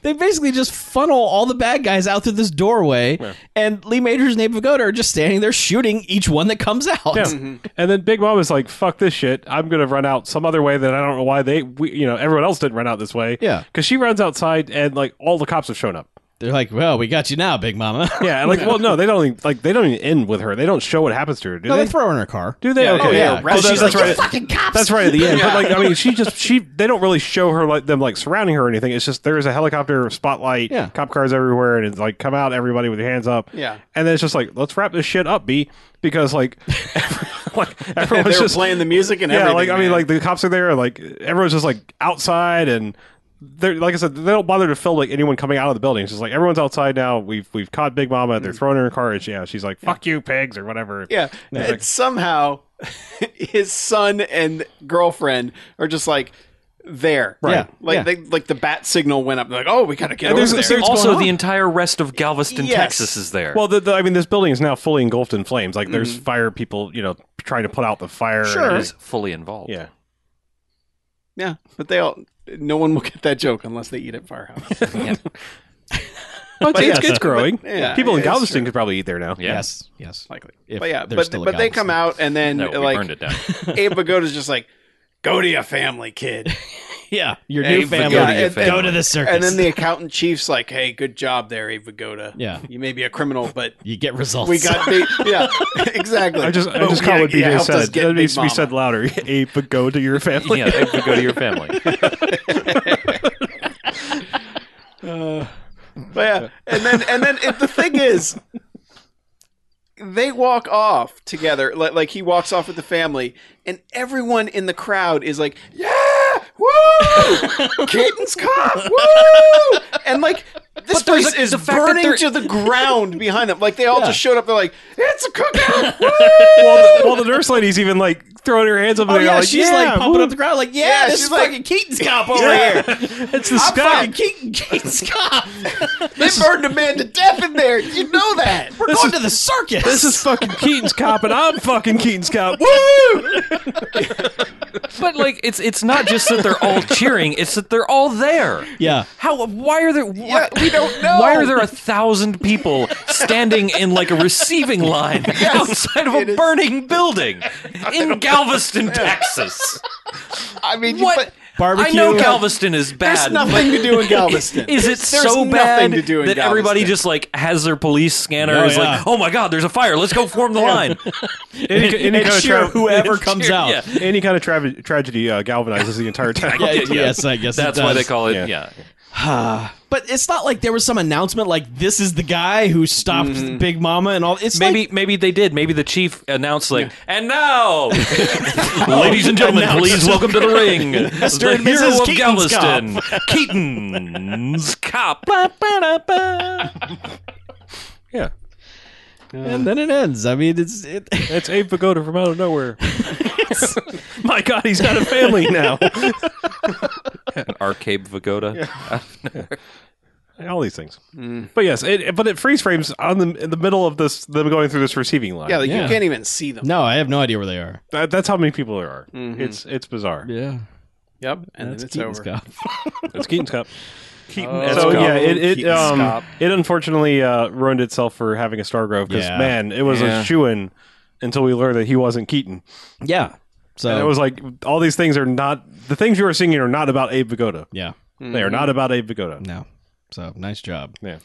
S3: They basically just funnel all the bad guys out through this doorway, and Lee Majors and Abe Vigoda are just standing there shooting each one that comes out.
S2: Yeah.
S4: Mm-hmm.
S2: And then Big Mom is like, "Fuck this shit! I'm gonna run out some other way that I don't know why they, we, you know, everyone else didn't run out this way."
S3: Yeah.
S2: because she runs outside and like all the cops have shown up.
S3: They're like, well, we got you now, Big Mama.
S2: Yeah, and, like well, no, they don't even, like they don't even end with her. They don't show what happens to her. Do
S3: no,
S2: they?
S3: they throw her in her car.
S2: do they?
S4: Yeah,
S2: okay,
S4: oh, yeah,
S2: Oh,
S4: right.
S2: that-
S4: She's
S2: that's
S4: like,
S2: right.
S3: Fucking cops.
S2: That's right at the end. But like, I mean, she just she they don't really show her like them like surrounding her or anything. It's just there is a helicopter spotlight,
S3: Yeah.
S2: cop cars everywhere, and it's like come out everybody with your hands up.
S4: Yeah.
S2: and then it's just like let's wrap this shit up, B, because like. every- Like
S4: They
S2: everyone's
S4: were
S2: just
S4: playing the music and
S2: yeah,
S4: everything.
S2: like I
S4: man.
S2: mean, like the cops are there, like everyone's just like outside, and they're like I said, they don't bother to film like anyone coming out of the building. It's just like everyone's outside now. We've we've caught Big Mama. They're throwing her in a car, and she, yeah, she's like, "Fuck you, pigs," or whatever.
S4: Yeah. and somehow his son and girlfriend are just like there.
S3: Right. Yeah,
S4: Like
S3: yeah.
S4: They, like the bat signal went up. Like, oh, we gotta get
S2: And
S4: over
S2: there's
S4: there.
S2: this- what's
S1: also,
S2: going
S1: the
S2: on?
S1: entire rest of Galveston,
S4: Yes.
S1: Texas, is there.
S2: Well, the, the, I mean, this building is now fully engulfed in flames. Like, there's fire people, you know, trying to put out the fire.
S3: Sure.
S1: is fully involved.
S2: Yeah.
S4: yeah, but they all. No one will get that joke unless they eat at Firehouse.
S2: But
S4: yeah,
S2: it's, it's growing.
S4: yeah,
S2: people in
S4: yeah, it's
S2: Galveston could probably eat there now.
S1: Yeah.
S3: Yes, yes.
S4: Likely.
S3: If
S4: but yeah,
S3: there's
S4: but
S3: still a
S4: but they
S3: Galveston.
S4: come out and then
S1: No, we
S4: like
S1: burned it down.
S4: Abe Vigoda's just like, go to your family, kid.
S3: Yeah, your
S4: Hey,
S3: new
S4: Vigoda,
S3: family.
S4: yeah, and-
S3: Go
S4: and-
S3: to the circus.
S4: And then the accountant chief's like, hey, good job there, Abe Vigoda.
S3: Yeah.
S4: you may be a criminal, but.
S3: you get results.
S4: We got the yeah, exactly.
S2: I just, I
S4: But
S2: just
S4: we-
S2: caught what
S4: you
S2: BJ
S4: helped us
S2: said.
S4: get
S2: That
S4: Big
S2: needs to be
S4: Mama.
S2: said louder. Ape, but go to your family.
S1: yeah, if we go to your family.
S4: But yeah, and then and then it, the thing is, they walk off together. Like, like he walks off with the family, and everyone in the crowd is like, "Yeah, woo, kittens cop, woo!" And like this
S1: there's,
S4: place
S1: like,
S4: is
S1: the fact that
S4: burning
S1: they're-
S4: to the ground behind them. Like they all just showed up. They're like, "It's a cookout!" Woo!
S2: well, the, well, the nurse lady's even like throwing her hands up.
S3: Oh
S2: and they're
S3: yeah,
S2: like,
S3: she's
S2: yeah,
S3: like pumping
S2: woo."
S3: up the crowd, like yeah,
S4: Yeah,
S3: this
S4: she's
S3: is
S4: like-
S3: fucking Keaton's cop over here.
S2: It's the
S3: I'm
S2: sky.
S3: fucking Keaton, Keaton's cop.
S4: They burned a man to death in there. You know that.
S3: We're going to the circus.
S2: This is fucking Keaton's cop, and I'm fucking Keaton's cop. Woo!
S1: but like, it's it's not just that they're all cheering; it's that they're all there.
S3: yeah.
S1: How? Why are there? Why,
S4: we don't know.
S1: Why are there a thousand people standing in like a receiving line outside of
S4: it
S1: a
S4: is-
S1: burning building in Galveston, Texas?
S4: I mean, you-
S1: What?
S4: but
S3: Barbecue.
S1: I know Galveston is bad.
S4: there's nothing to do in Galveston.
S1: Is it
S4: There's
S1: so
S4: nothing
S1: bad
S4: to do in
S1: that everybody
S4: Galveston.
S1: just like has their police scanner?
S3: Oh,
S1: and is
S3: yeah.
S1: like, oh my god, there's a fire. Let's go form the line.
S2: Any, any
S3: and
S2: kind of
S3: cheer
S2: tra-
S3: whoever comes
S1: Cheer-
S3: out.
S1: yeah.
S2: any kind of tra- tragedy uh, galvanizes the entire town.
S3: Yeah, Yes, I guess it
S1: that's why
S3: does.
S1: they call it.
S2: Yeah.
S1: Yeah.
S3: But it's not like there was some announcement like this is the guy who stopped Big Mama and all. It's
S1: Maybe
S3: like,
S1: maybe they did. Maybe the chief announced like, and now, ladies and gentlemen,
S3: Announced.
S1: please welcome to the ring,
S3: Mr.
S1: the
S3: and
S1: hero
S3: Mrs.
S1: of
S3: Keaton's
S1: Galveston, Keaton's cop. Ba, ba, da, ba.
S2: Yeah.
S3: and then it ends. I mean, it's it,
S2: It's Abe Vigoda from out of nowhere. My God, he's got a family now.
S1: An arcade Vagoda.
S2: All these things. But yes, it, but it freeze frames on the in the middle of this them going through this receiving line.
S4: Yeah, like
S3: Yeah.
S4: you can't even see them.
S3: no, I have no idea where they are.
S2: That- that's how many people there are. It's it's bizarre.
S3: Yeah,
S4: Yep, and
S3: that's
S4: then it's
S3: Keaton's
S4: over.
S3: cop.
S2: It's Keaton's cup. Keaton.
S4: Oh.
S2: so
S4: Escop.
S2: yeah, it it
S4: Keaton
S2: um,
S4: Escop.
S2: it unfortunately uh, ruined itself for having a Stargrove because
S3: Yeah.
S2: man, it was
S1: Yeah.
S2: a shoe in until we learned that he wasn't Keaton.
S3: Yeah, so
S2: And it was like all these things are not the things you are singing are not about Abe Vigoda.
S3: yeah,
S4: Hmm.
S2: They are not about Abe Vigoda.
S3: no, so nice job.
S2: Yeah.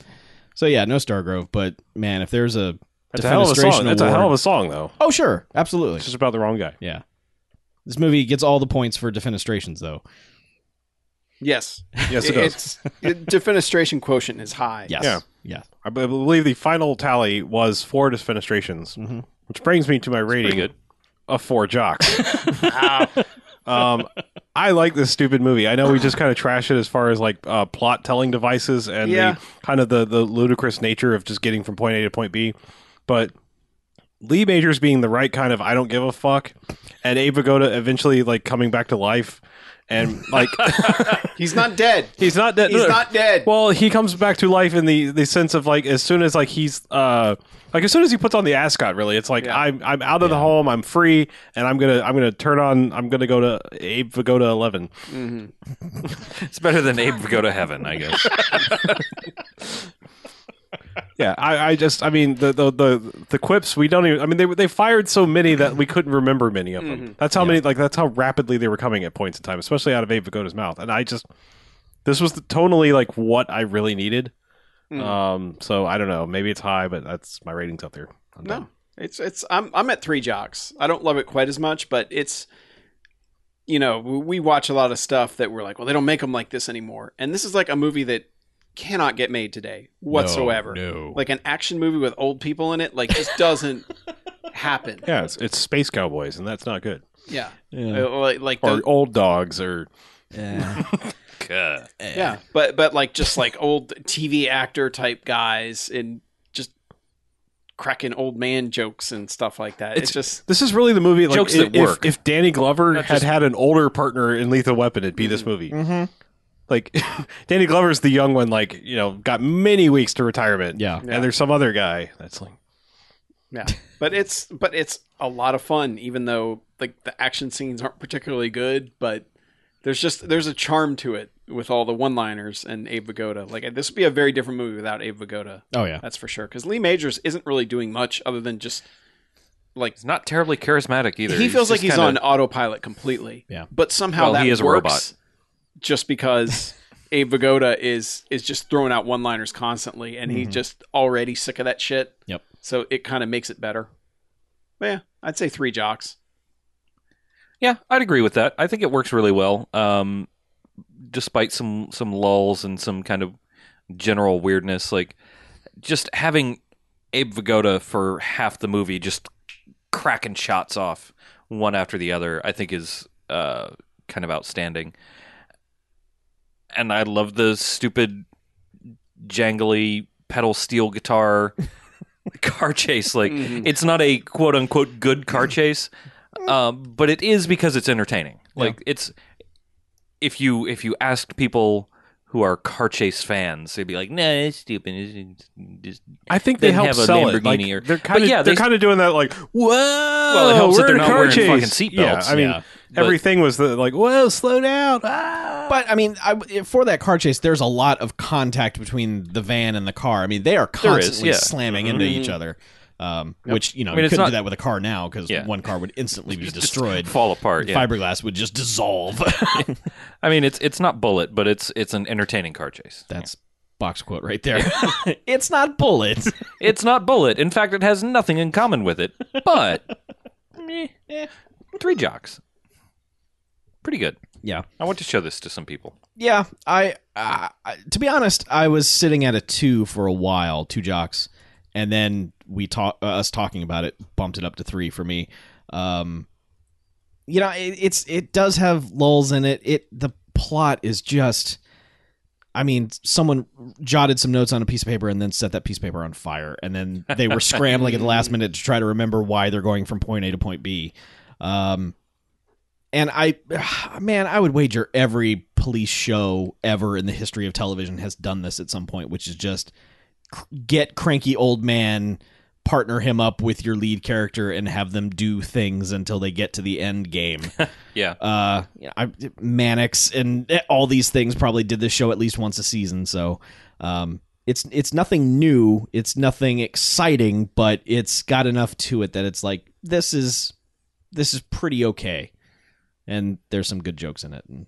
S3: So yeah, no Stargrove, but man, if there's a
S2: That's a hell of a
S3: defenestration
S2: song. That's a hell of
S3: award-
S2: a song though.
S3: oh sure, absolutely,
S2: It's just about the wrong guy.
S3: yeah. This movie gets all the points for defenestrations, though.
S4: Yes,
S2: Yes, it does.
S4: It's, it- defenestration quotient is high.
S3: Yes,
S2: Yeah.
S3: yeah.
S2: I b- I believe the final tally was four disfenestrations,
S3: Mhm.
S2: which brings me to my rating
S1: good.
S2: of four jocks. um, I like this stupid movie. I know we just kind of trash it as far as like uh, plot telling devices and
S4: Yeah.
S2: the kind of the, the ludicrous nature of just getting from point A to point B, but Lee Majors being the right kind of I don't give a fuck, and Abe Vigoda eventually like coming back to life. And like
S4: He's not dead.
S2: he's not dead.
S4: He's
S2: no, no.
S4: not dead.
S2: Well, he comes back to life in the the sense of like as soon as like he's uh like as soon as he puts on the ascot, really, it's like
S4: Yeah.
S2: I'm I'm out of the home, I'm free, and I'm gonna I'm gonna turn on I'm gonna go to Abe Vigoda eleven.
S1: It's better than Abe Vagoda Heaven, I guess.
S2: Yeah, I, I just I mean the, the the the quips we don't even I mean they they fired so many that we couldn't remember many of them.
S4: Mm-hmm.
S2: That's how many like that's how rapidly they were coming at points in time, especially out of Abe Vigoda's mouth. And I just this was the, tonally like what I really needed.
S4: Mm.
S2: Um, so I don't know. Maybe it's high, but that's my ratings up there. I'm done.
S4: No, it's it's. I'm I'm at three jocks. I don't love it quite as much, but it's. You know, we we watch a lot of stuff that we're like, well, they don't make them like this anymore. And this is like a movie that cannot get made today whatsoever.
S3: no.
S4: Like an action movie with old people in it, like just doesn't happen.
S2: Yeah, it's, it's space cowboys, and that's not good.
S4: Yeah.
S3: Yeah.
S4: Uh, like- like
S2: Or
S4: the,
S2: old dogs, or
S3: Yeah.
S1: Gah.
S4: yeah, but but like just like old TV actor type guys and just cracking old man jokes and stuff like that. It's,
S2: It's-
S4: just
S2: this is really the movie. Like,
S1: Jokes
S2: i-
S1: that
S2: if,
S1: work.
S2: If Danny Glover
S1: Not
S2: had
S1: just- Mm-hmm.
S2: had an older partner in Lethal Weapon, it'd be this movie. Like Danny Glover's the young one. Like you know, got many weeks to retirement.
S3: Yeah.
S4: Yeah.
S2: and there's some other guy that's like
S4: yeah, but it's but it's a lot of fun, even though like the action scenes aren't particularly good, but there's just there's a charm to it with all the one liners and Abe Vigoda. Like this would be a very different movie without Abe Vigoda.
S3: Oh yeah.
S4: That's for sure. Because Lee Majors isn't really doing much other than just like
S1: He's not terribly charismatic either.
S4: he feels like he's
S1: just kinda-
S4: on autopilot completely.
S3: Yeah.
S4: But somehow
S1: Well,
S4: that
S1: he is a
S4: works
S1: robot.
S4: just because Abe Vigoda is is just throwing out one liners constantly and
S2: Mm-hmm.
S4: he's just already sick of that shit.
S3: Yep.
S4: So it kind of makes it better. But yeah, I'd say three jocks.
S1: Yeah, I'd agree with that. I think it works really well, um, despite some some lulls and some kind of general weirdness. Like just having Abe Vigoda for half the movie, just cracking shots off one after the other, I think is uh, kind of outstanding. And I love the stupid, jangly pedal steel guitar car chase. Like
S4: Mhm.
S1: it's not a quote unquote good car chase,
S3: Mm.
S1: um, but it is because it's entertaining. Like it's if you if you asked people who are car chase fans, they'd be like, "Nah, it's stupid. It's, it's just
S2: I think they
S1: Then
S2: help
S1: have a
S2: sell it. Like,
S1: Lamborghini or-
S2: they're
S1: But
S2: kind of
S1: yeah,
S2: they're
S1: they-
S2: kind of doing that like whoa.
S1: well, it helps
S2: we're
S1: that they're
S2: in a
S1: not
S2: car
S1: wearing
S2: chase.
S1: fucking seatbelts.
S2: Yeah, I mean
S3: yeah.
S1: But-
S2: everything was the, like whoa, slow down. Ah.
S3: But I mean, I, for that car chase, there's a lot of contact between the van and the car. I mean, they are
S1: There is,
S3: constantly
S1: yeah. Mm-hmm.
S3: slamming into each other. Um, Which you know
S1: I mean,
S3: you
S1: it's
S3: couldn't do
S1: not-
S3: that with a car now because
S1: Yeah.
S3: one car would instantly be destroyed.
S1: fall apart. Yeah.
S3: Fiberglass would just dissolve.
S1: I mean, it's it's not bullet, but it's it's an entertaining car chase.
S3: That's box quote right there. it's not bullets.
S1: It's not bullet. In fact, it has nothing in common with it. But eh, three jocks, pretty good.
S3: Yeah.
S1: I want to show this to some people.
S3: yeah I, uh, I to be honest i was sitting at a two for a while two jocks and then we talk uh, us talking about it bumped it up to three for me um you know it, it's it does have lulls in it it the plot is just I mean, someone jotted some notes on a piece of paper and then set that piece of paper on fire, and then they were scrambling at the last minute to try to remember why they're going from point A to point B. Um, and I, man, I would wager every police show ever in the history of television has done this at some point, which is just cr- get cranky old man, partner him up with your lead character, and have them do things until they get to the end game.
S1: Yeah.
S3: uh, you know, I, Mannix and eh, all these things probably did this show at least once a season. So, um, it's it's nothing new, it's nothing exciting, but it's got enough to it that it's like this is this is pretty okay, and there's some good jokes in it. And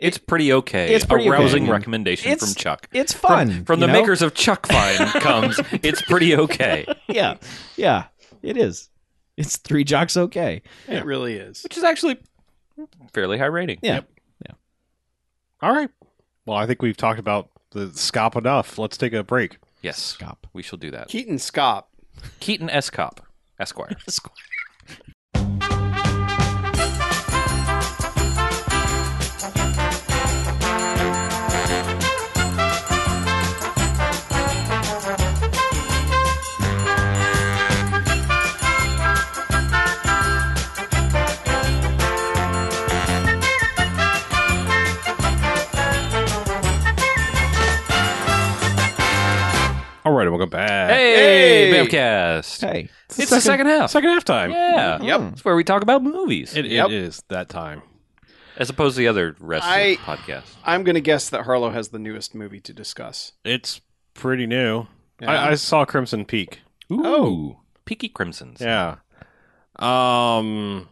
S1: It's pretty okay.
S3: It's pretty
S1: a rousing
S3: okay.
S1: recommendation
S3: It's
S1: from Chuck.
S3: it's fun
S1: From, from the
S3: you know?
S1: makers of Chuck Fine comes, it's pretty okay.
S3: yeah, yeah, it is. It's three jocks okay.
S4: It really is.
S1: Which is actually fairly high rating.
S3: Yeah,
S2: All right. Well, I think we've talked about the scop enough. Let's take a break.
S1: Yes.
S3: Cop.
S1: We shall do that.
S4: Keaton Scop.
S1: Keaton S. Cop, Esquire.
S2: All right, welcome back.
S1: Hey,
S4: Hey!
S1: Bamcast.
S3: Hey,
S1: It's, the second half.
S2: Second half time.
S1: Yeah.
S4: Yep.
S1: It's where we talk about movies
S2: It,
S4: Yep.
S2: it is that time.
S1: as opposed to the other rest
S4: I-
S1: of the podcast.
S4: I'm going to guess that Harlow has the newest movie to discuss.
S2: It's pretty new.
S4: Yeah. Oh.
S2: I, I saw Crimson Peak.
S1: Ooh. Oh. Peaky Crimsons.
S2: Yeah. Um,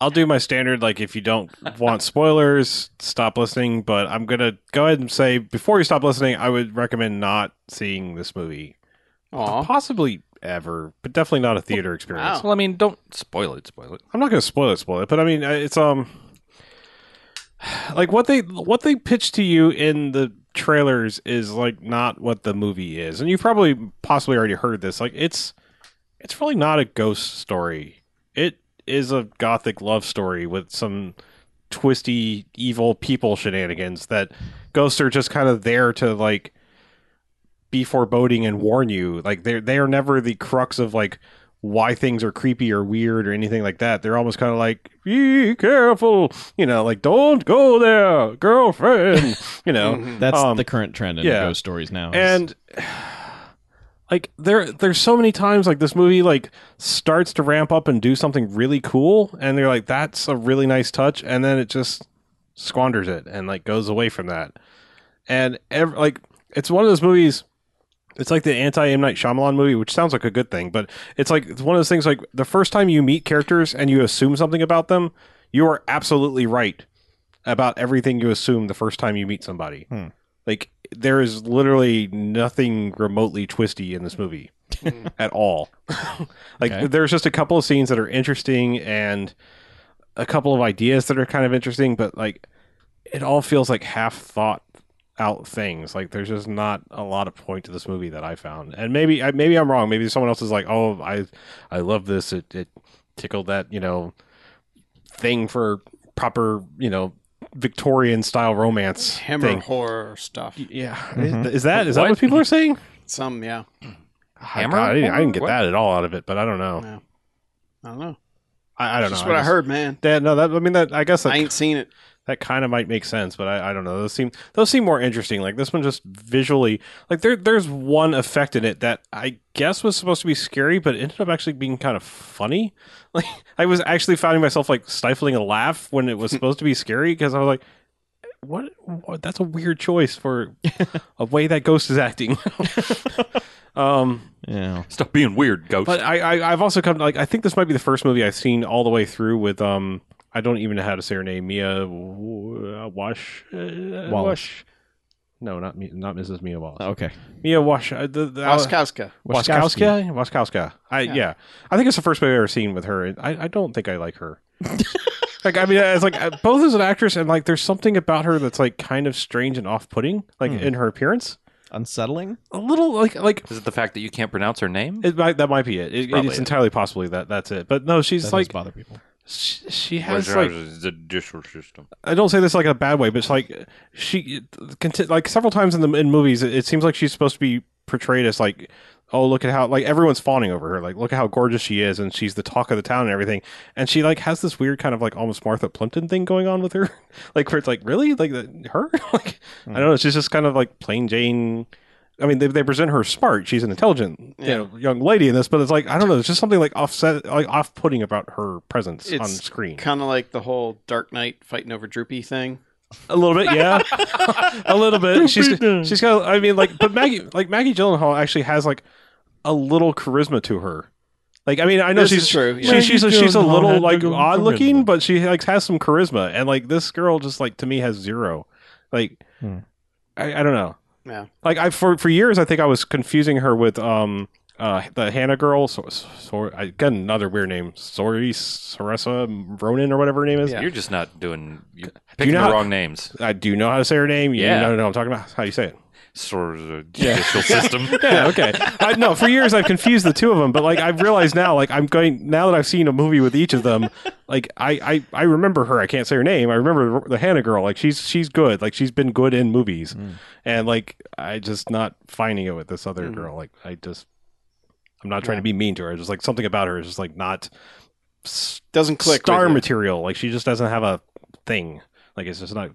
S2: I'll do my standard. Like, if you don't want spoilers, stop listening. But I'm gonna go ahead and say before you stop listening, I would recommend not seeing this movie,
S4: Aw.
S2: possibly ever, but definitely not a theater experience.
S4: Wow.
S1: Well, I mean, don't spoil it. Spoil it.
S2: I'm not going to spoil it, spoil it, but I mean, uh, it's um, like what they what they pitch to you in the trailers is like not what the movie is, and you've probably possibly already heard this. Like it's it's really not a ghost story. It is a gothic love story with some twisty evil people shenanigans that ghosts are just kind of there to like be foreboding and warn you. Like they are they are never the crux of like why things are creepy or weird or anything like that. They're almost kind of like be careful, you know, like don't go there, girlfriend, you know.
S3: that's
S2: Um,
S3: the current trend in
S2: yeah.
S3: ghost stories now. is-
S2: and like there there's so many times like this movie like starts to ramp up and do something really cool and they're like that's a really nice touch and then it just squanders it and like goes away from that and ev- like it's one of those movies it's like the anti M Night Shyamalan movie, which sounds like a good thing, but it's like it's one of those things like the first time you meet characters and you assume something about them, you are absolutely right about everything you assume the first time you meet somebody.
S3: Hmm.
S2: Like there is literally nothing remotely twisty in this movie at all. like
S3: Okay.
S2: there's just a couple of scenes that are interesting and a couple of ideas that are kind of interesting, but like it all feels like half thought out things. Like there's just not a lot of point to this movie that I found. And maybe I maybe I'm wrong. Maybe someone else is like, "Oh, I I love this. It it tickled that, you know, thing for proper, you know, Victorian style romance
S4: Hammer
S2: thing."
S4: horror stuff.
S2: Yeah.
S3: Mhm.
S2: Is, is that is that
S1: What?
S2: what people are saying?
S4: Some, yeah.
S1: Hammer
S2: God, I, didn't, I didn't
S1: horror?
S2: get
S1: What?
S2: that at all out of it, but I don't know.
S4: Yeah. I don't know.
S2: I, I don't
S4: That's
S2: know.
S4: what I,
S2: just-
S4: heard, man.
S2: Yeah, no, that I mean that I guess that
S4: I ain't seen it.
S2: that kind of might make sense, but I, I don't know. Those seem those seem more interesting. Like this one, just visually, like there there's one effect in it that I guess was supposed to be scary, but it ended up actually being kind of funny. Like I was actually finding myself like stifling a laugh when it was supposed to be scary because I was like, what, what? That's a weird choice for a way that ghost is acting." um,
S3: yeah,
S1: Stop being weird, ghost.
S2: but I, I I've also come to, like I think this might be the first movie I've seen all the way through with um I don't even know how to say her name Mia W- uh, Wash uh, Wash. No, not Mi- not Mrs. Mia Wallace.
S3: okay,
S2: Mia Wash. Uh, the, the, uh,
S4: Oskowska.
S2: Waskowska. Waskowska. I yeah.
S4: Yeah.
S2: I think it's the first movie I've ever seen with her. I I don't think I like her. like I mean, it's like uh, both as an actress and like there's something about her that's like kind of strange and off-putting, like in her appearance.
S3: unsettling.
S2: A little like like
S1: Is it the fact that you can't pronounce her name?
S2: it might, that might be it. It-
S1: probably
S2: it's
S1: it.
S2: entirely possibly that that's it. But no, she's
S3: That does
S2: like
S3: bother people.
S2: she, she has like
S1: the judicial system.
S2: I don't say this like in a bad way, but it's like she conti- like several times in the in movies, it, it seems like she's supposed to be portrayed as like, oh look at how like everyone's fawning over her, like look at how gorgeous she is, and she's the talk of the town and everything, and she like has this weird kind of like almost Martha Plimpton thing going on with her, like where it's like really like the, her, like
S4: Hmm.
S2: I don't know, she's just kind of like plain Jane. I mean, they, they present her smart. She's an intelligent,
S4: Yeah.
S2: you know, young lady in this, but it's like I don't know. There's just something like offset, like off-putting about her presence on
S4: It's
S2: screen.
S4: Kind of like the whole Dark Knight fighting over Droopy thing.
S2: A little bit, yeah. a little bit. She's she's got. I mean, like, but Maggie, like Maggie Gyllenhaal, actually has like a little charisma to her. Like, I mean, I know
S4: This
S2: she's
S4: is true,
S2: She,
S4: yeah.
S2: she's a,
S5: Maggie
S2: she's a
S5: Gyllenhaal
S2: little
S5: had
S2: like
S5: no
S2: odd
S5: charisma.
S2: looking, but she like has some charisma, and like this girl just like to me has zero. Like,
S5: Hmm.
S2: I, I don't know.
S4: Yeah.
S2: Like I for for years, I think I was confusing her with um uh the Hannah girl. So, so I got another weird name, Sori Sarasa Ronan or whatever her name is.
S4: Yeah.
S1: You're just not doing. You're picking
S2: not-
S1: the wrong names.
S2: I do know how to say her name. You
S1: Yeah.
S2: know, know what I'm talking about. How do you say it?
S1: Sort of the judicial system.
S2: Yeah, okay. I no, for years I've confused the two of them, but like I've realized now, like I'm going now that I've seen a movie with each of them, like I I, I remember her. I can't say her name. I remember the Hannah girl. Like she's she's good. Like she's been good in movies, and like I just not finding it with this other
S4: Mm.
S2: girl. Like I just I'm not trying to be mean to her. Just like something about her is just like not s-
S4: Doesn't click.
S2: star
S4: with you.
S2: material. Like she just doesn't have a thing. Like it's just not.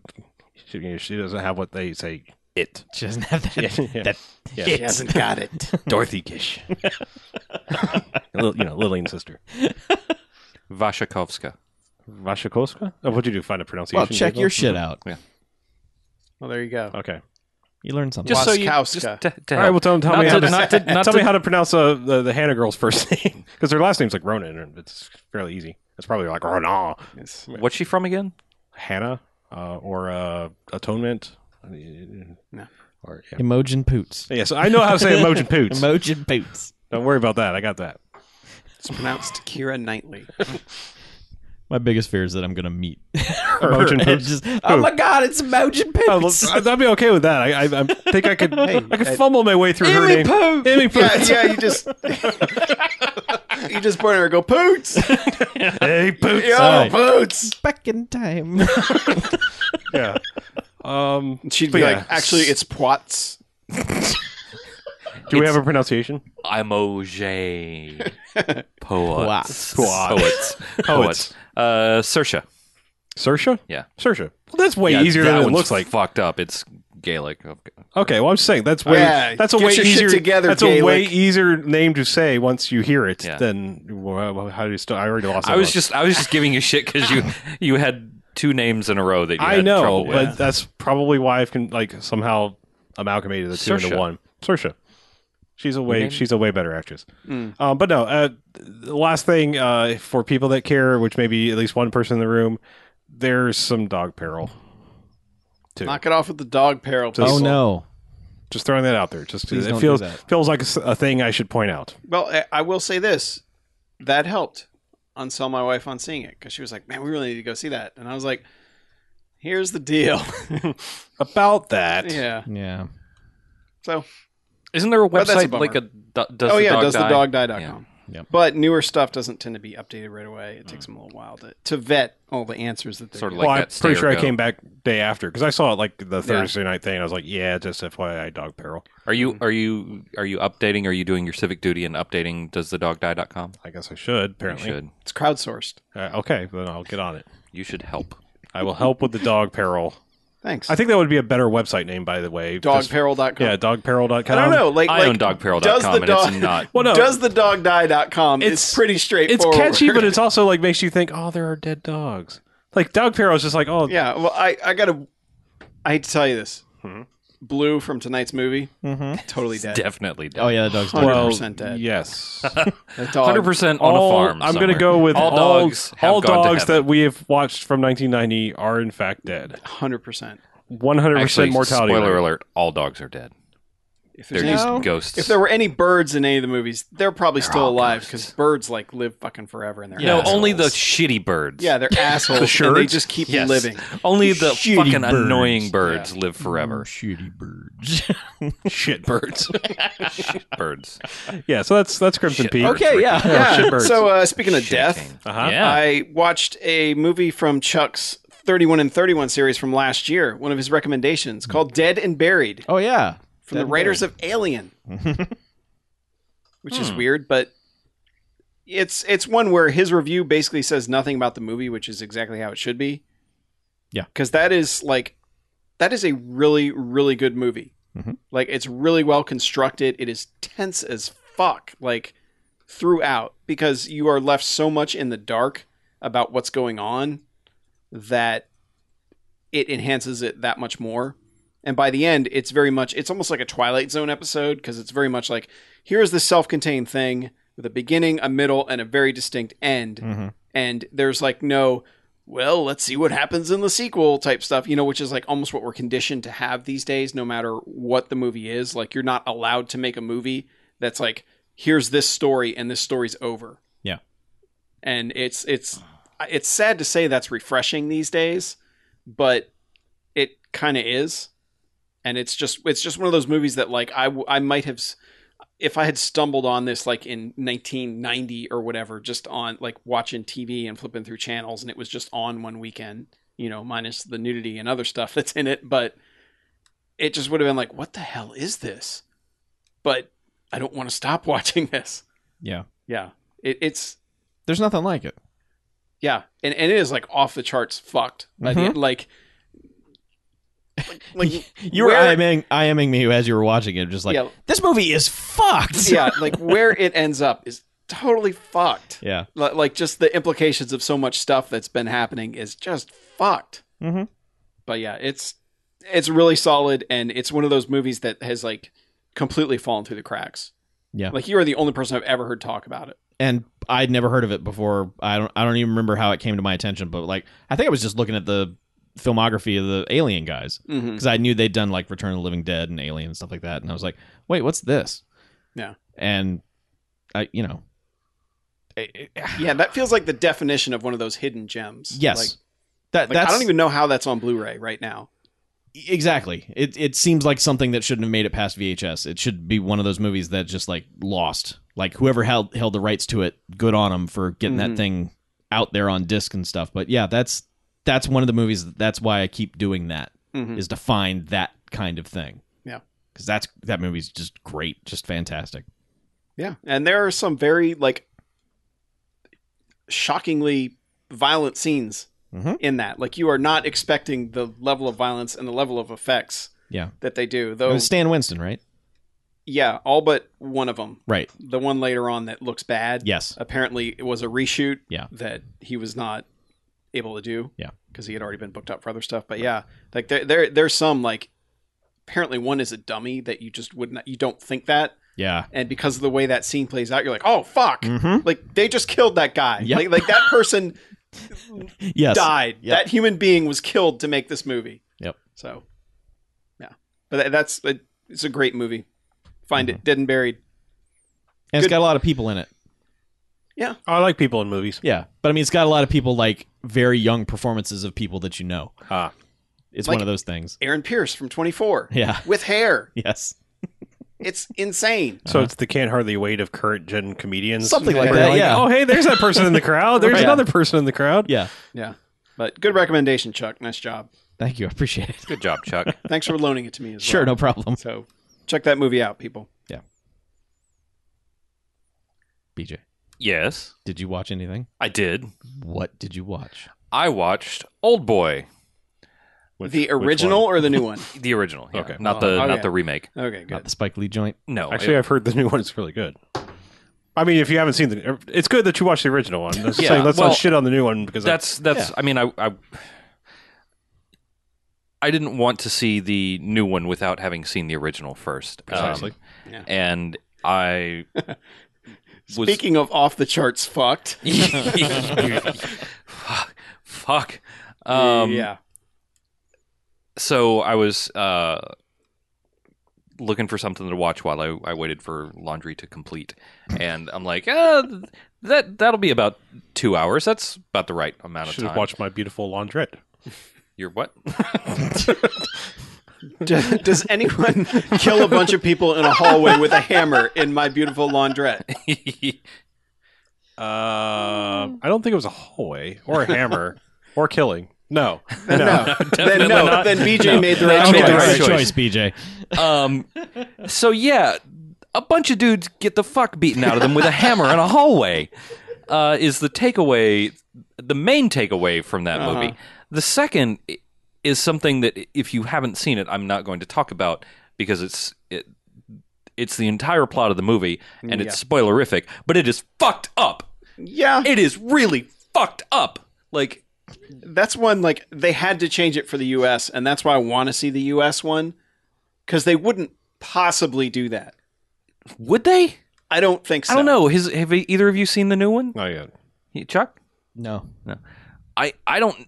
S2: She, you know, she doesn't have what they say. It.
S3: She doesn't have that.
S2: Yeah, yeah.
S3: that
S2: Yeah.
S4: She hasn't got it.
S2: Dorothy Gish. Lil- you know, Lillian's sister.
S1: Vashakovska.
S2: Vashikovska? Oh, what'd you do? Find a pronunciation?
S3: Well, check
S2: Jacob?
S3: your shit out.
S4: Well, there you go.
S2: Okay.
S3: You learn something.
S1: Just so you. Just
S4: Waskowska.
S1: to, to
S2: All right,
S1: help.
S2: well, tell, tell,
S1: not
S2: me,
S1: to,
S2: how to,
S1: not to, not
S2: tell
S1: to,
S2: me how to pronounce uh, the, the Hannah girl's first name. Because her last name's like Ronan, and it's fairly easy. It's probably like Ronan.
S4: Yes.
S1: What's she from again?
S2: Hannah uh, or uh, Atonement.
S4: No.
S2: Or, yeah.
S3: Emojin poots.
S2: yeah, so I know how to say Emojin Poots.
S3: Emojin poots.
S2: Don't worry about that. I got that.
S4: It's pronounced Kira Knightley.
S3: My biggest fear is that I'm gonna meet.
S2: Emojin Poots.
S3: Just, oh my god, it's Emojin
S2: Oh, well,
S3: poots.
S2: I'd I'd be okay with that. I, I, I think I could. I could fumble my way through her
S3: Emmy
S2: name.
S3: Poots.
S2: Emmy Poots.
S4: yeah, you just you just point at her and go poots.
S2: Hey, Poots.
S4: Yo,
S2: Oh,
S4: poots.
S3: Back in time.
S2: yeah. Um,
S4: She'd
S2: but
S4: be
S2: yeah.
S4: like, actually, it's Pwats.
S2: do we have a pronunciation?
S1: I'm OJ. Poets.
S3: Poets.
S1: Poets.
S2: Oh,
S1: Poets. Uh, Sersha.
S2: Sersha?
S1: Yeah.
S2: Sersha. Well, that's way
S1: Yeah,
S2: easier
S1: that
S2: than it
S1: one's
S2: looks like.
S1: fucked up. It's Gaelic. Okay.
S2: Okay, well, I'm just saying that's way.
S4: Yeah,
S2: that's a
S4: get
S2: way
S4: your shit
S2: easier.
S4: together,
S2: that's a
S4: Gaelic.
S2: way easier name to say once you hear it
S1: Yeah.
S2: than well, how do you still? I already lost.
S1: I
S2: that
S1: was
S2: one.
S1: just I was just giving you shit because you you had two names in a row that you
S2: I
S1: had
S2: know,
S1: trouble
S2: but
S1: with.
S2: that's probably why I've con- like somehow amalgamated the two into
S1: Saoirse.
S2: one. Sersha. She's a way
S1: named-
S2: she's a way better actress.
S3: Hmm.
S2: Um, but no, uh, the last thing uh, for people that care, which may be at least one person in the room, there's some dog peril. Too.
S4: Knock it off with the dog peril.
S2: Oh,
S4: people.
S3: oh no.
S2: Just throwing that out there. Just
S3: Please
S2: it
S3: don't do
S2: feels
S3: that.
S2: feels like a, s- a thing I should point out.
S4: Well, I, I will say this: that helped on sell my wife on seeing it because she was like, "Man, we really need to go see that," and I was like, "Here's the deal."
S2: About that,
S4: yeah.
S3: Yeah.
S4: So,
S1: Isn't there a
S4: But that's a
S1: website like a
S4: bummer.
S1: do, does
S4: oh
S1: the
S4: yeah,
S1: dog
S4: does
S1: die?
S4: the dog die.com.
S3: Yep.
S4: But newer stuff doesn't tend to be updated right away. It
S1: Mm.
S4: takes them a little while to, to vet all the answers that they're
S1: Sort of
S4: giving.
S2: well,
S1: like
S2: I'm
S1: that
S2: pretty
S1: stay or
S2: sure I
S1: go.
S2: came back day after because I saw it like the Thursday night thing. And I was like, yeah, just FYI, dog peril.
S1: Are you are you are you updating? Are you doing your civic duty and updating does the dog die.com?
S2: I guess I should.
S1: You
S2: Apparently,
S1: should.
S4: it's crowdsourced.
S2: Uh, okay, then I'll get on it.
S1: You should help.
S2: I will help with the dog peril.
S4: Thanks.
S2: I think that would be a better website name, by the way. Just-
S4: Dogperil.com.
S2: Yeah, dogperil.com.
S4: I don't know. Like,
S1: I
S4: like
S1: own dogperil.com
S4: does the
S1: and
S4: dog-
S1: it's not
S2: Well, no.
S4: Does the dog die.com it's,
S2: It's-
S4: is pretty
S2: It's
S4: straightforward.
S2: catchy, but it's also like makes you think, oh, there are dead dogs. Like dog peril is just like, oh,
S4: yeah. Well, I I gotta. I hate to tell you this. Blue from tonight's movie, totally dead.
S1: Definitely
S3: Oh
S1: dog.
S3: yeah, the dog's dead.
S4: Hundred
S2: well,
S4: percent dead.
S2: yes.
S4: That
S1: Hundred
S4: dog-
S1: percent on
S2: All-
S1: a farm.
S2: I'm
S1: going
S2: gonna go with
S1: all dogs. have
S2: all
S1: gone to
S2: dogs
S1: heaven.
S2: that we have watched from 1990 are in fact dead.
S4: hundred percent.
S2: 100
S1: Actually,
S2: percent mortality.
S1: Spoiler
S2: rate.
S1: alert: all dogs are dead.
S4: If
S1: They're
S4: there's any,
S1: just
S3: No.
S1: ghosts.
S4: if there were any birds in any of the movies, they're probably still
S1: all
S4: alive because
S1: ghosts.
S4: birds like live fucking forever and they're
S1: no,
S4: assholes.
S1: only the shitty birds.
S4: yeah, they're assholes. and they
S2: shirts?
S4: just keep
S1: Yes.
S4: living.
S1: only the
S3: Shitty
S1: fucking
S3: birds.
S1: annoying birds live forever.
S3: Shitty birds.
S2: Shit birds.
S1: birds.
S2: yeah, so that's that's Crimson
S1: Shit
S2: Peak.
S1: birds.
S3: okay, yeah.
S2: Yeah.
S4: Yeah.
S2: shitbirds.
S4: So uh, speaking of
S1: Shit
S4: death,
S1: king.
S2: Uh-huh.
S1: Yeah.
S4: I watched a movie from Chuck's 31 and 31 series from last year, one of his recommendations
S1: Hmm.
S4: called Dead and Buried
S3: Oh yeah.
S4: from
S3: Dead
S4: the
S3: and
S4: writers of Alien, which
S1: Hmm.
S4: is weird, but it's it's one where his review basically says nothing about the movie, which is exactly how it should be.
S3: Yeah.
S4: Cuz that is like that is a really really good movie.
S3: Mhm.
S4: Like it's really well constructed. It is tense as fuck like throughout because you are left so much in the dark about what's going on that it enhances it that much more. And by the end, it's very much it's almost like a Twilight Zone episode because it's very much like here's this self-contained thing with a beginning, a middle, and a very distinct end.
S3: Mhm.
S4: And there's like no well, let's see what happens in the sequel type stuff, you know, which is like almost what we're conditioned to have these days no matter what the movie is. Like you're not allowed to make a movie that's like here's this story and this story's over.
S3: Yeah.
S4: And it's it's it's sad to say that's refreshing these days, but it kind of is and it's just it's just one of those movies that like I, w- I might have s- if I had stumbled on this like in 1990 or whatever just on like watching TV and flipping through channels and it was just on one weekend you know minus the nudity and other stuff that's in it but it just would have been like what the hell is this but I don't want to stop watching this
S3: Yeah.
S4: yeah it, it's
S3: There's nothing like it.
S4: yeah and, and it is like off the charts fucked
S3: Mm-hmm.
S4: by the- like like, like
S3: You were
S4: Where-
S3: IMing, IMing me as you were watching it, just like
S4: Yeah.
S3: this movie is fucked.
S4: yeah, like where it ends up is totally fucked.
S3: Yeah.
S4: Li- Like just the implications of so much stuff that's been happening is just fucked.
S3: Mhm.
S4: But yeah, it's it's really solid, and it's one of those movies that has like completely fallen through the cracks.
S3: Yeah.
S4: like you are the only person I've ever heard talk about it.
S3: And I'd never heard of it before. I don't. I don't even remember how it came to my attention. But like, I think I was just looking at the filmography of the Alien guys
S4: Mm-hmm.
S3: because I knew they'd done like Return of the Living Dead and Alien and stuff like that. And I was like, wait, what's this?
S4: Yeah.
S3: And I, you know,
S4: Yeah, that feels like the definition of one of those hidden gems.
S3: yes,
S4: Like-
S3: that
S4: like,
S3: that's
S4: I don't even know how that's on Blu-ray right now.
S3: Exactly. It it seems like something that shouldn't have made it past VHS. It should be one of those movies that just like lost. Like whoever held held the rights to it, good on them for getting
S4: Mhm.
S3: that thing out there on disc and stuff. But yeah, that's that's one of the movies. That's why I keep doing that
S4: Mhm.
S3: is to find that kind of thing.
S4: Yeah.
S3: because that's that movie's just great, just fantastic.
S4: Yeah, and there are some very like shockingly violent scenes
S3: Mhm.
S4: in that. Like you are not expecting the level of violence and the level of effects
S3: Yeah,
S4: that they do.
S3: it
S4: Though,
S3: was Stan Winston, right?
S4: yeah, all but one of them,
S3: Right.
S4: the one later on that looks bad.
S3: Yes.
S4: apparently it was a reshoot.
S3: Yeah.
S4: that he was not able to do.
S3: Yeah.
S4: because he had already been booked up for other stuff. But yeah, like there, there, there's some like apparently one is a dummy that you just would not, you don't think that,
S3: Yeah.
S4: and because of the way that scene plays out, you're like, oh fuck.
S3: Mm-hmm.
S4: Like they just killed that guy.
S3: Yep.
S4: Like, like that person
S3: Yes.
S4: died.
S3: Yep.
S4: That human being was killed to make this movie.
S3: Yep.
S4: So, yeah, but that, that's it, it's a great movie. Find
S3: Mm-hmm.
S4: it dead and buried.
S3: And it's
S4: Good-
S3: got a lot of people in it.
S2: Oh, I like people in movies.
S3: Yeah, but I mean, it's got a lot of people like very young performances of people that you know.
S2: Ah.
S3: It's
S4: Like-
S3: one of those things.
S4: Aaron Pierce from 24
S3: Yeah.
S4: with hair.
S3: Yes.
S4: It's insane.
S2: So it's the can't hardly wait of current gen comedians.
S3: Something like
S2: Where
S3: that,
S2: you're
S3: yeah.
S2: Oh, hey, there's that person in the crowd. There's
S3: Right.
S2: another person in the crowd.
S3: Yeah.
S4: Yeah, but good recommendation, Chuck. Nice job.
S3: Thank you. I appreciate it.
S1: Good job, Chuck.
S4: Thanks for loaning it to me as
S3: Sure,
S4: well.
S3: no problem.
S4: So check that movie out, people.
S3: BJ,
S1: yes,
S3: did you watch anything?
S1: I did.
S3: What did you watch?
S1: I watched Old Boy,
S2: Which-
S4: the
S2: which
S4: original
S2: one?
S4: or the new one?
S1: the original. yeah.
S2: Okay.
S1: not the
S4: Oh,
S1: not
S4: yeah.
S1: the remake.
S4: Okay,
S3: Not
S4: good.
S3: the Spike Lee joint.
S1: No,
S2: Actually, I've heard the new one is really good. I mean, if you haven't seen the, it's good that you watched the original one. That's
S1: Yeah,
S2: saying, let's
S1: well,
S2: not shit on the new one because that's
S1: that's that's. I mean, I, I I didn't want to see the new one without having seen the original first. Um,
S2: Precisely.
S4: Yeah.
S1: and I was
S4: Speaking of off the charts, fucked.
S1: fuck, fuck. Um,
S4: yeah.
S1: so I was uh, looking for something to watch while I, I waited for laundry to complete, and I'm like, ah, that that'll be about two hours. That's about the right amount of
S2: Should
S1: time.
S2: have watched my beautiful laundrette.
S1: Your what?
S4: Do- Does anyone kill a bunch of people in a hallway with a hammer in my beautiful laundrette?
S2: Uh, I don't think it was a hallway or a hammer or killing. No, no.
S4: then no.
S1: not.
S4: Then BJ made the
S1: I
S4: right
S1: made
S3: Okay,
S1: the
S4: choice.
S1: right
S3: choice.
S1: choice.
S3: BJ.
S1: um, so yeah, a bunch of dudes get the fuck beaten out of them with a hammer in a hallway. Uh, is the takeaway the main takeaway from that
S4: Uh-huh.
S1: movie? The second i- is something that i- if you haven't seen it, I'm not going to talk about because it's it, it's the entire plot of the movie and it's spoilerific, but it is fucked up.
S4: Yeah,
S1: It is really fucked up. Like
S4: that's one like they had to change it for the U.S. and that's why I want to see the U.S. one because they wouldn't possibly do that.
S1: would they?
S4: I don't think so.
S1: I don't know. Has, have either of you seen the new one,
S2: Not yet.
S1: Chuck?
S3: No.
S1: I I don't.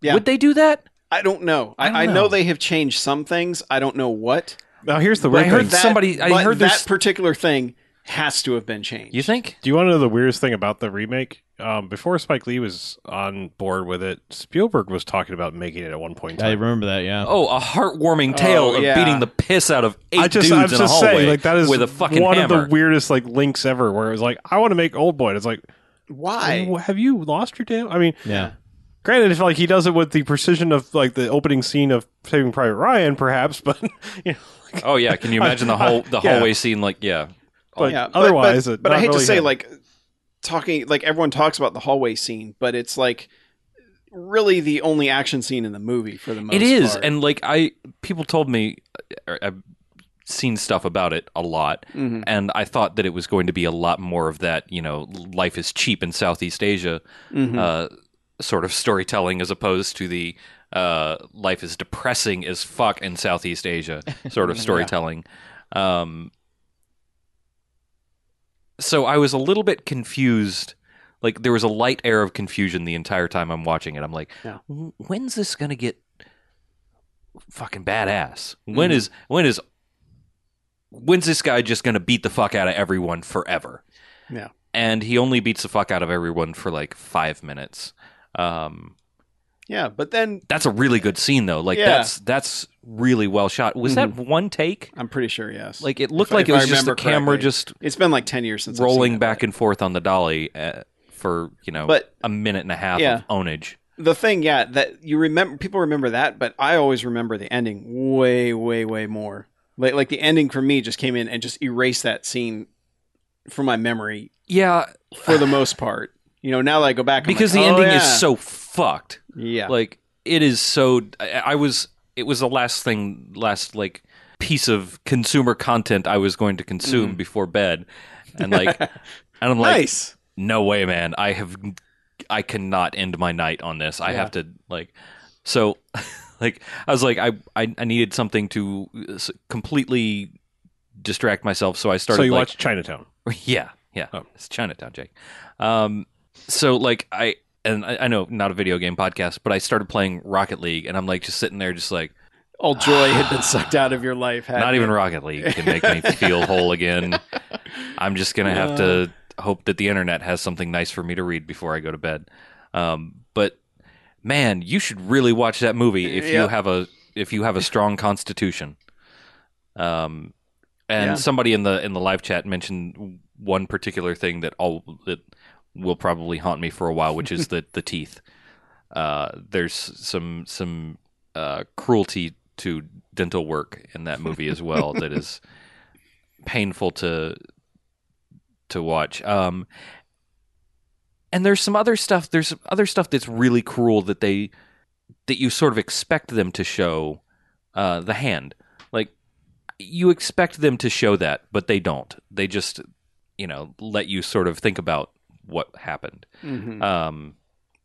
S4: Yeah.
S1: Would they do that?
S4: I don't know. I, I,
S1: don't
S4: know.
S1: know.
S4: they have changed some things. I don't know what.
S2: Now here's the weird
S1: But I
S2: thing.
S1: heard somebody- I
S4: but
S1: heard
S4: that
S1: there's-
S4: particular thing has to have been changed.
S1: You think?
S2: Do you want to know the weirdest thing about the remake? Um, before Spike Lee was on board with it, Spielberg was talking about making it at one point. in
S3: I
S2: time.
S3: remember that, yeah.
S1: Oh, a heartwarming tale
S4: Oh,
S1: of
S4: yeah.
S1: beating the piss out of eight
S2: I just,
S1: dudes
S2: I'm
S1: in a
S2: just
S1: hallway
S2: saying, like that is
S1: with a fucking
S2: one
S1: hammer.
S2: of the weirdest like links ever. Where it was like, I want to make Old Boy. And it's like,
S4: Why?
S2: "Well, have you lost your damn? I mean,
S3: yeah.
S2: granted, if like he does it with the precision of like the opening scene of Saving Private Ryan, perhaps, but you know,
S1: oh yeah, can you imagine the whole the
S2: Yeah.
S1: hallway scene? Like yeah,
S2: but
S4: Oh, yeah, but-
S2: otherwise,
S4: but,
S2: it
S4: but I
S2: not
S4: hate
S2: really
S4: to say,
S2: happened.
S4: like talking, like everyone talks about the hallway scene, but it's like really the only action scene in the movie for the most.
S1: it is.
S4: part.
S1: And like I, people told me, or I've seen stuff about it a lot,
S4: Mhm.
S1: and I thought that it was going to be a lot more of that. You know, life is cheap in Southeast Asia,
S4: Mhm.
S1: uh, sort of storytelling as opposed to the uh, life is depressing as fuck in Southeast Asia sort of storytelling. Um, so I was a little bit confused. Like there was a light air of confusion the entire time I'm watching it. I'm like,
S4: Yeah.
S1: "W- when's this gonna get fucking badass? When is when is when's this guy just gonna beat the fuck out of everyone forever?
S4: Yeah.
S1: and he only beats the fuck out of everyone for like five minutes. Um,
S4: yeah, but then
S1: that's a really good scene though. Like
S4: Yeah.
S1: that's that's really well shot. Was that one take?
S4: I'm pretty sure yes.
S1: Like it looked
S4: If I-
S1: like it
S4: if I
S1: was just the
S4: remember
S1: camera
S4: correctly.
S1: just
S4: it's been like ten years since I've seen
S1: rolling
S4: it,
S1: back
S4: but-
S1: and forth on the dolly uh, for you know
S4: But
S1: a minute and a half
S4: Yeah.
S1: of ownage.
S4: the thing, yeah, that you remember, people remember that, but I always remember the ending way, way, way more. Like, like the ending for me just came in and just erased that scene from my memory
S1: Yeah,
S4: for the most part. You know, now that I go back, I'm
S1: because
S4: like,
S1: the
S4: "Oh,
S1: ending
S4: yeah."
S1: is so fucked.
S4: yeah,
S1: Like it is so. I, I was. It was the last thing, last like piece of consumer content I was going to consume before bed, and like, and I'm like,
S4: Mm-hmm. nice.
S1: no way, man. I have, I cannot end my night on this. I have to like, so, like, I was like, I, I, I needed something to uh, s- completely distract myself. So I started.
S2: so you
S1: like,
S2: watch Chinatown.
S1: yeah, yeah.
S2: Oh.
S1: It's Chinatown, Jake. Um, so like I and I, I know not a video game podcast, but I started playing Rocket League, and I'm like just sitting there, just like
S4: All joy had been sucked out of your life. hadn't
S1: not
S4: it?
S1: even Rocket League can make me feel whole again. I'm just gonna have to hope that the internet has something nice for me to read before I go to bed. Um, but man, you should really watch that movie if you
S4: Yep.
S1: have a if you have a strong constitution. Um, and
S4: Yeah.
S1: somebody in the in the live chat mentioned one particular thing that all that will probably haunt me for a while, which is the the teeth. Uh, there's some some uh, cruelty to dental work in that movie as well that is painful to to watch. Um, and there's some other stuff. There's some other stuff that's really cruel that they that you sort of expect them to show. Uh, the hand, like you expect them to show that, but they don't. They just you know let you sort of think about what happened.
S4: Mhm.
S1: Um,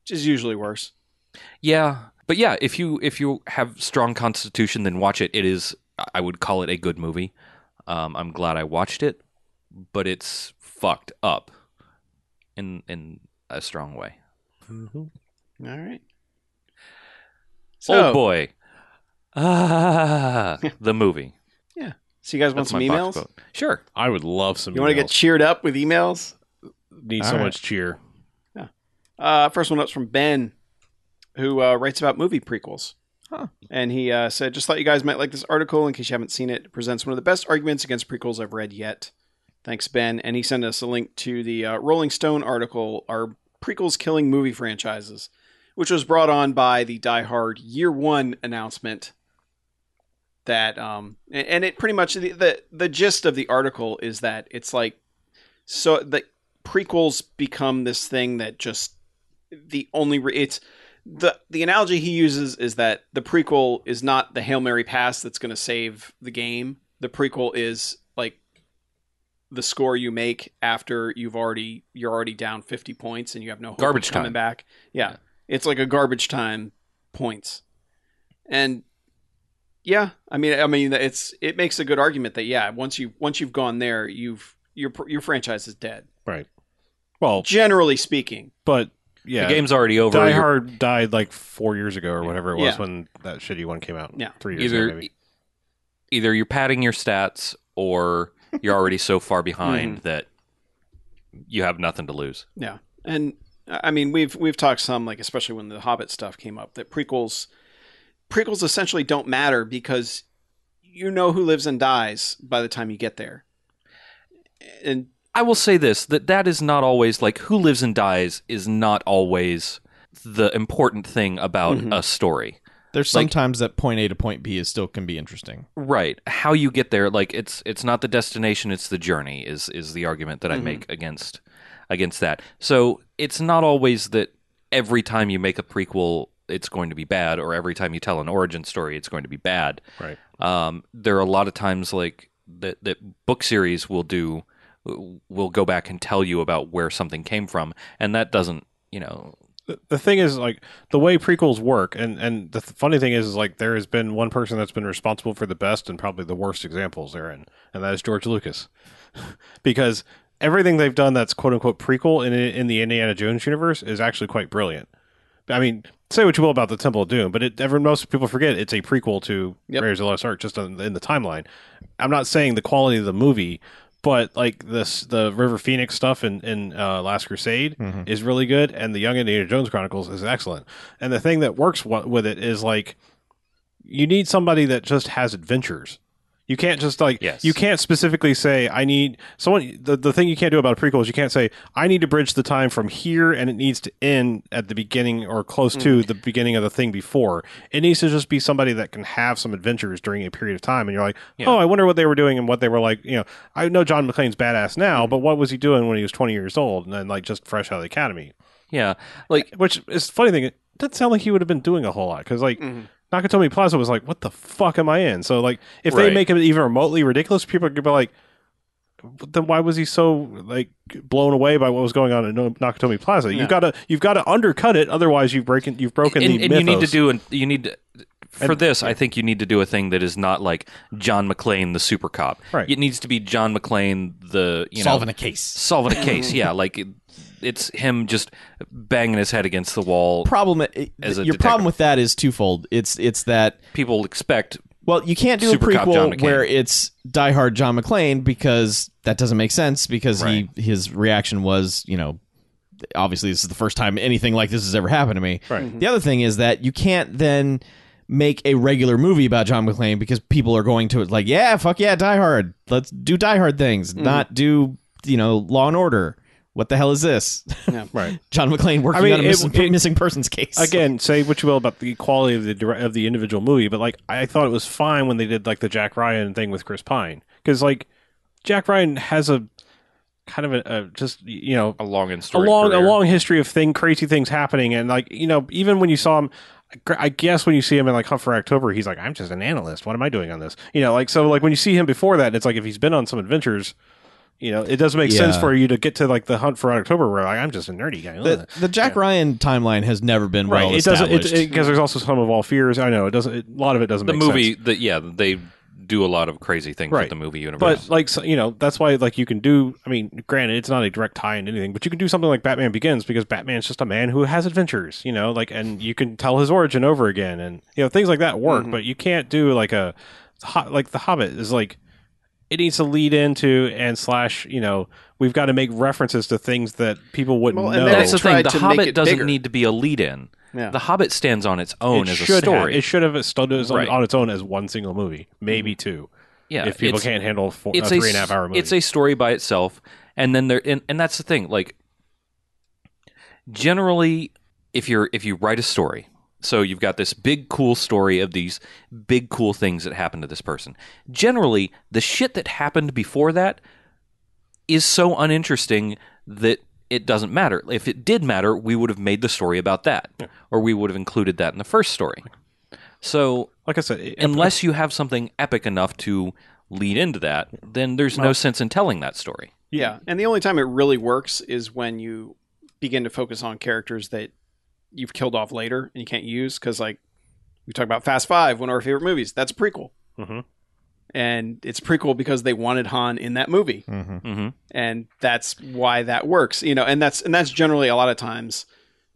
S4: Which is usually worse.
S1: yeah, but yeah, if you if you have strong constitution, then watch it. It is I would call it a good movie. Um, I'm glad I watched it, but it's fucked up in in a strong way.
S4: All right.
S2: Oh.
S1: oh boy, ah, the movie.
S4: So you guys want
S2: That's
S4: some
S2: my box
S4: emails?
S2: vote.
S1: Sure.
S2: I would love some.
S4: You want to get
S2: emails.
S4: cheered up with emails?
S2: need
S3: All
S2: so
S3: right.
S2: much cheer?
S4: Uh, first one up's from Ben, who uh, writes about movie prequels.
S3: Huh.
S4: And he uh, said, just thought you guys might like this article in case you haven't seen it. It presents one of the best arguments against prequels I've read yet. Thanks, Ben. And he sent us a link to the uh, Rolling Stone article, Are Prequels Killing Movie Franchises? Which was brought on by the Die Hard Year One announcement. That, um, and, and it pretty much, the, the, the gist of the article is that it's like, so the prequels become this thing that just the only re- it's the the analogy he uses is that the prequel is not the hail mary pass that's going to save the game. The prequel is like the score you make after you've already you're already down fifty points and you have no hope
S1: Garbage
S4: of coming
S1: time.
S4: back. Yeah. it's like a garbage time points, and yeah, I mean, I mean, it's it makes a good argument that yeah, once you once you've gone there, you've your pr- your franchise is dead.
S2: Well,
S4: Generally speaking,
S2: but yeah,
S1: The game's already over.
S2: Die
S1: You're-
S2: Hard died like four years ago or whatever it was
S4: Yeah.
S2: when that shitty one came out.
S4: Yeah.
S2: three years ago
S1: either
S2: maybe.
S1: either you're padding your stats or you're already so far behind that you have nothing to lose.
S4: and I mean, we've we've talked some like especially when the Hobbit stuff came up that prequels prequels essentially don't matter because you know who lives and dies by the time you get there. And
S1: I will say this that that is not always like who lives and dies is not always the important thing about
S4: Mhm.
S1: a story.
S3: There's
S1: Like-
S3: sometimes that point A to point B is still can be interesting.
S1: Right. How you get there like it's it's not the destination it's the journey is is the argument that
S4: Mhm.
S1: I make against against that. So it's not always that every time you make a prequel it's going to be bad or every time you tell an origin story it's going to be bad.
S2: Right.
S1: Um, there are a lot of times like that that book series will do will go back and tell you about where something came from and that doesn't, you know,
S2: The- The thing is, like the way prequels work, and and the th- funny thing is, is like there has been one person that's been responsible for the best and probably the worst examples therein, and that is George Lucas, because everything they've done that's quote unquote prequel in in the Indiana Jones universe is actually quite brilliant. I mean, say what you will about the Temple of Doom, but it ever most people forget it's a prequel to
S4: Yep.
S2: Raiders of the Lost Ark, just on, in the timeline. I'm not saying the quality of the movie, but like this the River Phoenix stuff in in uh, Last Crusade
S3: Mhm.
S2: is really good, and the Young Indiana Jones Chronicles is excellent. And the thing that works w- with it is like you need somebody that just has adventures. You can't just like
S1: Yes.
S2: you can't specifically say I need someone. The, the thing you can't do about a prequel is you can't say I need to bridge the time from here and it needs to end at the beginning or close to
S1: Mm.
S2: the beginning of the thing before. It needs to just be somebody that can have some adventures during a period of time. And you're like,
S1: Yeah.
S2: oh, I wonder what they were doing and what they were like. You know, I know John McClane's badass
S1: Mm.
S2: now, but what was he doing when he was 20 years old and then like just fresh out of the academy?
S1: yeah, like
S2: Which is the funny thing. It doesn't sound like he would have been doing a whole lot because like.
S1: Mm-hmm.
S4: mhm.
S2: Nakatomi Plaza was like, "What the fuck am I in?" So like, if they
S1: Right.
S2: make it even remotely ridiculous, people could be like, "Then why was he so like blown away by what was going on in No- Nakatomi Plaza?"
S4: Yeah.
S2: You've got to you've got to undercut it, otherwise you've broken you've broken
S1: and,
S2: the
S1: and you need to
S2: mythos.
S1: do and you need to, for
S2: And-
S1: this I think you need to do a thing that is not like John McClane the super cop.
S2: Right.
S1: It needs to be John McClane the you
S3: Solving
S1: know
S3: a case.
S1: solving a case. yeah, like it, it's him just banging his head against the wall.
S3: Problem. eh,
S1: As
S3: your
S1: a
S3: problem
S1: detective.
S3: with that is twofold. It's it's that
S1: People expect
S3: well, you can't do
S1: Super
S3: a
S1: cop John
S3: prequel
S1: McCain.
S3: where it's Die Hard John McClane because that doesn't make sense because he his reaction was you know obviously this is the first time anything like this has ever happened to me.
S2: Right.
S3: The other thing is that you can't then make a regular movie about John McClane because people are going to it like, yeah, fuck yeah, Die Hard. Let's do Die Hard things, not do you know Law and Order. What the hell is this?
S2: right
S3: John McClane working
S2: I mean,
S3: on a
S2: it-
S3: missing,
S2: it-
S3: missing persons case
S2: again. Say what you will about the quality of the dire- of the individual movie, but like I thought it was fine when they did like the Jack Ryan thing with Chris Pine because like Jack Ryan has a kind of a, a just you know
S1: a long and
S2: a
S1: story.
S2: long
S1: career.
S2: a long history of thing crazy things happening and like you know even when you saw him I guess when you see him in like Hunt for October, he's like, I'm just an analyst. What am I doing on this? You know, like so like when you see him before that, it's like if he's been on some adventures, you know, it doesn't make sense
S3: Yeah.
S2: for you to get to like the Hunt for October where like I'm just a nerdy guy. Ugh.
S3: The, the Jack Ryan timeline has never been well
S2: It doesn't
S3: established.
S2: because there's also some of all fears. I know it doesn't. It, a lot of it doesn't.
S1: the
S2: make sense.
S1: movie that yeah they do a lot of crazy things
S2: Right.
S1: with the movie universe.
S2: But like so, you know, that's why like you can do. I mean, granted, it's not a direct tie in anything, but you can do something like Batman Begins because Batman's just a man who has adventures, you know, like and you can tell his origin over
S1: Mm-hmm.
S2: again, and you know things like that work. But you can't do like a ho- like the Hobbit is like it needs to lead into and slash, you know, we've got to make references to things that people wouldn't
S4: Well, and
S2: know.
S1: That's the thing.
S4: tried
S1: The
S4: to make
S1: Hobbit
S4: it
S1: doesn't
S4: bigger.
S1: need to be a lead-in.
S4: Yeah.
S1: The Hobbit stands on its own
S2: it
S1: as a
S2: should have-
S1: story.
S2: it should have stood as-
S1: Right. Mm-hmm.
S2: on its own as one single movie, maybe two.
S1: yeah,
S2: if people
S1: it's-
S2: can't handle four,
S1: it's
S2: a
S1: a
S2: three and a half hour movie,
S1: It's a story by itself, and then there, and, and that's the thing. Like, generally, if you're if you write a story, so you've got this big cool story of these big cool things that happened to this person. Generally, the shit that happened before that is so uninteresting that it doesn't matter. If it did matter, we would have made the story about that, or we would have included that in the first story. So
S2: like I said, it-
S1: unless you have something epic enough to lead into that, then there's no sense in telling that story.
S4: Yeah, and the only time it really works is when you begin to focus on characters that you've killed off later and you can't use because, like, we talk about Fast Five, one of our favorite movies. That's a prequel,
S2: Mhm.
S4: and it's a prequel because they wanted Han in that movie,
S5: Mm-hmm.
S1: Mm-hmm.
S4: and that's why that works. You know, and that's and that's generally a lot of times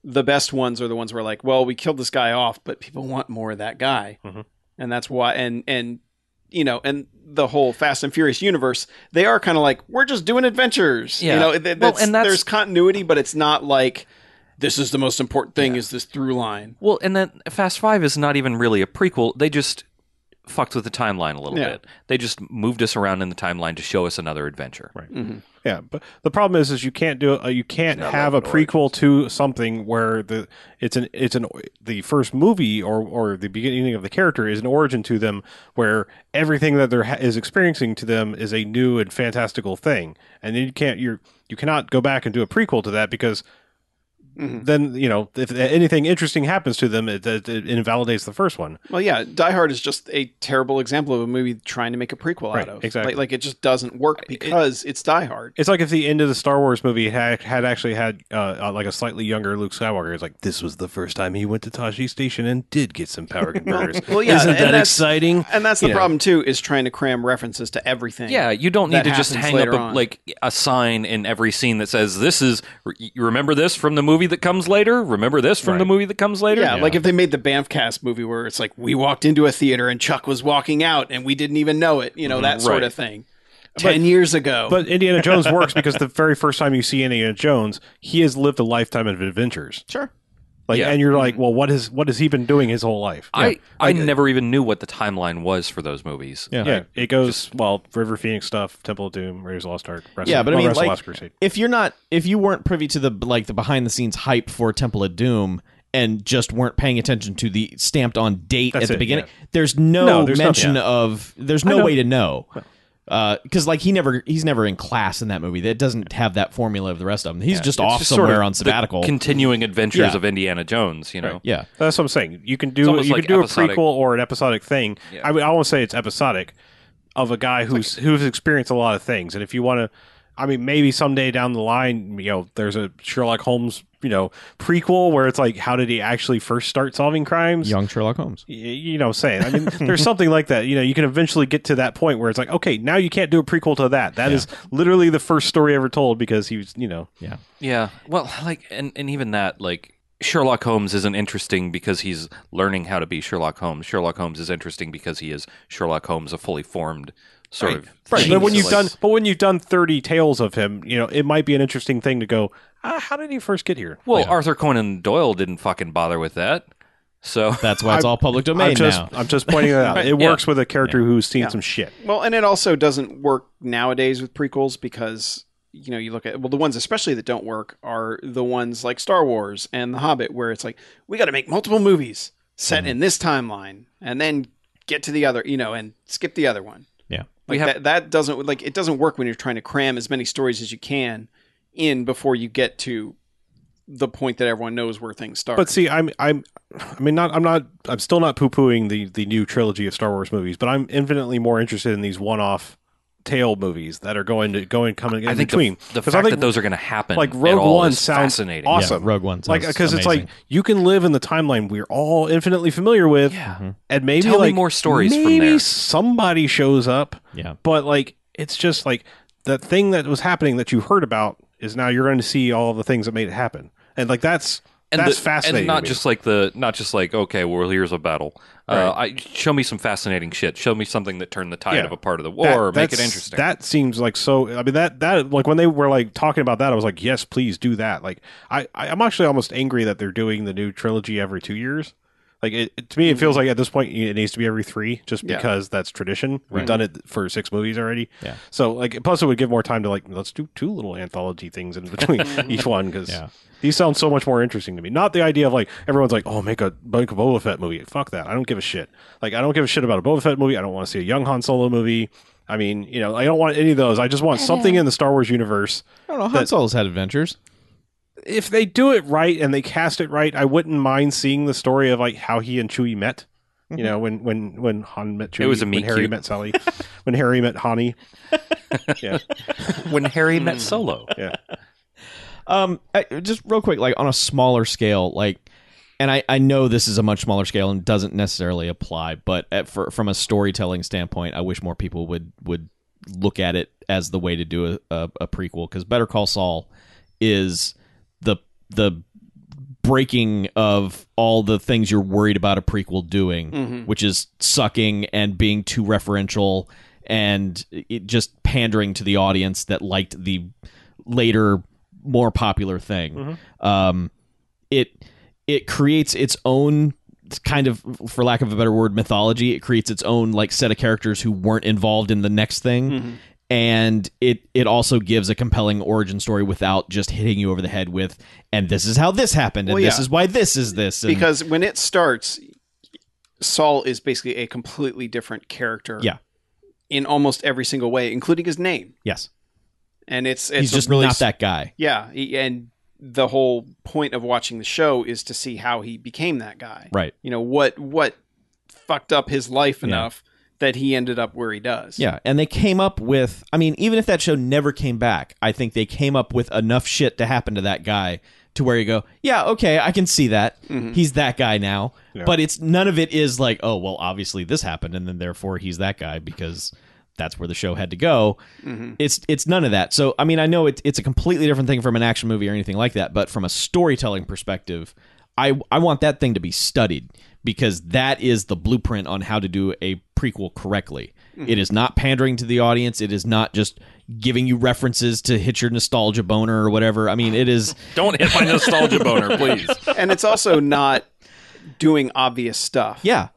S4: the best ones are the ones where like, well, we killed this guy off, but people want more of that guy,
S1: Mm-hmm.
S2: Mhm.
S4: and that's why. And and you know, and the whole Fast and Furious universe, they are kind of like we're just doing adventures.
S1: Yeah.
S4: You know, th-
S1: Well,
S4: that's,
S1: and that's-
S4: there's continuity, but it's not like this is the most important thing is this through line.
S1: Well, and then Fast Five is not even really a prequel. They just fucked with the timeline a little
S4: Yeah.
S1: bit. They just moved us around in the timeline to show us another adventure.
S2: Right.
S4: Mm-hmm.
S2: Yeah, but the problem is, is you can't do uh, you can't have a prequel to something where the it's an it's an the first movie or or the beginning of the character is an origin to them where everything that they're ha- is experiencing to them is a new and fantastical thing, and then you can't you you cannot go back and do a prequel to that because
S4: Mhm.
S2: then you know if anything interesting happens to them, it, it, it invalidates the first one.
S4: Well, yeah, Die Hard is just a terrible example of a movie trying to make a prequel
S2: Right,
S4: out of.
S2: exactly.
S4: Like, like it just doesn't work because it's Die Hard.
S2: It's like if the end of the Star Wars movie had, had actually had uh, uh, like a slightly younger Luke Skywalker. It's like this was the first time he went to Tashi Station and did get some power converters.
S4: Well, yeah,
S2: isn't
S4: and
S2: that
S4: that's-
S2: exciting?
S4: And that's the
S2: Yeah.
S4: problem too is trying to cram references to everything.
S1: Yeah, you don't need
S4: That
S1: to just
S4: happens
S1: hang up
S4: later
S1: a,
S4: on.
S1: like a sign in every scene that says this is you remember this from the movie that comes later, remember this from the
S2: Right.
S1: movie that comes later.
S4: Yeah, like if they made the Banffcast movie where it's like we walked into a theater and Chuck was walking out and we didn't even know it, you know, that sort
S1: Right.
S4: of thing. 10 years ago.
S2: But Indiana Jones works because the very first time you see Indiana Jones, he has lived a lifetime of adventures.
S4: sure. Mm-hmm.
S2: Like,
S1: Yeah.
S2: and you're like, well, what has what has he been doing his whole life?
S1: I
S2: yeah,
S1: I never even knew what the timeline was for those movies.
S3: Yeah.
S2: Yeah, it goes well. River Phoenix stuff, Temple of Doom, Raiders of the Lost Ark. Rest
S3: Yeah, but I
S2: well,
S3: mean,
S2: Rest of the
S3: like-
S2: Lost Crusade.
S3: if you're not if you weren't privy to the like the behind the scenes hype for Temple of Doom and just weren't paying attention to the stamped on date
S2: That's
S3: at the
S2: it,
S3: beginning,
S2: yeah.
S3: there's no,
S2: No, there's
S3: mention
S2: nothing.
S3: of there's
S2: I
S3: no
S2: know.
S3: way to know. Because like he never he's never in class in that movie. That doesn't have that formula of the rest of them. He's just off
S1: Just
S3: somewhere
S1: sort of
S3: on
S1: the
S3: sabbatical.
S1: continuing adventures
S3: Yeah.
S1: of Indiana Jones. You know,
S3: yeah,
S2: That's what I'm saying. You can
S1: It's
S2: do you
S1: almost
S2: can
S1: like
S2: do
S1: episodic.
S2: a prequel or an episodic thing.
S1: Yeah.
S2: I mean, I won't say it's episodic of a guy who's who's experienced a lot of things, and if you want to, I mean, maybe someday down the line, you know, there's a Sherlock Holmes, you know, prequel where it's like, how did he actually first start solving crimes?
S3: young Sherlock Holmes.
S2: Y- You know, what I'm saying. I mean, there's something like that. You know, you can eventually get to that point where it's like, okay, now you can't do a prequel to that. That is literally the first story ever told because he was, you know,
S1: Yeah. Well, like, and, and even that, like, Sherlock Holmes isn't interesting because he's learning how to be Sherlock Holmes. Sherlock Holmes is interesting because he is Sherlock Holmes, a fully formed sort of.
S2: Right,
S1: thing.
S2: but when
S1: So,
S2: you've
S1: like,
S2: done, but when you've done thirty tales of him, you know it might be an interesting thing to go. Ah, how did he first get here?
S1: well, Arthur Conan Doyle didn't fucking bother with that. So
S3: That's why it's all public domain
S2: I'm just,
S3: now.
S2: I'm just pointing that out. It
S1: yeah.
S2: works with a character who's seen some shit.
S4: Well, and it also doesn't work nowadays with prequels because you know you look at well the ones especially that don't work are the ones like Star Wars and The Hobbit where it's like we got to make multiple movies set in this timeline and then get to the other you know and skip the other one.
S3: Yeah.
S4: like
S1: We have-
S4: that, that doesn't like it doesn't work when you're trying to cram as many stories as you can in before you get to the point that everyone knows where things start.
S2: But see, I'm, I'm, I mean, not, I'm not, I'm still not poo pooing the the new trilogy of Star Wars movies, but I'm infinitely more interested in these one off tale movies that are going to going coming in
S1: I think the-
S2: between.
S1: the,
S2: 'Cause I
S1: fact
S2: think
S1: that those are going to happen,
S2: like
S1: at
S2: Rogue
S1: all
S2: One
S1: is
S2: sounds
S1: fascinating.
S2: awes- awesome.
S3: Yeah, Rogue One,
S2: like because
S3: because
S2: it's like you can live in the timeline we're all infinitely familiar with,
S3: Mm-hmm.
S1: Yeah.
S2: and maybe
S1: Tell me
S2: like
S1: more stories from
S2: Maybe
S1: there.
S2: somebody shows up,
S3: yeah,
S2: but like it's just like that thing that was happening that you heard about is now you're going to see all the things that made it happen, and like that's
S1: and
S2: That's
S1: the-
S2: fascinating
S1: And
S2: to
S1: not
S2: me.
S1: just like the not just like okay, well here's a battle. Uh, I, show me some fascinating shit. Show me something that turned the tide
S2: Yeah.
S1: of a part of the war.
S2: That-
S1: or make it
S2: that's-
S1: interesting.
S2: That seems like so. I mean, that that like when they were like talking about that, I was like, yes, please do that. Like, I I- I'm actually almost angry that they're doing the new trilogy every two years. Like it, it- to me, it feels
S3: Mm-hmm.
S2: like at this point it needs to be every three, just
S4: Yeah.
S2: because that's tradition. We've done it for six movies already.
S3: Yeah.
S2: So like, plus it would give more time to like let's do two little anthology things in between each one because
S3: Yeah.
S2: these sound so much more interesting to me. Not the idea of like everyone's like, oh, make a make a Boba Fett movie. Fuck that. I don't give a shit. Like I don't give a shit about a Boba Fett movie. I don't want to see a young Han Solo movie. I mean, you know, I don't want any of those. I just want something in the Star Wars universe.
S3: I don't know. Han
S2: That-
S3: Solo's had adventures.
S2: If they do it right and they cast it right, I wouldn't mind seeing the story of like how he and Chewie met. You know, when when when Han met Chewie,
S1: It was a
S2: when
S1: meet
S2: Harry
S1: cute.
S2: met Sally, when Harry met Hani. Yeah,
S1: when Harry met Solo.
S2: yeah.
S3: Um, I, just real quick, like on a smaller scale, like, and I, I know this is a much smaller scale and doesn't necessarily apply, but at, for, from a storytelling standpoint, I wish more people would would look at it as the way to do a, a, a prequel because Better Call Saul is the the breaking of all the things you're worried about a prequel doing, which is sucking and being too referential and it just pandering to the audience that liked the later more popular thing. Um, it it creates its own kind of for lack of a better word mythology it creates its own like set of characters who weren't involved in the next thing
S4: Mm-hmm.
S3: and it it also gives a compelling origin story without just hitting you over the head with and this is how this happened and
S4: Well,
S3: this
S4: yeah.
S3: is why this is this and,
S4: because when it starts, Saul is basically a completely different character.
S3: Yeah.
S4: in almost every single way, including his name.
S3: yes
S4: And it's it's
S3: he's
S4: a
S3: just
S4: really
S3: not that guy
S4: Yeah, he- and the whole point of watching the show is to see how he became that guy.
S3: right
S4: You know what what fucked up his life enough that he ended up where he does.
S3: Yeah, and they came up with I mean, even if that show never came back, I think they came up with enough shit to happen to that guy to where you go, "Yeah, okay, I can see that. He's that guy now." But it's none of it is like, "Oh, well, obviously this happened and then therefore he's that guy because that's where the show had to go." It's it's none of that. So, I mean, I know it, it's a completely different thing from an action movie or anything like that, but from a storytelling perspective, I I want that thing to be studied because that is the blueprint on how to do a prequel correctly. It is not pandering to the audience. It is not just giving you references to hit your nostalgia boner or whatever. I mean, it is
S1: Don't hit my nostalgia boner, please.
S4: and it's also not doing obvious stuff.
S3: yeah.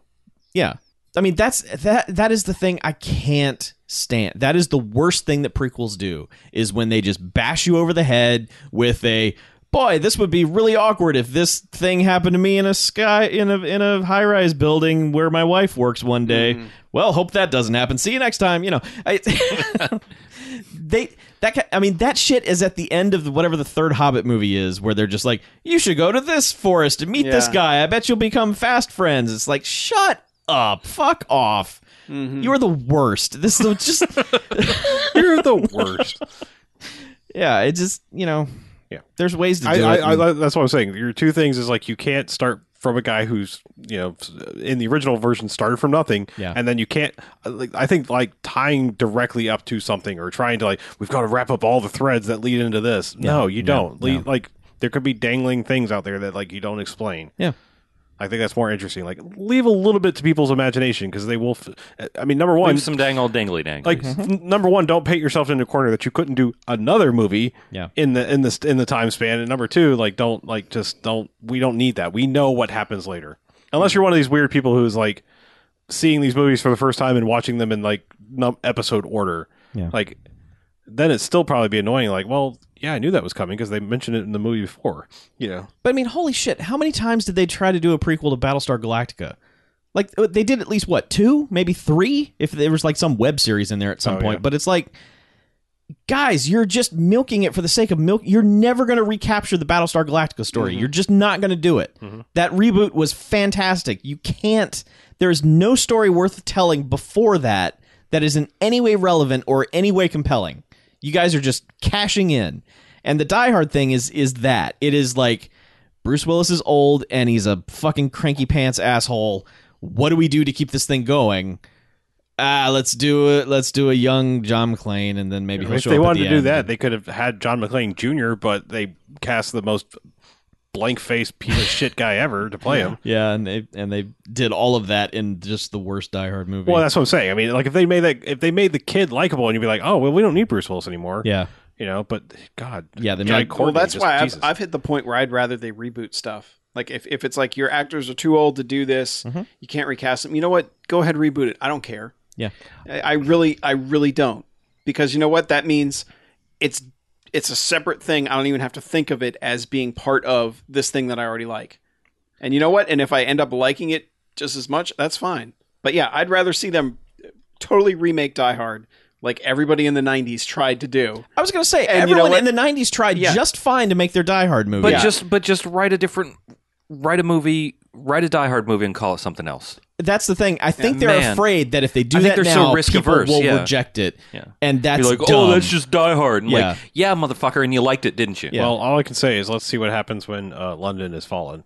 S3: Yeah. I mean, that's that that is the thing I can't stand. That is the worst thing that prequels do is when they just bash you over the head with a boy, this would be really awkward if this thing happened to me in a sky in a in a high-rise building where my wife works one day. Well, hope that doesn't happen. See you next time, you know. I, they that ki- I mean that shit is at the end of the, whatever the third Hobbit movie is, where they're just like, you should go to this forest and meet this
S4: Yeah.
S3: guy. I bet you'll become fast friends. It's like, shut up, fuck off.
S2: Mm-hmm.
S3: You're the worst. This is just
S2: You're the worst.
S3: yeah. It just you know
S2: Yeah.
S3: There's ways to
S2: I,
S3: do it.
S2: I,
S3: and-
S2: I, that's what I'm saying. Your two things is like you can't start from a guy who's you know in the original version started from nothing,
S3: Yeah.
S2: and then you can't. uh, Like, I think like tying directly up to something or trying to like we've got to wrap up all the threads that lead into this. no, you don't. Le- Like there could be dangling things out there that like you don't explain.
S3: yeah.
S2: I think that's more interesting. Like leave a little bit to people's imagination because they will. F- uh, I mean, number one,
S1: Leave some dang old dangly dang.
S2: like
S3: Mm-hmm.
S2: n- number one, don't paint yourself into a corner that you couldn't do another movie
S3: Yeah.
S2: in the in the in the time span. And number two, like don't like just don't we don't need that. We know what happens later.
S3: Mm-hmm.
S2: Unless you're one of these weird people who's like seeing these movies for the first time and watching them in like num- episode order.
S3: Yeah.
S2: Like then it's still probably be annoying. Like, well, yeah, I knew that was coming because they mentioned it in the movie before. You know,
S3: But I mean, holy shit! How many times did they try to do a prequel to Battlestar Galactica? Like they did at least what two, maybe three, if there was like some web series in there at some
S2: Oh,
S3: point.
S2: yeah.
S3: But it's like, guys, you're just milking it for the sake of milk. You're never going to recapture the Battlestar Galactica story. You're just not going to do it. That reboot was fantastic. You can't. There is no story worth telling before that that is in any way relevant or any way compelling. You guys are just cashing in. And the Die Hard thing is is that it is like Bruce Willis is old and he's a fucking cranky pants asshole. What do we do to keep this thing going? Ah, let's do it. Let's do a young John McClane, and then maybe he'll
S2: if
S3: show
S2: they
S3: up at
S2: wanted
S3: the
S2: to do
S3: end.
S2: that, they could have had John McClane Jr., but they cast the most blank faced piece of shit guy ever to play him.
S3: Yeah, and they and they did all of that in just the worst Die Hard movie.
S2: Well, that's what I'm saying. I mean, like if they made that, if they made the kid likable, and you'd be like, oh well, we don't need Bruce Willis anymore.
S3: yeah,
S2: you know. But God,
S3: yeah. The
S2: Jack
S3: night,
S2: Courtney
S4: well, that's
S2: just-
S4: why I've,
S2: Jesus.
S4: I've hit the point where I'd rather they reboot stuff. Like if, if it's like your actors are too old to do this,
S2: Mm-hmm.
S3: Mhm.
S4: you can't recast them. You know what? Go ahead, reboot it. I don't care.
S3: Yeah.
S4: I, I really, I really don't, because you know what that means. It's it's a separate thing. I don't even have to think of it as being part of this thing that I already like. And you know what? And if I end up liking it just as much, that's fine. But yeah, I'd rather see them totally remake Die Hard, like everybody in the '90s tried to do.
S3: I was gonna say
S4: And you know
S3: everyone
S4: what?
S3: in the '90s tried
S4: Yeah.
S3: just fine to make their Die Hard movie.
S1: But
S4: Yeah.
S1: just but just write a different write a movie write a Die Hard movie and call it something else.
S3: that's the thing. I think they're
S1: man.
S3: afraid that if they do
S1: I think
S3: that
S1: they're so
S3: now, people
S1: risk-averse,
S3: will
S1: yeah.
S3: reject it.
S1: Yeah.
S3: And that's
S1: You're like,
S3: dumb.
S1: oh, that's just Die Hard. And
S3: Yeah.
S1: Like, yeah, motherfucker, and you liked it, didn't you?
S3: Yeah.
S2: Well, all I can say is let's see what happens when uh, London is fallen,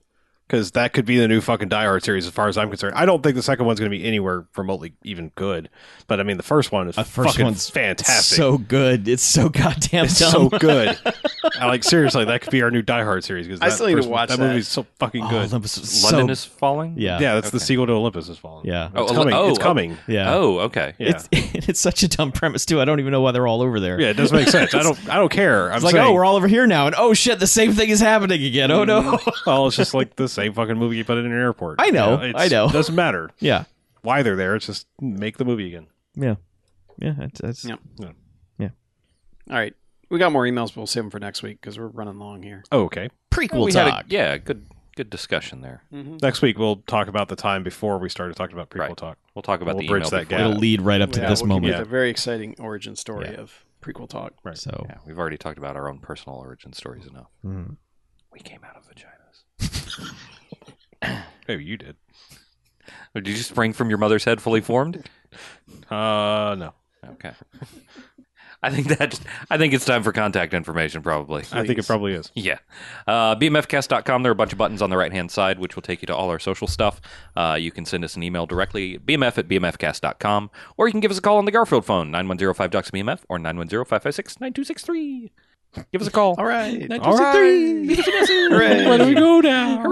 S2: because that could be the new fucking Die Hard series. As far as I'm concerned, I don't think the second one's going to be anywhere remotely even good. But I mean, the first one is
S3: The first
S2: fucking
S3: one's
S2: fantastic.
S3: so good. It's so goddamn
S2: it's
S3: dumb.
S2: so good. I, like seriously, that could be our new Die Hard series. Because
S4: I still need to watch
S2: that
S4: that.
S2: movie's so fucking
S3: Oh,
S2: good.
S3: Olympus is
S1: London
S3: so-
S1: is falling.
S3: yeah,
S2: yeah, that's the sequel to Olympus is fallen.
S3: Yeah.
S2: it's
S1: Oh, Oli-
S2: coming.
S1: oh,
S2: it's
S1: oh.
S2: coming.
S3: yeah.
S1: Oh, okay.
S2: Yeah.
S3: It's it's such a dumb premise too. I don't even know why they're all over there.
S2: Yeah, it doesn't make sense. I don't. I don't care. I'm
S3: It's like,
S2: saying,
S3: oh, we're all over here now, and oh shit, the same thing is happening again. Oh no.
S2: well, it's just like the same fucking movie you put in an airport.
S3: I know,
S2: it's-
S3: I know.
S2: Doesn't matter
S3: yeah.
S2: why they're there. It's just make the movie again.
S3: Yeah. Yeah. That's, that's,
S4: Yeah.
S3: Yeah.
S4: All right. We got more emails, but we'll save them for next week because we're running long here.
S2: Oh, okay.
S3: Prequel
S1: we had
S3: talk.
S1: a, yeah, good good discussion there.
S3: Mm-hmm.
S2: Next week we'll talk about the time before we started talking about prequel
S1: Right.
S2: talk.
S1: We'll talk about
S2: We'll
S1: the
S2: bridge
S1: email
S2: that
S1: before.
S2: gap.
S3: It'll lead right up to
S4: Yeah,
S3: this
S4: we'll keep
S3: moment.
S4: it
S2: Yeah.
S4: a very exciting origin story
S2: Yeah.
S4: of prequel talk.
S2: Right.
S3: So
S1: Yeah, we've already talked about our own personal origin stories enough.
S3: Mhm.
S1: We came out of vaginas.
S2: Maybe you did.
S1: Did you spring from your mother's head fully formed?
S2: Uh, no.
S1: Okay. I think that I think it's time for contact information probably.
S2: I think it probably is.
S1: Yeah. Uh, BMFcast.com. There are a bunch of buttons on the right hand side, which will take you to all our social stuff. Uh, you can send us an email directly, bmf at bmfcast.com, or you can give us a call on the Garfield phone, 910 5 BMF E or 910 556 9263. Give us a call.
S4: All right.
S1: Nine-
S2: All right.
S4: Hooray.
S2: Where do we go now?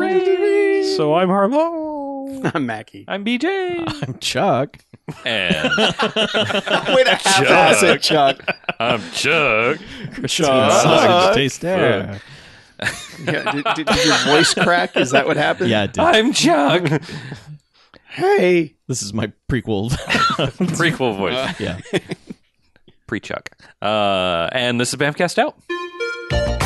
S2: So I'm Harlow.
S4: I'm Mackie.
S1: I'm BJ.
S3: I'm Chuck.
S1: and
S4: Way to half-ass it, Chuck.
S1: I'm Chuck.
S3: Massage taste there.
S4: Yeah, did, did- did your voice crack? Is that what happened?
S3: Yeah, it did.
S1: I'm Chuck.
S4: Hey.
S3: This is my prequel.
S1: Prequel voice.
S3: yeah.
S1: Uh, Pre Chuck. Uh, and this is BAMFcast out.